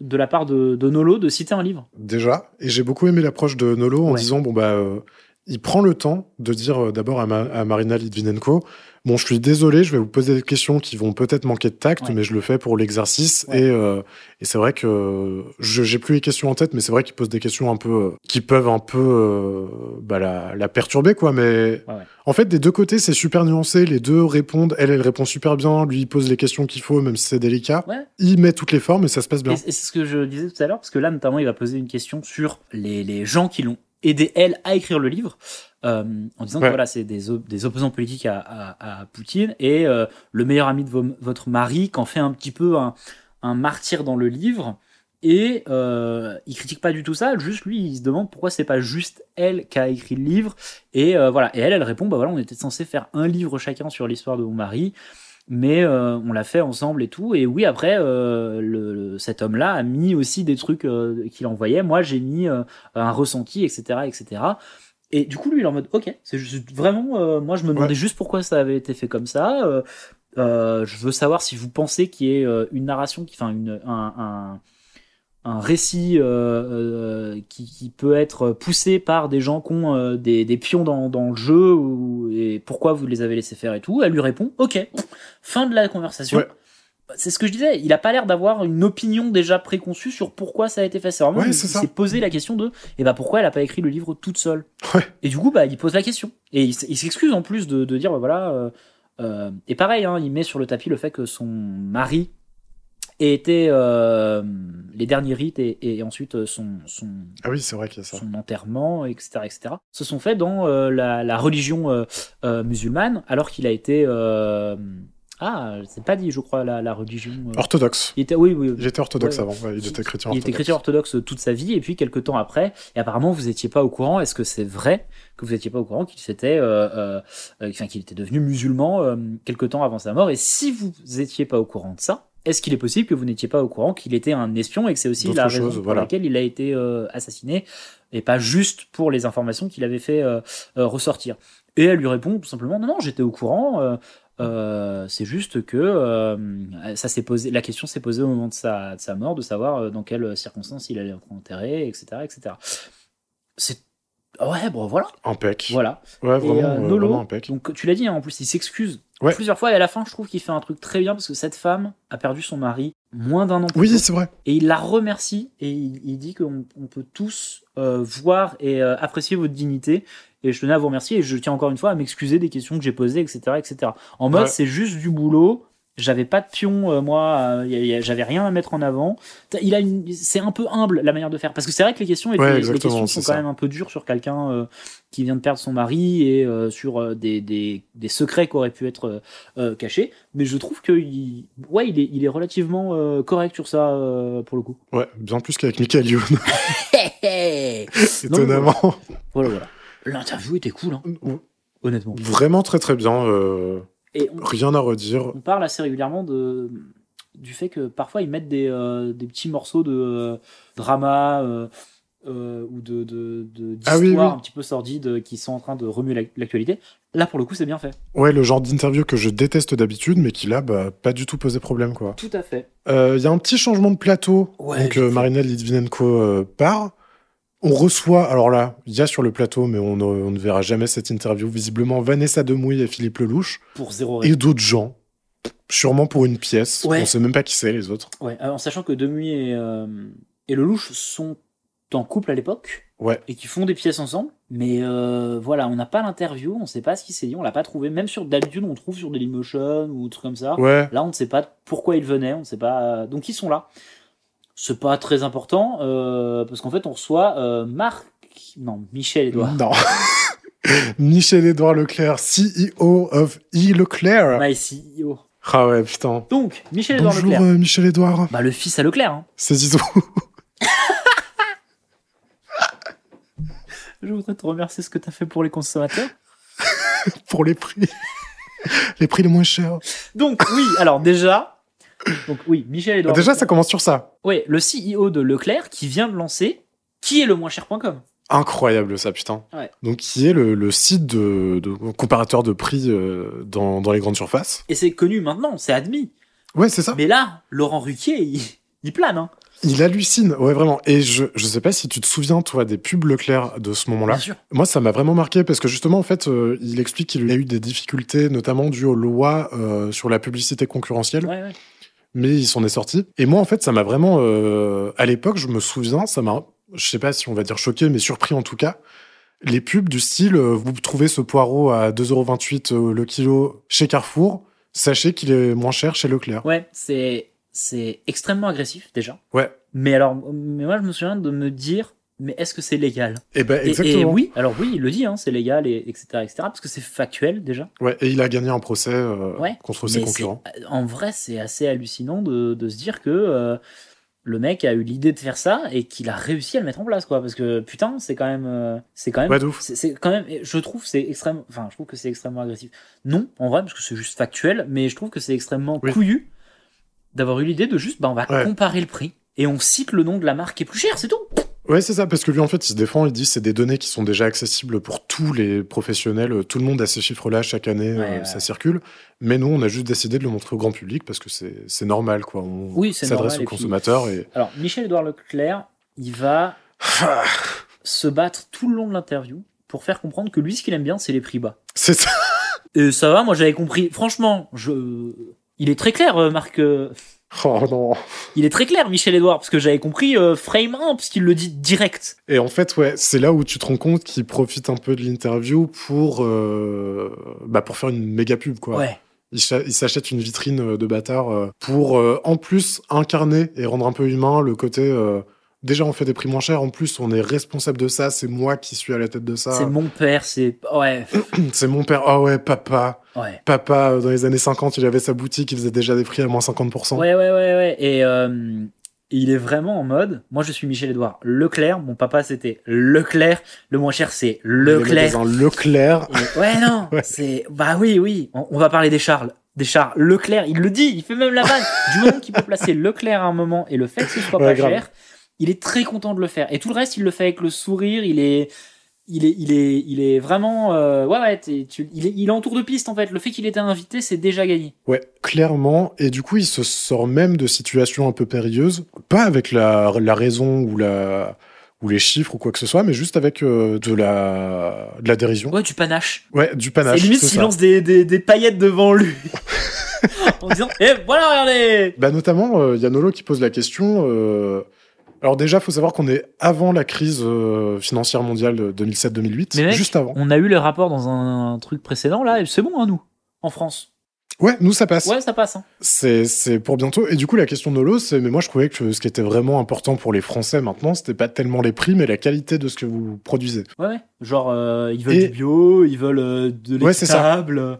Speaker 6: de la part de, de Nolo de citer un livre.
Speaker 5: déjà. Et j'ai beaucoup aimé l'approche de Nolo en
Speaker 6: Ouais.
Speaker 5: disant bon, bah, euh, il prend le temps de dire euh, d'abord à, Ma- à Marina Litvinenko bon, je suis désolé, je vais vous poser des questions qui vont peut-être manquer de tact, mais je le fais pour l'exercice. Et, euh, et c'est vrai que euh, je j'ai plus les questions en tête, mais c'est vrai qu'il pose des questions un peu euh, qui peuvent un peu euh, bah, la, la perturber, quoi. Mais en fait, des deux côtés, c'est super nuancé. Les deux répondent. Elle, elle répond super bien. Lui, il pose les questions qu'il faut, même si c'est délicat.
Speaker 6: Ouais.
Speaker 5: Il met toutes les formes et ça se passe bien.
Speaker 6: Et, et c'est ce que je disais tout à l'heure, parce que là, notamment, il va poser une question sur les, les gens qui l'ont aidé, elle, à écrire le livre, euh, en disant que
Speaker 5: Ouais.
Speaker 6: voilà, c'est des, op- des opposants politiques à, à- à Poutine, et euh, le meilleur ami de vo- votre mari, qu'en fait un petit peu un, un martyr dans le livre. Et euh, il critique pas du tout ça, juste lui, il se demande pourquoi c'est pas juste elle qui a écrit le livre. Et euh, voilà, et elle, elle répond, bah voilà, on était censé faire un livre chacun sur l'histoire de mon mari, mais euh, on l'a fait ensemble et tout. Et oui, après, euh, le, le- cet homme-là a mis aussi des trucs euh, qu'il envoyait. Moi, j'ai mis euh, un ressenti, etc., etc. Et du coup, lui, il est en mode, ok, c'est juste vraiment, euh, moi, je me demandais juste pourquoi ça avait été fait comme ça. Euh, euh, je veux savoir si vous pensez qu'il y ait euh, une narration, qui- enfin, une, un, un- un récit euh, euh, qui, qui peut être poussé par des gens qui ont euh, des, des pions dans, dans le jeu ou, et pourquoi vous les avez laissés faire et tout, elle lui répond OK. Fin de la conversation. Bah,
Speaker 5: Ouais.
Speaker 6: C'est ce que je disais, il a pas l'air d'avoir une opinion déjà préconçue sur pourquoi ça a été fait. C'est vraiment,
Speaker 5: Ouais,
Speaker 6: il
Speaker 5: c'est
Speaker 6: il
Speaker 5: ça.
Speaker 6: s'est posé la question de, eh ben pourquoi elle a pas écrit le livre toute seule
Speaker 5: Ouais.
Speaker 6: Et du coup, bah il pose la question et il, s- il s'excuse en plus de, de dire, bah, voilà. euh, euh, et pareil, hein, il met sur le tapis le fait que son mari et était euh, les derniers rites et, et ensuite euh, son, son,
Speaker 5: Ah oui, c'est vrai qu'il y a ça.
Speaker 6: son enterrement, etc., etc., se sont faits dans euh, la, la religion euh, euh, musulmane, alors qu'il a été euh, ah, c'est pas dit, je crois, la, la religion euh,
Speaker 5: Orthodoxe.
Speaker 6: Il était, oui, oui, oui.
Speaker 5: J'étais orthodoxe
Speaker 6: Ouais.
Speaker 5: avant. ouais, il était chrétien
Speaker 6: il était chrétien orthodoxe toute sa vie, et puis quelques temps après, et apparemment vous étiez pas au courant, est-ce que c'est vrai que vous étiez pas au courant qu'il s'était, euh, euh, euh, enfin, qu'il était devenu musulman euh, quelques temps avant sa mort, et si vous étiez pas au courant de ça, est-ce qu'il est possible que vous n'étiez pas au courant qu'il était un espion et que c'est aussi
Speaker 5: D'autres
Speaker 6: la raison
Speaker 5: choses,
Speaker 6: pour
Speaker 5: voilà.
Speaker 6: laquelle il a été euh, assassiné, et pas juste pour les informations qu'il avait fait euh, euh, ressortir Et elle lui répond tout simplement, non, non, j'étais au courant. euh, euh, c'est juste que euh, ça s'est posé, la question s'est posée au moment de sa, de sa mort, de savoir euh, dans quelles circonstances il allait être enterré, etc., etc. C'est ouais, bon, voilà,
Speaker 5: Impec.
Speaker 6: voilà.
Speaker 5: Ouais,
Speaker 6: Et,
Speaker 5: vraiment,
Speaker 6: euh,
Speaker 5: euh,
Speaker 6: Nolo,
Speaker 5: vraiment impec.
Speaker 6: donc tu l'as dit, hein, en plus il s'excuse
Speaker 5: Ouais.
Speaker 6: plusieurs fois et à la fin je trouve qu'il fait un truc très bien parce que cette femme a perdu son mari moins d'un an plus
Speaker 5: Oui,
Speaker 6: tôt.
Speaker 5: c'est vrai.
Speaker 6: et il la remercie et il, il dit qu'on on peut tous euh, voir et euh, apprécier votre dignité et je tenais à vous remercier et je tiens encore une fois à m'excuser des questions que j'ai posées etc etc en mode
Speaker 5: Ouais.
Speaker 6: c'est juste du boulot j'avais pas de pion euh, moi euh, y a- y a- j'avais rien à mettre en avant T'as- il a une- c'est un peu humble la manière de faire parce que c'est vrai que les questions étaient-
Speaker 5: Ouais,
Speaker 6: les
Speaker 5: exactement,
Speaker 6: questions
Speaker 5: c'est
Speaker 6: sont quand
Speaker 5: ça.
Speaker 6: même un peu dures sur quelqu'un euh, qui vient de perdre son mari et euh, sur euh, des, des, des secrets qui auraient pu être euh, euh, cachés. Mais je trouve que il, ouais, il, est, il est relativement euh, correct sur ça euh, pour le coup.
Speaker 5: Ouais, bien plus qu'avec Michael Youn,
Speaker 6: Non, mais voilà.
Speaker 5: étonnamment.
Speaker 6: Voilà, voilà. L'interview était cool, hein, honnêtement.
Speaker 5: Vraiment très très bien. euh,
Speaker 6: Et on,
Speaker 5: Rien à redire.
Speaker 6: on parle assez régulièrement de, du fait que parfois ils mettent des, euh, des petits morceaux de euh, drama euh, euh, ou de, de, de-
Speaker 5: Ah oui,
Speaker 6: d'histoires
Speaker 5: oui.
Speaker 6: un petit peu sordides euh, qui sont en train de remuer l'ac- l'actualité. Là, pour le coup, c'est bien fait.
Speaker 5: Ouais, le genre d'interview que je déteste d'habitude, mais qui là, bah, pas du tout posé problème, quoi.
Speaker 6: Tout à fait.
Speaker 5: Il y a un petit changement de plateau.
Speaker 6: Ouais,
Speaker 5: Donc, euh, Marina Litvinenko euh, part. On reçoit, alors là, il y a sur le plateau, mais on, ne- on ne verra jamais cette interview, visiblement Vanessa Demouy et Philippe Lelouch,
Speaker 6: Pour zéro
Speaker 5: et
Speaker 6: raison.
Speaker 5: d'autres gens, sûrement pour une pièce.
Speaker 6: Ouais.
Speaker 5: On sait même pas qui c'est, les autres.
Speaker 6: Ouais, Euh, en sachant que Demi et, euh, et Lelouch sont en couple à l'époque
Speaker 5: Ouais.
Speaker 6: et qui font des pièces ensemble. Mais euh, voilà, on n'a pas l'interview, on ne sait pas ce qui s'est dit, on l'a pas trouvé. Même sur d'habitude, on trouve sur Dailymotion ou des trucs comme ça.
Speaker 5: Ouais.
Speaker 6: Là, on ne sait pas pourquoi ils venaient, on ne sait pas. euh, Donc, ils sont là. C'est pas très important euh, parce qu'en fait, on reçoit euh, Marc. Non, Michel Edouard.
Speaker 5: Non. Michel-Édouard Leclerc, CEO of E. Leclerc.
Speaker 6: My CEO.
Speaker 5: Ah ouais, putain.
Speaker 6: Donc, Michel Edouard
Speaker 5: Bonjour,
Speaker 6: Leclerc.
Speaker 5: euh, Michel-Édouard.
Speaker 6: Bah, le fils à Leclerc. hein.
Speaker 5: C'est Zizou.
Speaker 6: Je voudrais te remercier ce que tu as fait pour les consommateurs.
Speaker 5: pour les prix. les prix les moins chers.
Speaker 6: Donc oui, alors déjà, donc oui, Michel
Speaker 5: Bah,
Speaker 6: Edouard.
Speaker 5: déjà, ça
Speaker 6: Leclerc.
Speaker 5: commence sur ça.
Speaker 6: Ouais, le CEO de Leclerc qui vient de lancer qui est le moins cher.com.
Speaker 5: Incroyable, ça, putain.
Speaker 6: Ouais.
Speaker 5: Donc, qui est le, le site de, de comparateur de prix euh, dans, dans les grandes surfaces.
Speaker 6: Et c'est connu maintenant, c'est admis.
Speaker 5: Ouais, c'est ça.
Speaker 6: Mais là, Laurent Ruquier, il, il plane. Hein.
Speaker 5: Il hallucine. Ouais, vraiment. Et je, je sais pas si tu te souviens, toi, des pubs Leclerc de ce moment-là.
Speaker 6: Bien sûr.
Speaker 5: Moi, ça m'a vraiment marqué parce que justement, en fait, euh, il explique qu'il a eu des difficultés, notamment dues aux lois euh, sur la publicité concurrentielle.
Speaker 6: Ouais, ouais.
Speaker 5: mais il s'en est sorti. Et moi, en fait, ça m'a vraiment. euh, à l'époque, je me souviens, ça m'a. Je sais pas si on va dire choqué, mais surpris en tout cas. Les pubs du style euh, Vous trouvez ce poireau à 2,28€ euh, le kilo chez Carrefour, sachez qu'il est moins cher chez Leclerc.
Speaker 6: Ouais, c'est c'est extrêmement agressif déjà.
Speaker 5: Ouais.
Speaker 6: Mais alors, mais moi je me souviens de me dire, mais est-ce que c'est légal
Speaker 5: Et ben,
Speaker 6: Et-
Speaker 5: exactement.
Speaker 6: Et, oui, alors oui, il le dit, hein, c'est légal, et, etc., etc., parce que c'est factuel déjà.
Speaker 5: Ouais, et il a gagné un procès euh,
Speaker 6: Ouais,
Speaker 5: contre ses
Speaker 6: Mais
Speaker 5: concurrents.
Speaker 6: c'est- En vrai, c'est assez hallucinant de, de se dire que euh, le mec a eu l'idée de faire ça et qu'il a réussi à le mettre en place, quoi. Parce que putain, c'est quand même, euh, c'est quand même,
Speaker 5: Ouais, de ouf.
Speaker 6: c'est- c'est quand même. et Je trouve c'est extrêmement, enfin, je trouve que c'est extrêmement agressif. Non, en vrai, parce que c'est juste factuel, mais je trouve que c'est extrêmement
Speaker 5: Oui.
Speaker 6: couillu d'avoir eu l'idée de juste, bah, on va
Speaker 5: Ouais.
Speaker 6: comparer le prix et on cite le nom de la marque qui est plus chère, c'est tout.
Speaker 5: Ouais, c'est ça, parce que lui, en fait, il se défend, il dit c'est des données qui sont déjà accessibles pour tous les professionnels, tout le monde a ces chiffres-là, chaque année, euh,
Speaker 6: ouais.
Speaker 5: ça circule. Mais nous, on a juste décidé de le montrer au grand public parce que c'est c'est normal, quoi. On
Speaker 6: Oui, c'est normal,
Speaker 5: s'adresse
Speaker 6: et
Speaker 5: aux
Speaker 6: puis-
Speaker 5: consommateurs et.
Speaker 6: Alors, Michel-Édouard Leclerc, il va se battre tout le long de l'interview pour faire comprendre que lui, ce qu'il aime bien, c'est les prix bas.
Speaker 5: C'est ça.
Speaker 6: Et ça va, moi j'avais compris. Franchement, je... il est très clair, euh, Marc. euh,
Speaker 5: Oh non
Speaker 6: Il est très clair, Michel-Édouard, parce que j'avais compris euh, frame 1, parce qu'il le dit direct.
Speaker 5: Et en fait, ouais, c'est là où tu te rends compte qu'il profite un peu de l'interview pour, euh, bah, pour faire une méga pub, quoi.
Speaker 6: Ouais.
Speaker 5: Il cha- il s'achète une vitrine euh, de bâtard euh, pour, euh, en plus, incarner et rendre un peu humain le côté. euh, déjà, on fait des prix moins chers. En plus, on est responsable de ça. C'est moi qui suis à la tête de ça.
Speaker 6: C'est mon père, c'est. Ouais.
Speaker 5: C'est mon père. Ah ouais, papa.
Speaker 6: Ouais.
Speaker 5: Papa, euh, dans les années 50, il avait sa boutique. Il faisait déjà des prix à moins 50%.
Speaker 6: Ouais, ouais, ouais, ouais. Et euh, il est vraiment en mode moi je suis Michel-Édouard Leclerc, mon papa c'était Leclerc, le moins cher c'est Leclerc.
Speaker 5: Dans Leclerc.
Speaker 6: Ouais, non, c'est. Bah oui, oui, on, on va parler des chars. Des chars Leclerc, il le dit, il fait même la vanne. du moment qu'il peut placer Leclerc à un moment et le fait que ce soit
Speaker 5: Ouais,
Speaker 6: pas
Speaker 5: grave.
Speaker 6: cher, il est très content de le faire. Et tout le reste, il le fait avec le sourire, il est. Il est, il est, il est vraiment. euh, ouais, ouais, t'es- tu- il, est, il est en tour de piste en fait. Le fait qu'il était invité, c'est déjà gagné.
Speaker 5: Ouais, clairement. Et du coup, il se sort même de situations un peu périlleuses, pas avec la, la raison ou la ou les chiffres ou quoi que ce soit, mais juste avec euh, de la de la dérision.
Speaker 6: Ouais, du panache.
Speaker 5: Ouais, du
Speaker 6: C'est
Speaker 5: panache.
Speaker 6: limite
Speaker 5: c'est
Speaker 6: s'il
Speaker 5: ça.
Speaker 6: lance des, des, des paillettes devant lui. en disant Eh, voilà, regardez
Speaker 5: Bah notamment, euh, Yanolo qui pose la question. euh, Alors déjà, faut savoir qu'on est avant la crise euh, financière mondiale de 2007-2008,
Speaker 6: Mais mec,
Speaker 5: juste avant.
Speaker 6: On a eu le rapport dans un, truc précédent là, et c'est bon, hein, nous, en France.
Speaker 5: Ouais, nous ça passe.
Speaker 6: Ouais, ça passe. Hein.
Speaker 5: C'est c'est pour bientôt. Et du coup, la question de Nolo, c'est mais moi je trouvais que ce qui était vraiment important pour les Français maintenant, c'était pas tellement les prix, mais la qualité de ce que vous produisez.
Speaker 6: Ouais, ouais. Genre, euh, ils veulent
Speaker 5: Et-
Speaker 6: du bio, ils veulent euh, de
Speaker 5: Ouais, c'est ça.
Speaker 6: l'équitable.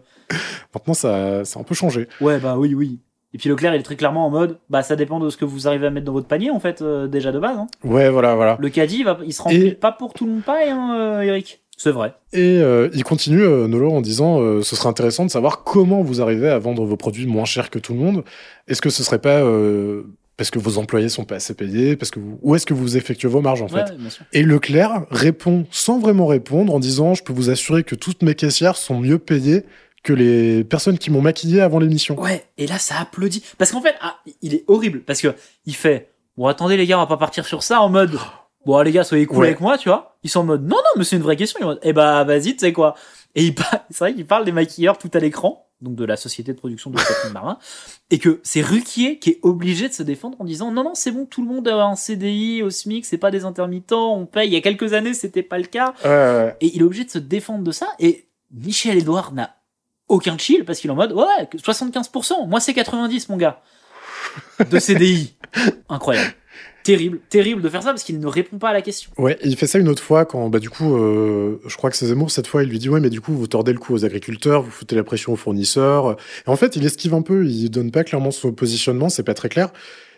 Speaker 5: Maintenant, ça, ça a un peu changé.
Speaker 6: ouais, bah oui, oui. Et puis Leclerc, il est très clairement en mode Bah, ça dépend de ce que vous arrivez à mettre dans votre panier, en fait, euh, déjà de base. hein.
Speaker 5: Ouais, voilà, voilà.
Speaker 6: Le caddie, il, va, il se remplit pas pour tout le monde, pareil, hein, euh, Eric. C'est vrai.
Speaker 5: Et euh, il continue, euh, Nolo, en disant euh, ce serait intéressant de savoir comment vous arrivez à vendre vos produits moins chers que tout le monde. Est-ce que ce serait pas euh, parce que vos employés sont pas assez payés parce que vous... Où est-ce que vous effectuez vos marges, en
Speaker 6: Ouais,
Speaker 5: fait
Speaker 6: ouais, bien sûr.
Speaker 5: Et Leclerc répond sans vraiment répondre en disant Je peux vous assurer que toutes mes caissières sont mieux payées que les personnes qui m'ont maquillé avant l'émission.
Speaker 6: Ouais, et là ça applaudit. Parce qu'en fait, ah, il est horrible. Parce que il fait Bon, attendez les gars, on va pas partir sur ça en mode Bon, les gars, soyez cool
Speaker 5: Ouais.
Speaker 6: avec moi, tu vois. Ils sont en mode Non, non, mais c'est une vraie question. Ils sont en mode, Eh bah, vas-y, tu sais quoi. Et il par- c'est vrai qu'il parle des maquilleurs tout à l'écran, donc de la société de production de Catherine Marin, et que c'est Ruquier qui est obligé de se défendre en disant Non, non, c'est bon, tout le monde a un CDI au SMIC, c'est pas des intermittents, on paye. Il y a quelques années, c'était pas le cas. Et il est obligé de se défendre de ça. Et Michel Edouard n'a aucun chill parce qu'il est en mode ouais, 75%, moi c'est 90 mon gars. De CDI. Incroyable. Terrible, terrible de faire ça parce qu'il ne répond pas à la question.
Speaker 5: Ouais, et il fait ça une autre fois quand, bah, du coup, euh, je crois que c'est Zemmour, cette fois, il lui dit Ouais, mais du coup, vous tordez le cou aux agriculteurs, vous foutez la pression aux fournisseurs. Et en fait, il esquive un peu, il donne pas clairement son positionnement, c'est pas très clair.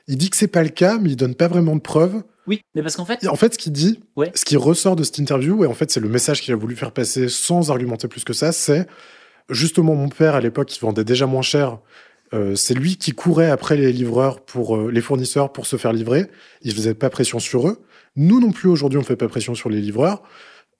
Speaker 5: Il dit que c'est pas le cas, mais il donne pas vraiment de preuves.
Speaker 6: Oui, mais parce qu'en fait,
Speaker 5: Et en fait, ce qu'il dit,
Speaker 6: Ouais.
Speaker 5: ce qui ressort de cette interview, et en fait, c'est le message qu'il a voulu faire passer sans argumenter plus que ça, c'est justement mon père à l'époque, qui vendait déjà moins cher. euh, c'est lui qui courait après les livreurs pour euh, les fournisseurs pour se faire livrer. Il faisait pas pression sur eux. Nous non plus aujourd'hui, on fait pas pression sur les livreurs.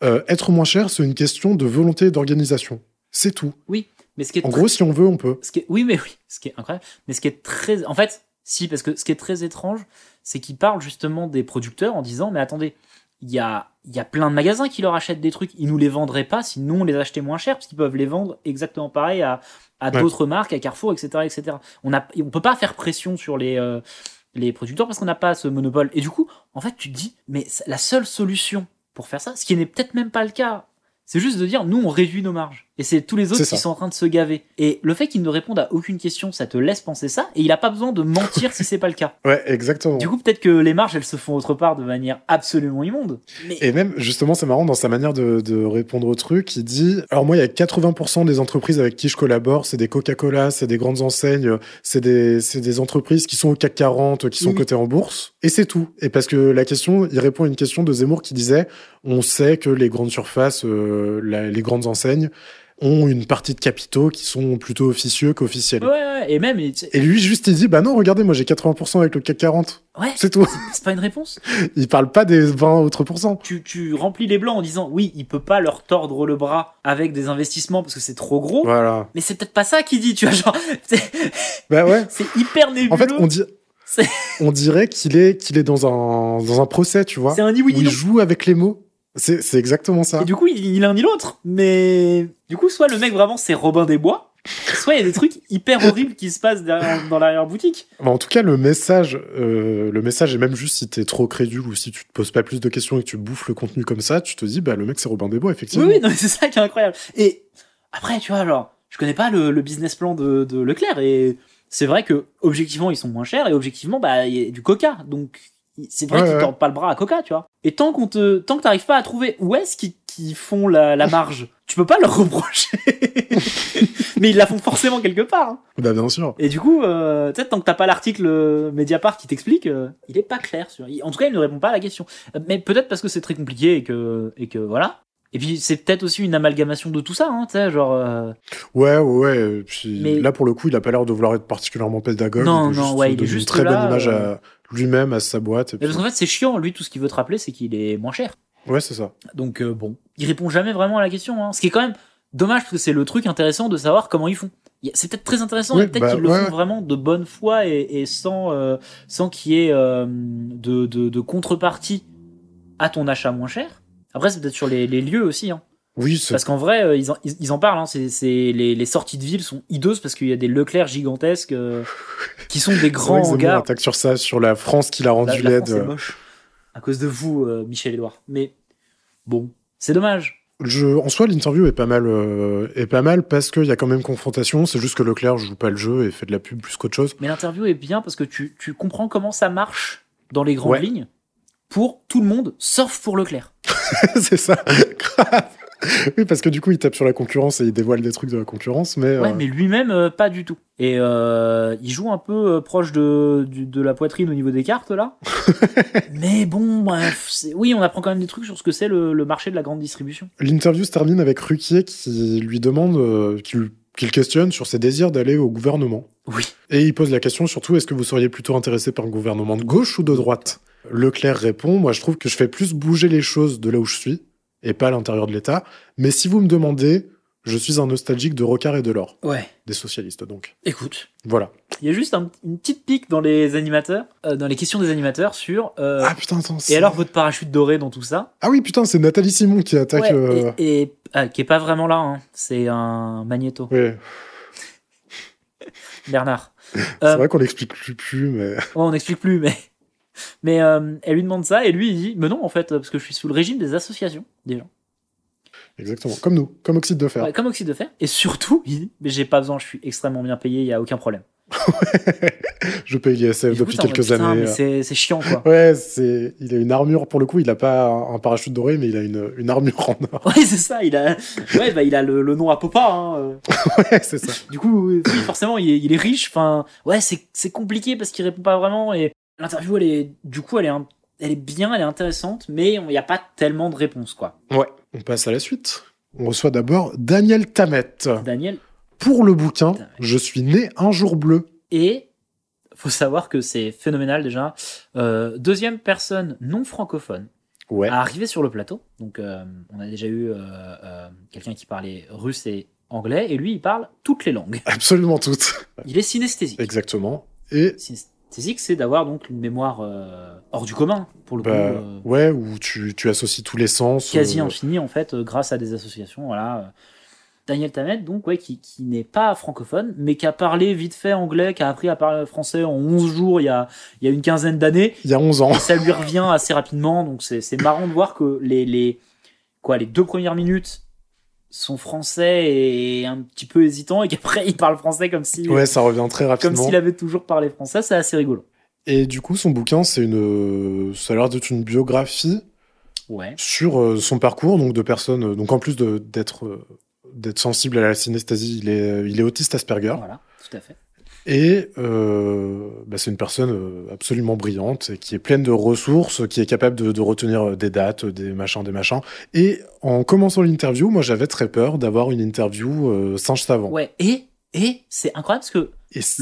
Speaker 5: Euh, être moins cher, c'est une question de volonté et d'organisation. C'est tout.
Speaker 6: oui, mais ce qui est
Speaker 5: En gros, si on veut, on peut.
Speaker 6: ce qui est- oui, mais oui, ce qui est incroyable. Mais ce qui est très, en fait, si, parce que ce qui est très étrange, c'est qu'il parle justement des producteurs en disant, mais attendez, il y a, il y a plein de magasins qui leur achètent des trucs, ils nous les vendraient pas si nous on les achetait moins cher, parce qu'ils peuvent les vendre exactement pareil à, à
Speaker 5: Ouais.
Speaker 6: d'autres marques, à Carrefour, etc., etc. On a, on peut pas faire pression sur les, euh, les producteurs parce qu'on n'a pas ce monopole. Et du coup, en fait, tu te dis, mais c'est la seule solution pour faire ça, ce qui n'est peut-être même pas le cas, c'est juste de dire, nous, on réduit nos marges. Et c'est tous les autres
Speaker 5: C'est
Speaker 6: qui
Speaker 5: ça.
Speaker 6: sont en train de se gaver. Et le fait qu'il ne réponde à aucune question, ça te laisse penser ça, et il n'a pas besoin de mentir si c'est pas le cas.
Speaker 5: Ouais, exactement.
Speaker 6: Du coup, peut-être que les marges, elles se font autre part de manière absolument immonde.
Speaker 5: Et même, justement, c'est marrant dans sa manière de, de répondre au truc. Il dit Alors, moi, il y a 80% des entreprises avec qui je collabore, c'est des Coca-Cola, c'est des grandes enseignes, c'est des, c'est des entreprises qui sont au CAC 40, qui sont
Speaker 6: Oui.
Speaker 5: cotées en bourse. Et c'est tout. Et parce que la question, il répond à une question de Zemmour qui disait On sait que les grandes surfaces, euh, la- les grandes enseignes, ont une partie de capitaux qui sont plutôt officieux qu'officiels.
Speaker 6: Ouais, ouais, et même. il-
Speaker 5: Et lui, juste, il dit, bah non, regardez, moi j'ai 80% avec le CAC 40.
Speaker 6: Ouais.
Speaker 5: C'est tout.
Speaker 6: C'est pas une réponse.
Speaker 5: il parle pas des 20 autres pourcents.
Speaker 6: Tu, tu remplis les blancs en disant oui, il peut pas leur tordre le bras avec des investissements parce que c'est trop gros.
Speaker 5: Voilà.
Speaker 6: Mais c'est peut-être pas ça qu'il dit, tu vois. Genre, c'est
Speaker 5: Bah ouais.
Speaker 6: c'est hyper nébuleux.
Speaker 5: En fait, on, dit,
Speaker 6: C'est-
Speaker 5: on dirait qu'il est, qu'il est dans, un, dans un procès, tu vois.
Speaker 6: C'est un ni oui
Speaker 5: où
Speaker 6: ni
Speaker 5: il
Speaker 6: non.
Speaker 5: joue avec les mots. C'est c'est exactement ça.
Speaker 6: Et du coup, il, il a un ni l'autre. Mais du coup, soit le mec vraiment c'est Robin des Bois, soit il y a des trucs hyper horribles qui se passent derrière- dans l'arrière-boutique.
Speaker 5: Bah, en tout cas, le message, euh, le message, et même juste si t'es trop crédule ou si tu te poses pas plus de questions et que tu bouffes le contenu comme ça, tu te dis, bah le mec c'est Robin des Bois,
Speaker 6: Oui,
Speaker 5: effectivement.
Speaker 6: oui, non, mais c'est ça qui est incroyable. Et après, tu vois, genre, je connais pas le, le business plan de, de Leclerc et c'est vrai que objectivement ils sont moins chers et objectivement bah il y a du Coca donc il- c'est vrai
Speaker 5: Ouais,
Speaker 6: qu'ils
Speaker 5: ouais.
Speaker 6: tordent pas le bras à Coca, tu vois. Et tant qu'on te tant que t'arrives pas à trouver où est-ce qu'ils qu'ils font la, la marge, tu peux pas leur reprocher. mais ils la font forcément quelque part. hein.
Speaker 5: Bah bien sûr.
Speaker 6: Et du coup, euh, peut-être tant que t'as pas l'article euh, Mediapart qui t'explique, euh, il est pas clair. Sur... il- En tout cas, il ne répond pas à la question. Euh, Mais peut-être parce que c'est très compliqué et que, et que voilà. Et puis c'est peut-être aussi une amalgamation de tout ça, hein, tu sais, genre. euh,
Speaker 5: Ouais, ouais, ouais. et Puis
Speaker 6: Mais-
Speaker 5: là, pour le coup, il a pas l'air de vouloir être particulièrement pédagogue.
Speaker 6: Non,
Speaker 5: il veut
Speaker 6: non,
Speaker 5: juste
Speaker 6: ouais, il est
Speaker 5: donner
Speaker 6: juste
Speaker 5: une très
Speaker 6: là,
Speaker 5: bonne image
Speaker 6: euh,
Speaker 5: à lui-même, à sa boîte. et
Speaker 6: mais
Speaker 5: puis-
Speaker 6: Parce qu'en fait, c'est chiant. Lui, tout ce qu'il veut te rappeler, c'est qu'il est moins cher.
Speaker 5: Ouais, c'est ça.
Speaker 6: Donc euh, bon, il répond jamais vraiment à la question. hein. Ce qui est quand même dommage parce que c'est le truc intéressant de savoir comment ils font. Y a- C'est peut-être très intéressant,
Speaker 5: Oui,
Speaker 6: et peut-être
Speaker 5: bah,
Speaker 6: qu'ils le
Speaker 5: ouais,
Speaker 6: font
Speaker 5: ouais.
Speaker 6: vraiment de bonne foi et, et sans euh, sans qu'il y ait euh, de, de, de contrepartie à ton achat moins cher. Après, c'est peut-être sur les, les lieux aussi. Hein.
Speaker 5: Oui, c'est-
Speaker 6: Parce qu'en vrai, euh, ils en, ils, ils en parlent. Hein. C'est, c'est- les, les sorties de ville sont hideuses parce qu'il y a des Leclerc gigantesques euh, qui sont des
Speaker 5: c'est vrai
Speaker 6: grands
Speaker 5: que Zemmour
Speaker 6: hangars.
Speaker 5: attaque sur ça, sur la France qui l'a
Speaker 6: La,
Speaker 5: rendu
Speaker 6: la
Speaker 5: laide. euh,
Speaker 6: France est moche à cause de vous, euh, Michel Edouard. Mais bon, c'est dommage.
Speaker 5: Je, en soi, l'interview est pas mal, euh, est pas mal parce qu'il y a quand même confrontation. C'est juste que Leclerc joue pas le jeu et fait de la pub plus qu'autre chose.
Speaker 6: Mais l'interview est bien parce que tu, tu comprends comment ça marche dans les grandes
Speaker 5: Ouais.
Speaker 6: lignes pour tout le monde, sauf pour Leclerc.
Speaker 5: c'est ça, grave. Oui, parce que du coup, il tape sur la concurrence et il dévoile des trucs de la concurrence, mais,
Speaker 6: Ouais,
Speaker 5: euh,
Speaker 6: mais lui-même, euh, pas du tout. Et euh, il joue un peu euh, proche de, du- de la poitrine au niveau des cartes, là. mais bon, bref, c'est- oui, on apprend quand même des trucs sur ce que c'est le, le marché de la grande distribution.
Speaker 5: l'interview se termine avec Ruquier qui lui demande, euh, qui, qui le questionne sur ses désirs d'aller au gouvernement.
Speaker 6: Oui.
Speaker 5: Et il pose la question surtout, est-ce que vous seriez plutôt intéressé par un gouvernement de gauche ou de droite Leclerc répond, moi je trouve que je fais plus bouger les choses de là où je suis, et pas à l'intérieur de l'État. Mais si vous me demandez, je suis un nostalgique de Rocard et de l'or.
Speaker 6: Ouais.
Speaker 5: Des socialistes donc.
Speaker 6: Écoute,
Speaker 5: Voilà.
Speaker 6: il y a juste un- une petite pique dans les animateurs, euh, dans les questions des animateurs sur. euh,
Speaker 5: Ah putain, attends.
Speaker 6: et
Speaker 5: c'est-
Speaker 6: alors votre parachute doré dans tout ça
Speaker 5: Ah oui, putain, c'est Nathalie Simon qui attaque.
Speaker 6: Ouais,
Speaker 5: euh,
Speaker 6: et, et- ah, qui est pas vraiment là, hein. c'est un magnéto.
Speaker 5: ouais.
Speaker 6: Bernard.
Speaker 5: C'est
Speaker 6: Euh,
Speaker 5: vrai qu'on l'explique plus, plus, mais.
Speaker 6: ouais, on n'explique plus, mais. Mais euh, elle lui demande ça et lui il dit Mais non, en fait, parce que je suis sous le régime des associations, des gens.
Speaker 5: Exactement. Comme nous, comme Oxyde de Fer.
Speaker 6: Ouais, comme oxyde de fer. Et surtout, il dit Mais j'ai pas besoin, je suis extrêmement bien payé, il y a aucun problème.
Speaker 5: Je paye
Speaker 6: Et
Speaker 5: l'ISF
Speaker 6: du coup,
Speaker 5: Euh, depuis
Speaker 6: t'es en mode,
Speaker 5: quelques
Speaker 6: Putain,
Speaker 5: années. euh.
Speaker 6: mais c'est c'est chiant, quoi.
Speaker 5: Ouais, c'est. Il a une armure pour le coup. Il a pas un un parachute doré, mais il a une, une armure en or.
Speaker 6: Ouais, c'est ça, il a, ouais, bah, il a le, le nom à Popa. Hein. euh.
Speaker 5: Ouais, c'est ça.
Speaker 6: Du coup, oui, forcément, il est, il est riche. Enfin, ouais, c'est c'est compliqué parce qu'il répond pas vraiment. Et l'interview, elle est, du coup, elle est, un- elle est bien, elle est intéressante, mais il n'y a pas tellement de réponses, quoi.
Speaker 5: Ouais. On passe à la suite. On reçoit d'abord Daniel Tammet.
Speaker 6: Daniel,
Speaker 5: Pour le bouquin, je suis né un jour bleu.
Speaker 6: et faut savoir que c'est phénoménal déjà. Euh, deuxième personne non francophone
Speaker 5: Ouais.
Speaker 6: à arriver sur le plateau. Donc, euh, on a déjà eu euh, euh, quelqu'un qui parlait russe et anglais, et lui, il parle toutes les langues.
Speaker 5: Absolument toutes.
Speaker 6: Il est synesthésique.
Speaker 5: Exactement. Et
Speaker 6: Synesthésique, c'est d'avoir donc une mémoire euh, hors du commun, pour le
Speaker 5: bah,
Speaker 6: coup. euh,
Speaker 5: ouais, où tu, tu associes tous les sens.
Speaker 6: quasi
Speaker 5: euh,
Speaker 6: infini en fait euh, grâce à des associations voilà euh. Daniel Tammet donc ouais qui, qui n'est pas francophone mais qui a parlé vite fait anglais qui a appris à parler français en 11 jours il y a il y a une quinzaine d'années
Speaker 5: Il y a 11 ans.
Speaker 6: Et ça lui revient assez rapidement donc c'est c'est marrant de voir que les les quoi les deux premières minutes sont français et un petit peu hésitant et qu'après il parle français comme si
Speaker 5: Ouais, ça revient très
Speaker 6: comme
Speaker 5: rapidement.
Speaker 6: s'il avait toujours parlé français c'est assez rigolo
Speaker 5: Et du coup, son bouquin, c'est une, ça a l'air d'être une biographie
Speaker 6: ouais
Speaker 5: sur euh, son parcours, donc de personnes, euh, donc en plus de- d'être euh, d'être sensible à la synesthésie, il est, il est euh, autiste Asperger.
Speaker 6: voilà tout à fait
Speaker 5: Et euh, bah, c'est une personne euh, absolument brillante, et qui est pleine de ressources, qui est capable de, de retenir euh, des dates, des machins, des machins. Et en commençant l'interview, moi j'avais très peur d'avoir une interview euh, singe savant.
Speaker 6: Ouais, et, et c'est incroyable parce que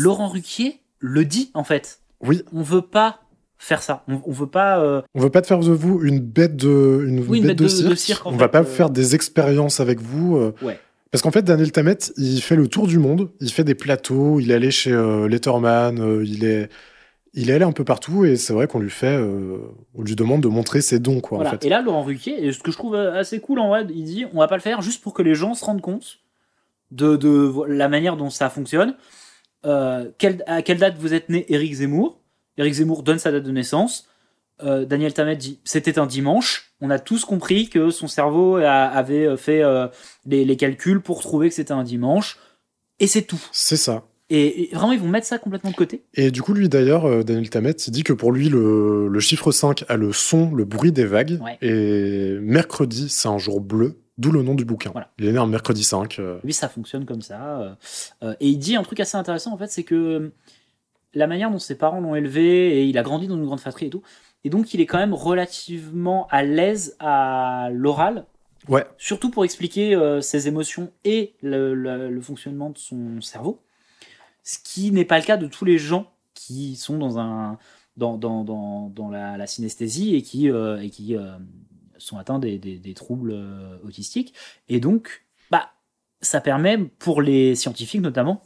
Speaker 6: Laurent Ruquier le dit en fait.
Speaker 5: Oui.
Speaker 6: On veut pas faire ça. On, on veut pas. euh,
Speaker 5: On veut pas te faire de vous une bête de, une
Speaker 6: Oui, une bête
Speaker 5: de,
Speaker 6: de-
Speaker 5: cirque.
Speaker 6: de cirque, en
Speaker 5: On
Speaker 6: fait,
Speaker 5: va pas
Speaker 6: euh.
Speaker 5: faire des expériences avec vous. euh,
Speaker 6: Ouais.
Speaker 5: Parce qu'en fait, Daniel Tammet, il fait le tour du monde, il fait des plateaux, il est allé chez euh, Letterman, euh, il est, il est allé un peu partout, et c'est vrai qu'on lui fait, euh, on lui demande de montrer ses dons, quoi,
Speaker 6: voilà.
Speaker 5: en fait.
Speaker 6: Et là, Laurent Ruquier, et ce que je trouve euh, assez cool en vrai, il dit on va pas le faire juste pour que les gens se rendent compte de, de vo- la manière dont ça fonctionne. Euh, quelle- à quelle date vous êtes né Éric Zemmour Éric Zemmour donne sa date de naissance. Euh, Daniel Tammet dit c'était un dimanche. On a tous compris que son cerveau a- avait euh, fait euh, les, les calculs pour trouver que c'était un dimanche. Et c'est tout.
Speaker 5: C'est ça.
Speaker 6: Et, et vraiment, ils vont mettre ça complètement de côté.
Speaker 5: Et du coup, lui d'ailleurs, euh, Daniel Tammet, il dit que pour lui, le, le chiffre 5 a le son, le bruit des vagues,
Speaker 6: Ouais.
Speaker 5: et mercredi, c'est un jour bleu, d'où le nom du bouquin.
Speaker 6: Voilà.
Speaker 5: Il est né un mercredi 5. euh,
Speaker 6: Lui, ça fonctionne comme ça. euh, euh, et il dit un truc assez intéressant, en fait, c'est que euh, la manière dont ses parents l'ont élevé, et il a grandi dans une grande fratrie et tout, et donc il est quand même relativement à l'aise à l'oral,
Speaker 5: Ouais.
Speaker 6: surtout pour expliquer euh, ses émotions et le, le- le fonctionnement de son cerveau, ce qui n'est pas le cas de tous les gens qui sont dans, un, dans, dans, dans, dans la, la synesthésie et qui, euh, et qui euh, sont atteints des, des- des troubles euh, autistiques. Et donc, bah, ça permet pour les scientifiques notamment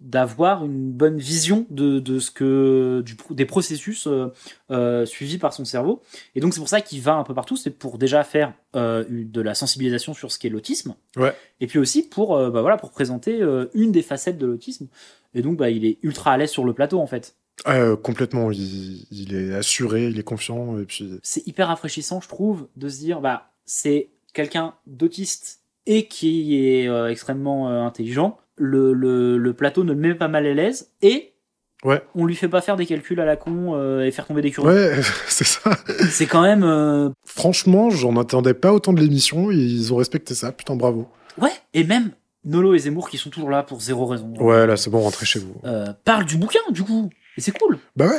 Speaker 6: d'avoir une bonne vision de, de ce que du, pro- des processus euh, euh, suivis par son cerveau et donc c'est pour ça qu'il va un peu partout c'est pour déjà faire euh, une- de la sensibilisation sur ce qu'est l'autisme
Speaker 5: Ouais.
Speaker 6: et puis aussi pour euh, bah voilà pour présenter euh, une des facettes de l'autisme et donc bah il est ultra à l'aise sur le plateau en fait
Speaker 5: Euh, complètement, il, il est assuré, il est confiant, et puis
Speaker 6: c'est hyper rafraîchissant, je trouve, de se dire, bah, c'est quelqu'un d'autiste et qui est euh, extrêmement euh, intelligent. Le, le- le plateau ne le met pas mal à l'aise et
Speaker 5: Ouais.
Speaker 6: on lui fait pas faire des calculs à la con euh, et faire tomber des curieux.
Speaker 5: ouais, c'est ça.
Speaker 6: C'est quand même. euh,
Speaker 5: Franchement, j'en attendais pas autant de l'émission, et ils ont respecté ça, putain, bravo.
Speaker 6: Ouais, et même Nolo et Zemmour qui sont toujours là pour zéro raison.
Speaker 5: Ouais, là, c'est bon, rentrez chez vous.
Speaker 6: Euh, parlent du bouquin, du coup. Et c'est cool.
Speaker 5: Bah ouais,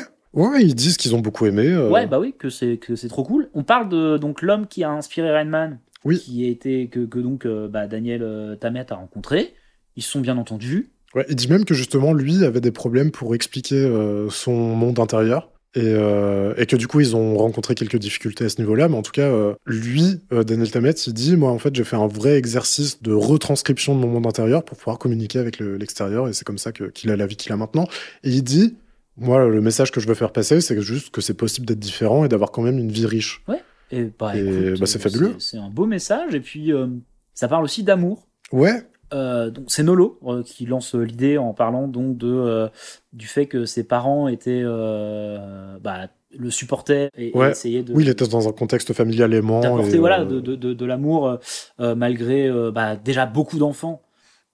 Speaker 5: ouais, ouais, ils disent qu'ils ont beaucoup aimé. euh,
Speaker 6: Ouais, bah oui, que c'est que c'est trop cool. On parle de donc l'homme qui a inspiré Rain Man,
Speaker 5: Oui.
Speaker 6: qui a été que, que donc euh, bah, Daniel euh, Tammet a rencontré. Ils se sont bien entendus.
Speaker 5: ouais, il dit même que justement, lui avait des problèmes pour expliquer euh, son monde intérieur. Et, euh, et que du coup, ils ont rencontré quelques difficultés à ce niveau-là. Mais en tout cas, euh, lui, euh, Daniel Tammet, il dit Moi, en fait, j'ai fait un vrai exercice de retranscription de mon monde intérieur pour pouvoir communiquer avec le- l'extérieur. et c'est comme ça que- qu'il a la vie qu'il a maintenant. Et il dit Moi, le message que je veux faire passer, c'est juste que c'est possible d'être différent et d'avoir quand même une vie riche.
Speaker 6: Et bah,
Speaker 5: Et,
Speaker 6: écoute,
Speaker 5: bah, c'est
Speaker 6: euh,
Speaker 5: fabuleux.
Speaker 6: C'est un beau message et puis euh, ça parle aussi d'amour.
Speaker 5: Ouais,
Speaker 6: Euh, donc c'est Nolo euh, qui lance euh, l'idée en parlant donc de euh, du fait que ses parents étaient euh, bah, le supportaient et, et
Speaker 5: Ouais.
Speaker 6: essayaient de
Speaker 5: oui, il était dans un contexte familial aimant.
Speaker 6: d'apporter
Speaker 5: et,
Speaker 6: voilà
Speaker 5: euh,
Speaker 6: de, de, de, de l'amour euh, euh, malgré euh, bah, déjà beaucoup d'enfants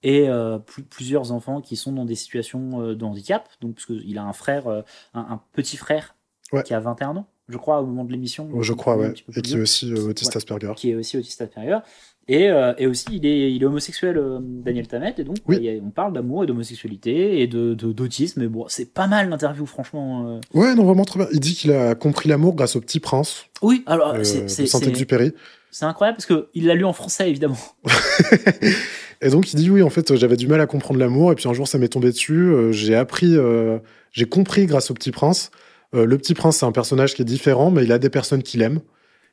Speaker 6: et euh, plus- plusieurs enfants qui sont dans des situations euh, de handicap donc parce qu'il a un frère euh, un, un petit frère
Speaker 5: Ouais.
Speaker 6: qui a 21 ans je crois au moment de l'émission
Speaker 5: Je crois,
Speaker 6: ou un
Speaker 5: ouais.
Speaker 6: petit peu
Speaker 5: Et
Speaker 6: plus
Speaker 5: qui est
Speaker 6: vieux,
Speaker 5: aussi euh, autiste
Speaker 6: Ouais.
Speaker 5: Asperger.
Speaker 6: qui est aussi autiste inférieur et, euh, et aussi il est, il est homosexuel euh, Daniel Tammet et donc
Speaker 5: Oui.
Speaker 6: bah, il y a- on parle d'amour et d'homosexualité et de de- d'autisme mais bon c'est pas mal l'interview franchement euh.
Speaker 5: Ouais, non, vraiment trop bien. Il dit qu'il a compris l'amour grâce au petit prince,
Speaker 6: oui alors
Speaker 5: euh,
Speaker 6: Ah, c'est- c'est-
Speaker 5: de
Speaker 6: c'est
Speaker 5: Saint-Exupéry.
Speaker 6: c'est incroyable parce que il l'a lu en français évidemment
Speaker 5: Et donc, il dit oui, en fait, euh, j'avais du mal à comprendre l'amour, et puis un jour, ça m'est tombé dessus. euh, j'ai appris, euh, j'ai compris grâce au petit prince. Euh, le petit prince, c'est un personnage qui est différent, mais il a des personnes qu'il aime.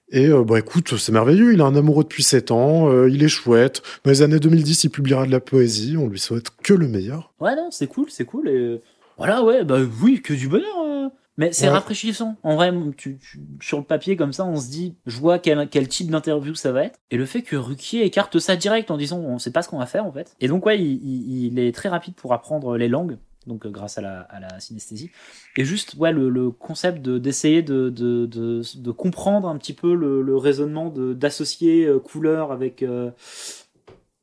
Speaker 5: Et euh, bah écoute, c'est merveilleux, il est un amoureux depuis 7 ans, euh, il est chouette. Dans les années 2010, il publiera de la poésie, on lui souhaite que le meilleur.
Speaker 6: Ouais, non, c'est cool, c'est cool. Et euh, voilà, ouais, bah oui, que du bonheur. euh. Mais c'est
Speaker 5: Ouais.
Speaker 6: rafraîchissant. En vrai, tu- tu- sur le papier, comme ça, on se dit, je vois quel, quel type d'interview ça va être. Et le fait que Ruquier écarte ça direct en disant, on sait pas ce qu'on va faire, en fait. Et donc, ouais, il, il- il est très rapide pour apprendre les langues. Donc, euh, grâce à la, à la synesthésie. Et juste, ouais, le, le concept de- d'essayer de, de, de, de comprendre un petit peu le, le raisonnement de- d'associer euh, couleur avec, euh,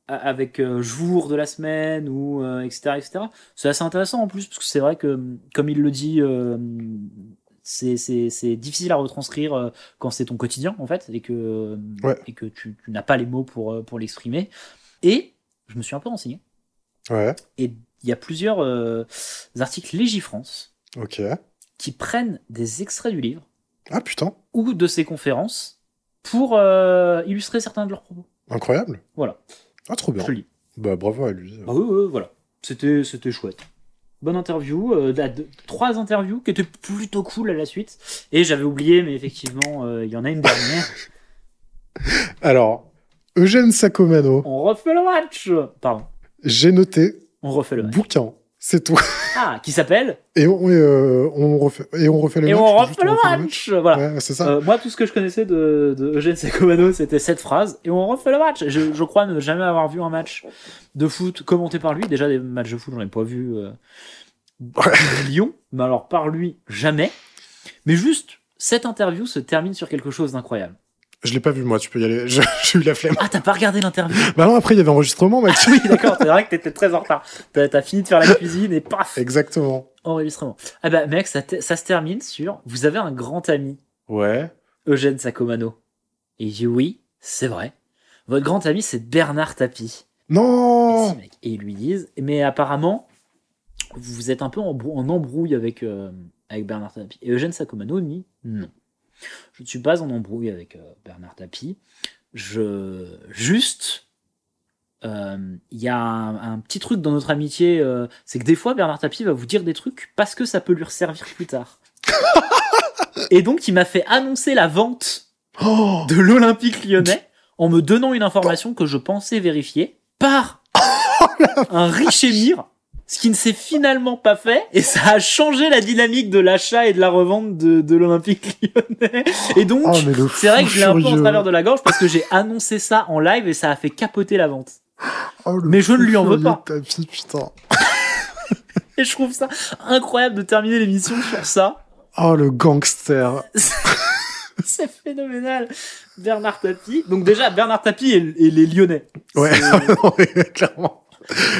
Speaker 6: a- avec euh, jour de la semaine, ou euh, etc., etc. C'est assez intéressant en plus, parce que c'est vrai que, comme il le dit, euh, c'est- c'est c'est difficile à retranscrire euh, quand c'est ton quotidien, en fait, et que,
Speaker 5: Ouais.
Speaker 6: et que tu, tu n'as pas les mots pour, euh, pour l'exprimer. Et je me suis un peu renseigné.
Speaker 5: Ouais.
Speaker 6: Et il y a plusieurs euh, articles Légifrance
Speaker 5: Ok.
Speaker 6: qui prennent des extraits du livre
Speaker 5: Ah putain,
Speaker 6: ou de ses conférences pour euh, illustrer certains de leurs propos.
Speaker 5: incroyable.
Speaker 6: Voilà.
Speaker 5: Ah trop bien.
Speaker 6: Je lis.
Speaker 5: Bah bravo à lui.
Speaker 6: Ah oui, oui, voilà. C'était, c'était chouette. Bonne interview, euh, la- deux- trois interviews qui étaient plutôt cool à la suite. Et j'avais oublié, mais effectivement, euh, il y en a une dernière.
Speaker 5: Alors, Eugène Sacomano,
Speaker 6: On refait le match Pardon,
Speaker 5: j'ai noté
Speaker 6: on refait le match.
Speaker 5: bouquin, c'est tout.
Speaker 6: Ah, qui s'appelle
Speaker 5: Et on, et, euh, on refait, et on refait le
Speaker 6: Et
Speaker 5: match.
Speaker 6: on
Speaker 5: juste
Speaker 6: refait le match Voilà.
Speaker 5: Ouais, c'est ça.
Speaker 6: Euh, moi, tout ce que je connaissais de, de Eugène Sacomano, c'était cette phrase. Et on refait le match je, je crois ne jamais avoir vu un match de foot commenté par lui. Déjà, des matchs de foot, j'en ai pas vu. euh, Lyon, mais alors par lui, jamais. Mais juste, cette interview se termine sur quelque chose d'incroyable.
Speaker 5: Je l'ai pas vu moi, tu peux y aller. Je- J'ai eu la flemme.
Speaker 6: Ah, t'as pas regardé l'interview
Speaker 5: Bah non, après il y avait enregistrement, Mathieu.
Speaker 6: Oui, d'accord, c'est vrai que t'étais très en retard. T'as t'as fini de faire la cuisine et paf
Speaker 5: Exactement.
Speaker 6: Enregistrement. Ah bah, mec, ça, te- ça se termine sur Vous avez un grand ami,
Speaker 5: Ouais.
Speaker 6: Eugène Sacomano. Et il dit Oui, c'est vrai. Votre grand ami, c'est Bernard Tapie.
Speaker 5: Non.
Speaker 6: Mec, Et ils lui disent Mais apparemment, vous êtes un peu en, brou- en embrouille avec, euh, avec Bernard Tapie. Et Eugène Sacomano dit Non. Je ne suis pas en embrouille avec euh, Bernard Tapie. Je. Juste. euh, Il y a un, un petit truc dans notre amitié, euh, c'est que des fois Bernard Tapie va vous dire des trucs parce que ça peut lui resservir plus tard. Et donc il m'a fait annoncer la vente
Speaker 5: Oh
Speaker 6: de l'Olympique lyonnais en me donnant une information que je pensais vérifier par
Speaker 5: Oh
Speaker 6: un riche émir, ce qui ne s'est finalement pas fait, et ça a changé la dynamique de l'achat et de la revente de, de l'Olympique lyonnais. Et donc,
Speaker 5: Oh, mais le
Speaker 6: c'est vrai
Speaker 5: fou
Speaker 6: que je l'ai un peu en
Speaker 5: furieux.
Speaker 6: travers de la gorge parce que j'ai annoncé ça en live et ça a fait capoter la vente.
Speaker 5: Oh, le
Speaker 6: Mais je ne lui en
Speaker 5: furieux
Speaker 6: veux pas.
Speaker 5: Tapie, putain.
Speaker 6: Et je trouve ça incroyable de terminer l'émission sur ça.
Speaker 5: Oh le gangster.
Speaker 6: C'est phénoménal. Bernard Tapie. Donc déjà, Bernard Tapie et, et les Lyonnais.
Speaker 5: Ouais. Non, mais clairement.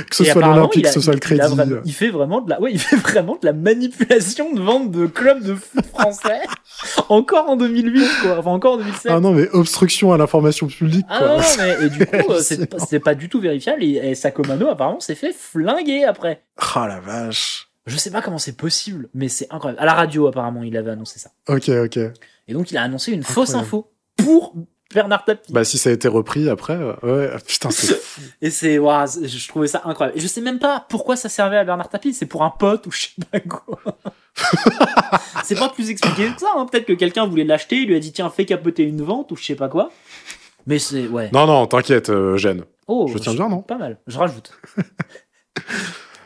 Speaker 5: Que ce
Speaker 6: Et
Speaker 5: soit
Speaker 6: apparemment,
Speaker 5: l'Olympique,
Speaker 6: il a-
Speaker 5: que ce soit le
Speaker 6: il
Speaker 5: crédit. euh.
Speaker 6: a vraiment- il fait vraiment de la, ouais, il fait vraiment de la manipulation de vente de clubs de foot français. encore en 2008, quoi. Enfin, encore en 2007.
Speaker 5: Ah non, mais obstruction à l'information publique.
Speaker 6: Ah
Speaker 5: quoi.
Speaker 6: non, non, mais, et du coup, euh,
Speaker 5: hallucinant.
Speaker 6: c'est pas- c'est pas du tout vérifiable. Et, et Sacomano, apparemment, s'est fait flinguer après.
Speaker 5: Oh la vache.
Speaker 6: Je sais pas comment c'est possible, mais c'est incroyable. À la radio, apparemment, il avait annoncé ça.
Speaker 5: Ok, ok.
Speaker 6: Et donc, il a annoncé une fausse
Speaker 5: Incroyable.
Speaker 6: info pour Bernard Tapie.
Speaker 5: Bah si ça a été repris après, euh, ouais. ah, Putain, c'est fou.
Speaker 6: Et c'est, waouh, c'est- je trouvais ça incroyable. Et je sais même pas pourquoi ça servait à Bernard Tapie. C'est pour un pote ou je sais pas quoi. c'est pas plus expliqué que ça. hein. Peut-être que quelqu'un voulait l'acheter, il lui a dit tiens, fais capoter une vente ou je sais pas quoi. Mais c'est, ouais.
Speaker 5: Non, non, t'inquiète, euh, Eugène.
Speaker 6: Oh,
Speaker 5: Je tiens bien, non
Speaker 6: Pas mal. Je rajoute.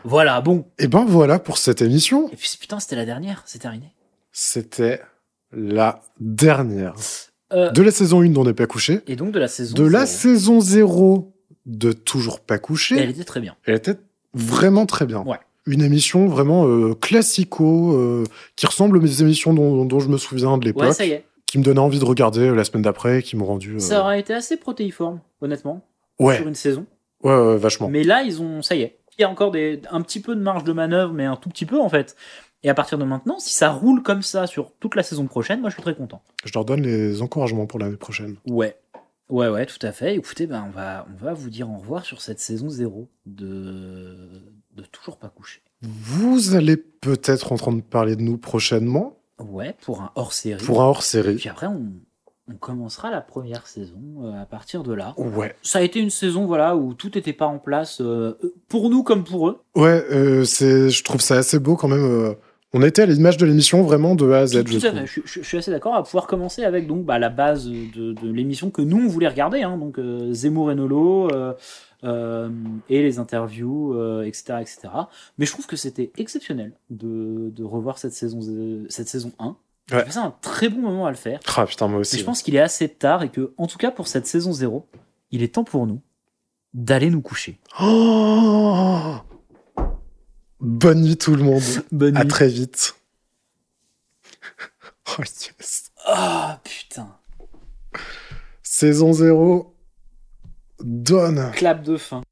Speaker 6: voilà, bon.
Speaker 5: Et ben voilà pour cette émission.
Speaker 6: Et puis putain, c'était la dernière. C'est terminé.
Speaker 5: C'était la dernière
Speaker 6: Euh,
Speaker 5: de la saison 1 dont on n'est pas couché,
Speaker 6: Et donc de la saison.
Speaker 5: de la
Speaker 6: zéro.
Speaker 5: saison 0 de toujours pas couché.
Speaker 6: Elle était très bien.
Speaker 5: Elle était vraiment très bien.
Speaker 6: Ouais.
Speaker 5: Une émission vraiment euh, classico, euh, qui ressemble aux émissions dont, dont je me souviens de
Speaker 6: Ouais,
Speaker 5: l'époque,
Speaker 6: ça y est.
Speaker 5: qui me donnait envie de regarder euh, la semaine d'après, qui m'ont rendu. euh,
Speaker 6: Ça aurait été assez protéiforme, honnêtement,
Speaker 5: Ouais,
Speaker 6: sur une saison.
Speaker 5: ouais, ouais, vachement.
Speaker 6: Mais là, ils ont, ça y est. Il y a encore des, un petit peu de marge de manœuvre, mais un tout petit peu en fait. Et à partir de maintenant, si ça roule comme ça sur toute la saison prochaine, moi je suis très content.
Speaker 5: Je leur donne les encouragements pour l'année prochaine.
Speaker 6: Ouais. Ouais, ouais, tout à fait. Écoutez, ben, on, va, on va vous dire au revoir sur cette saison zéro de, de Toujours pas couché.
Speaker 5: Vous allez peut-être entendre parler de nous prochainement
Speaker 6: Ouais, pour un hors série.
Speaker 5: pour un hors série.
Speaker 6: Puis après, on, on commencera la première saison euh, à partir de là.
Speaker 5: Ouais.
Speaker 6: Ça a été une saison voilà, où tout n'était pas en place, euh, pour nous comme pour eux.
Speaker 5: Ouais, euh, c'est, je trouve ça assez beau quand même. euh, On était à l'image de l'émission vraiment de A à Z.
Speaker 6: Tout-
Speaker 5: je
Speaker 6: tout à
Speaker 5: trouve.
Speaker 6: fait. Je, je- je suis assez d'accord à pouvoir commencer avec donc bah, la base de, de l'émission que nous on voulait regarder, hein, donc euh, Zemmour et Nolo euh, euh, et les interviews, euh, etc., etc. Mais je trouve que c'était exceptionnel de, de revoir cette saison, euh, cette saison 1. J'ai
Speaker 5: Ouais.
Speaker 6: passé un très bon moment à le faire.
Speaker 5: Ah putain, moi
Speaker 6: Mais
Speaker 5: aussi.
Speaker 6: je pense qu'il est assez tard et que, en tout cas pour cette saison 0, il est temps pour nous d'aller nous coucher.
Speaker 5: Oh Bonne nuit tout le monde.
Speaker 6: Bonne
Speaker 5: À
Speaker 6: nuit.
Speaker 5: très vite. Oh yes.
Speaker 6: Ah putain,
Speaker 5: Saison 0. Donne.
Speaker 6: clap de fin.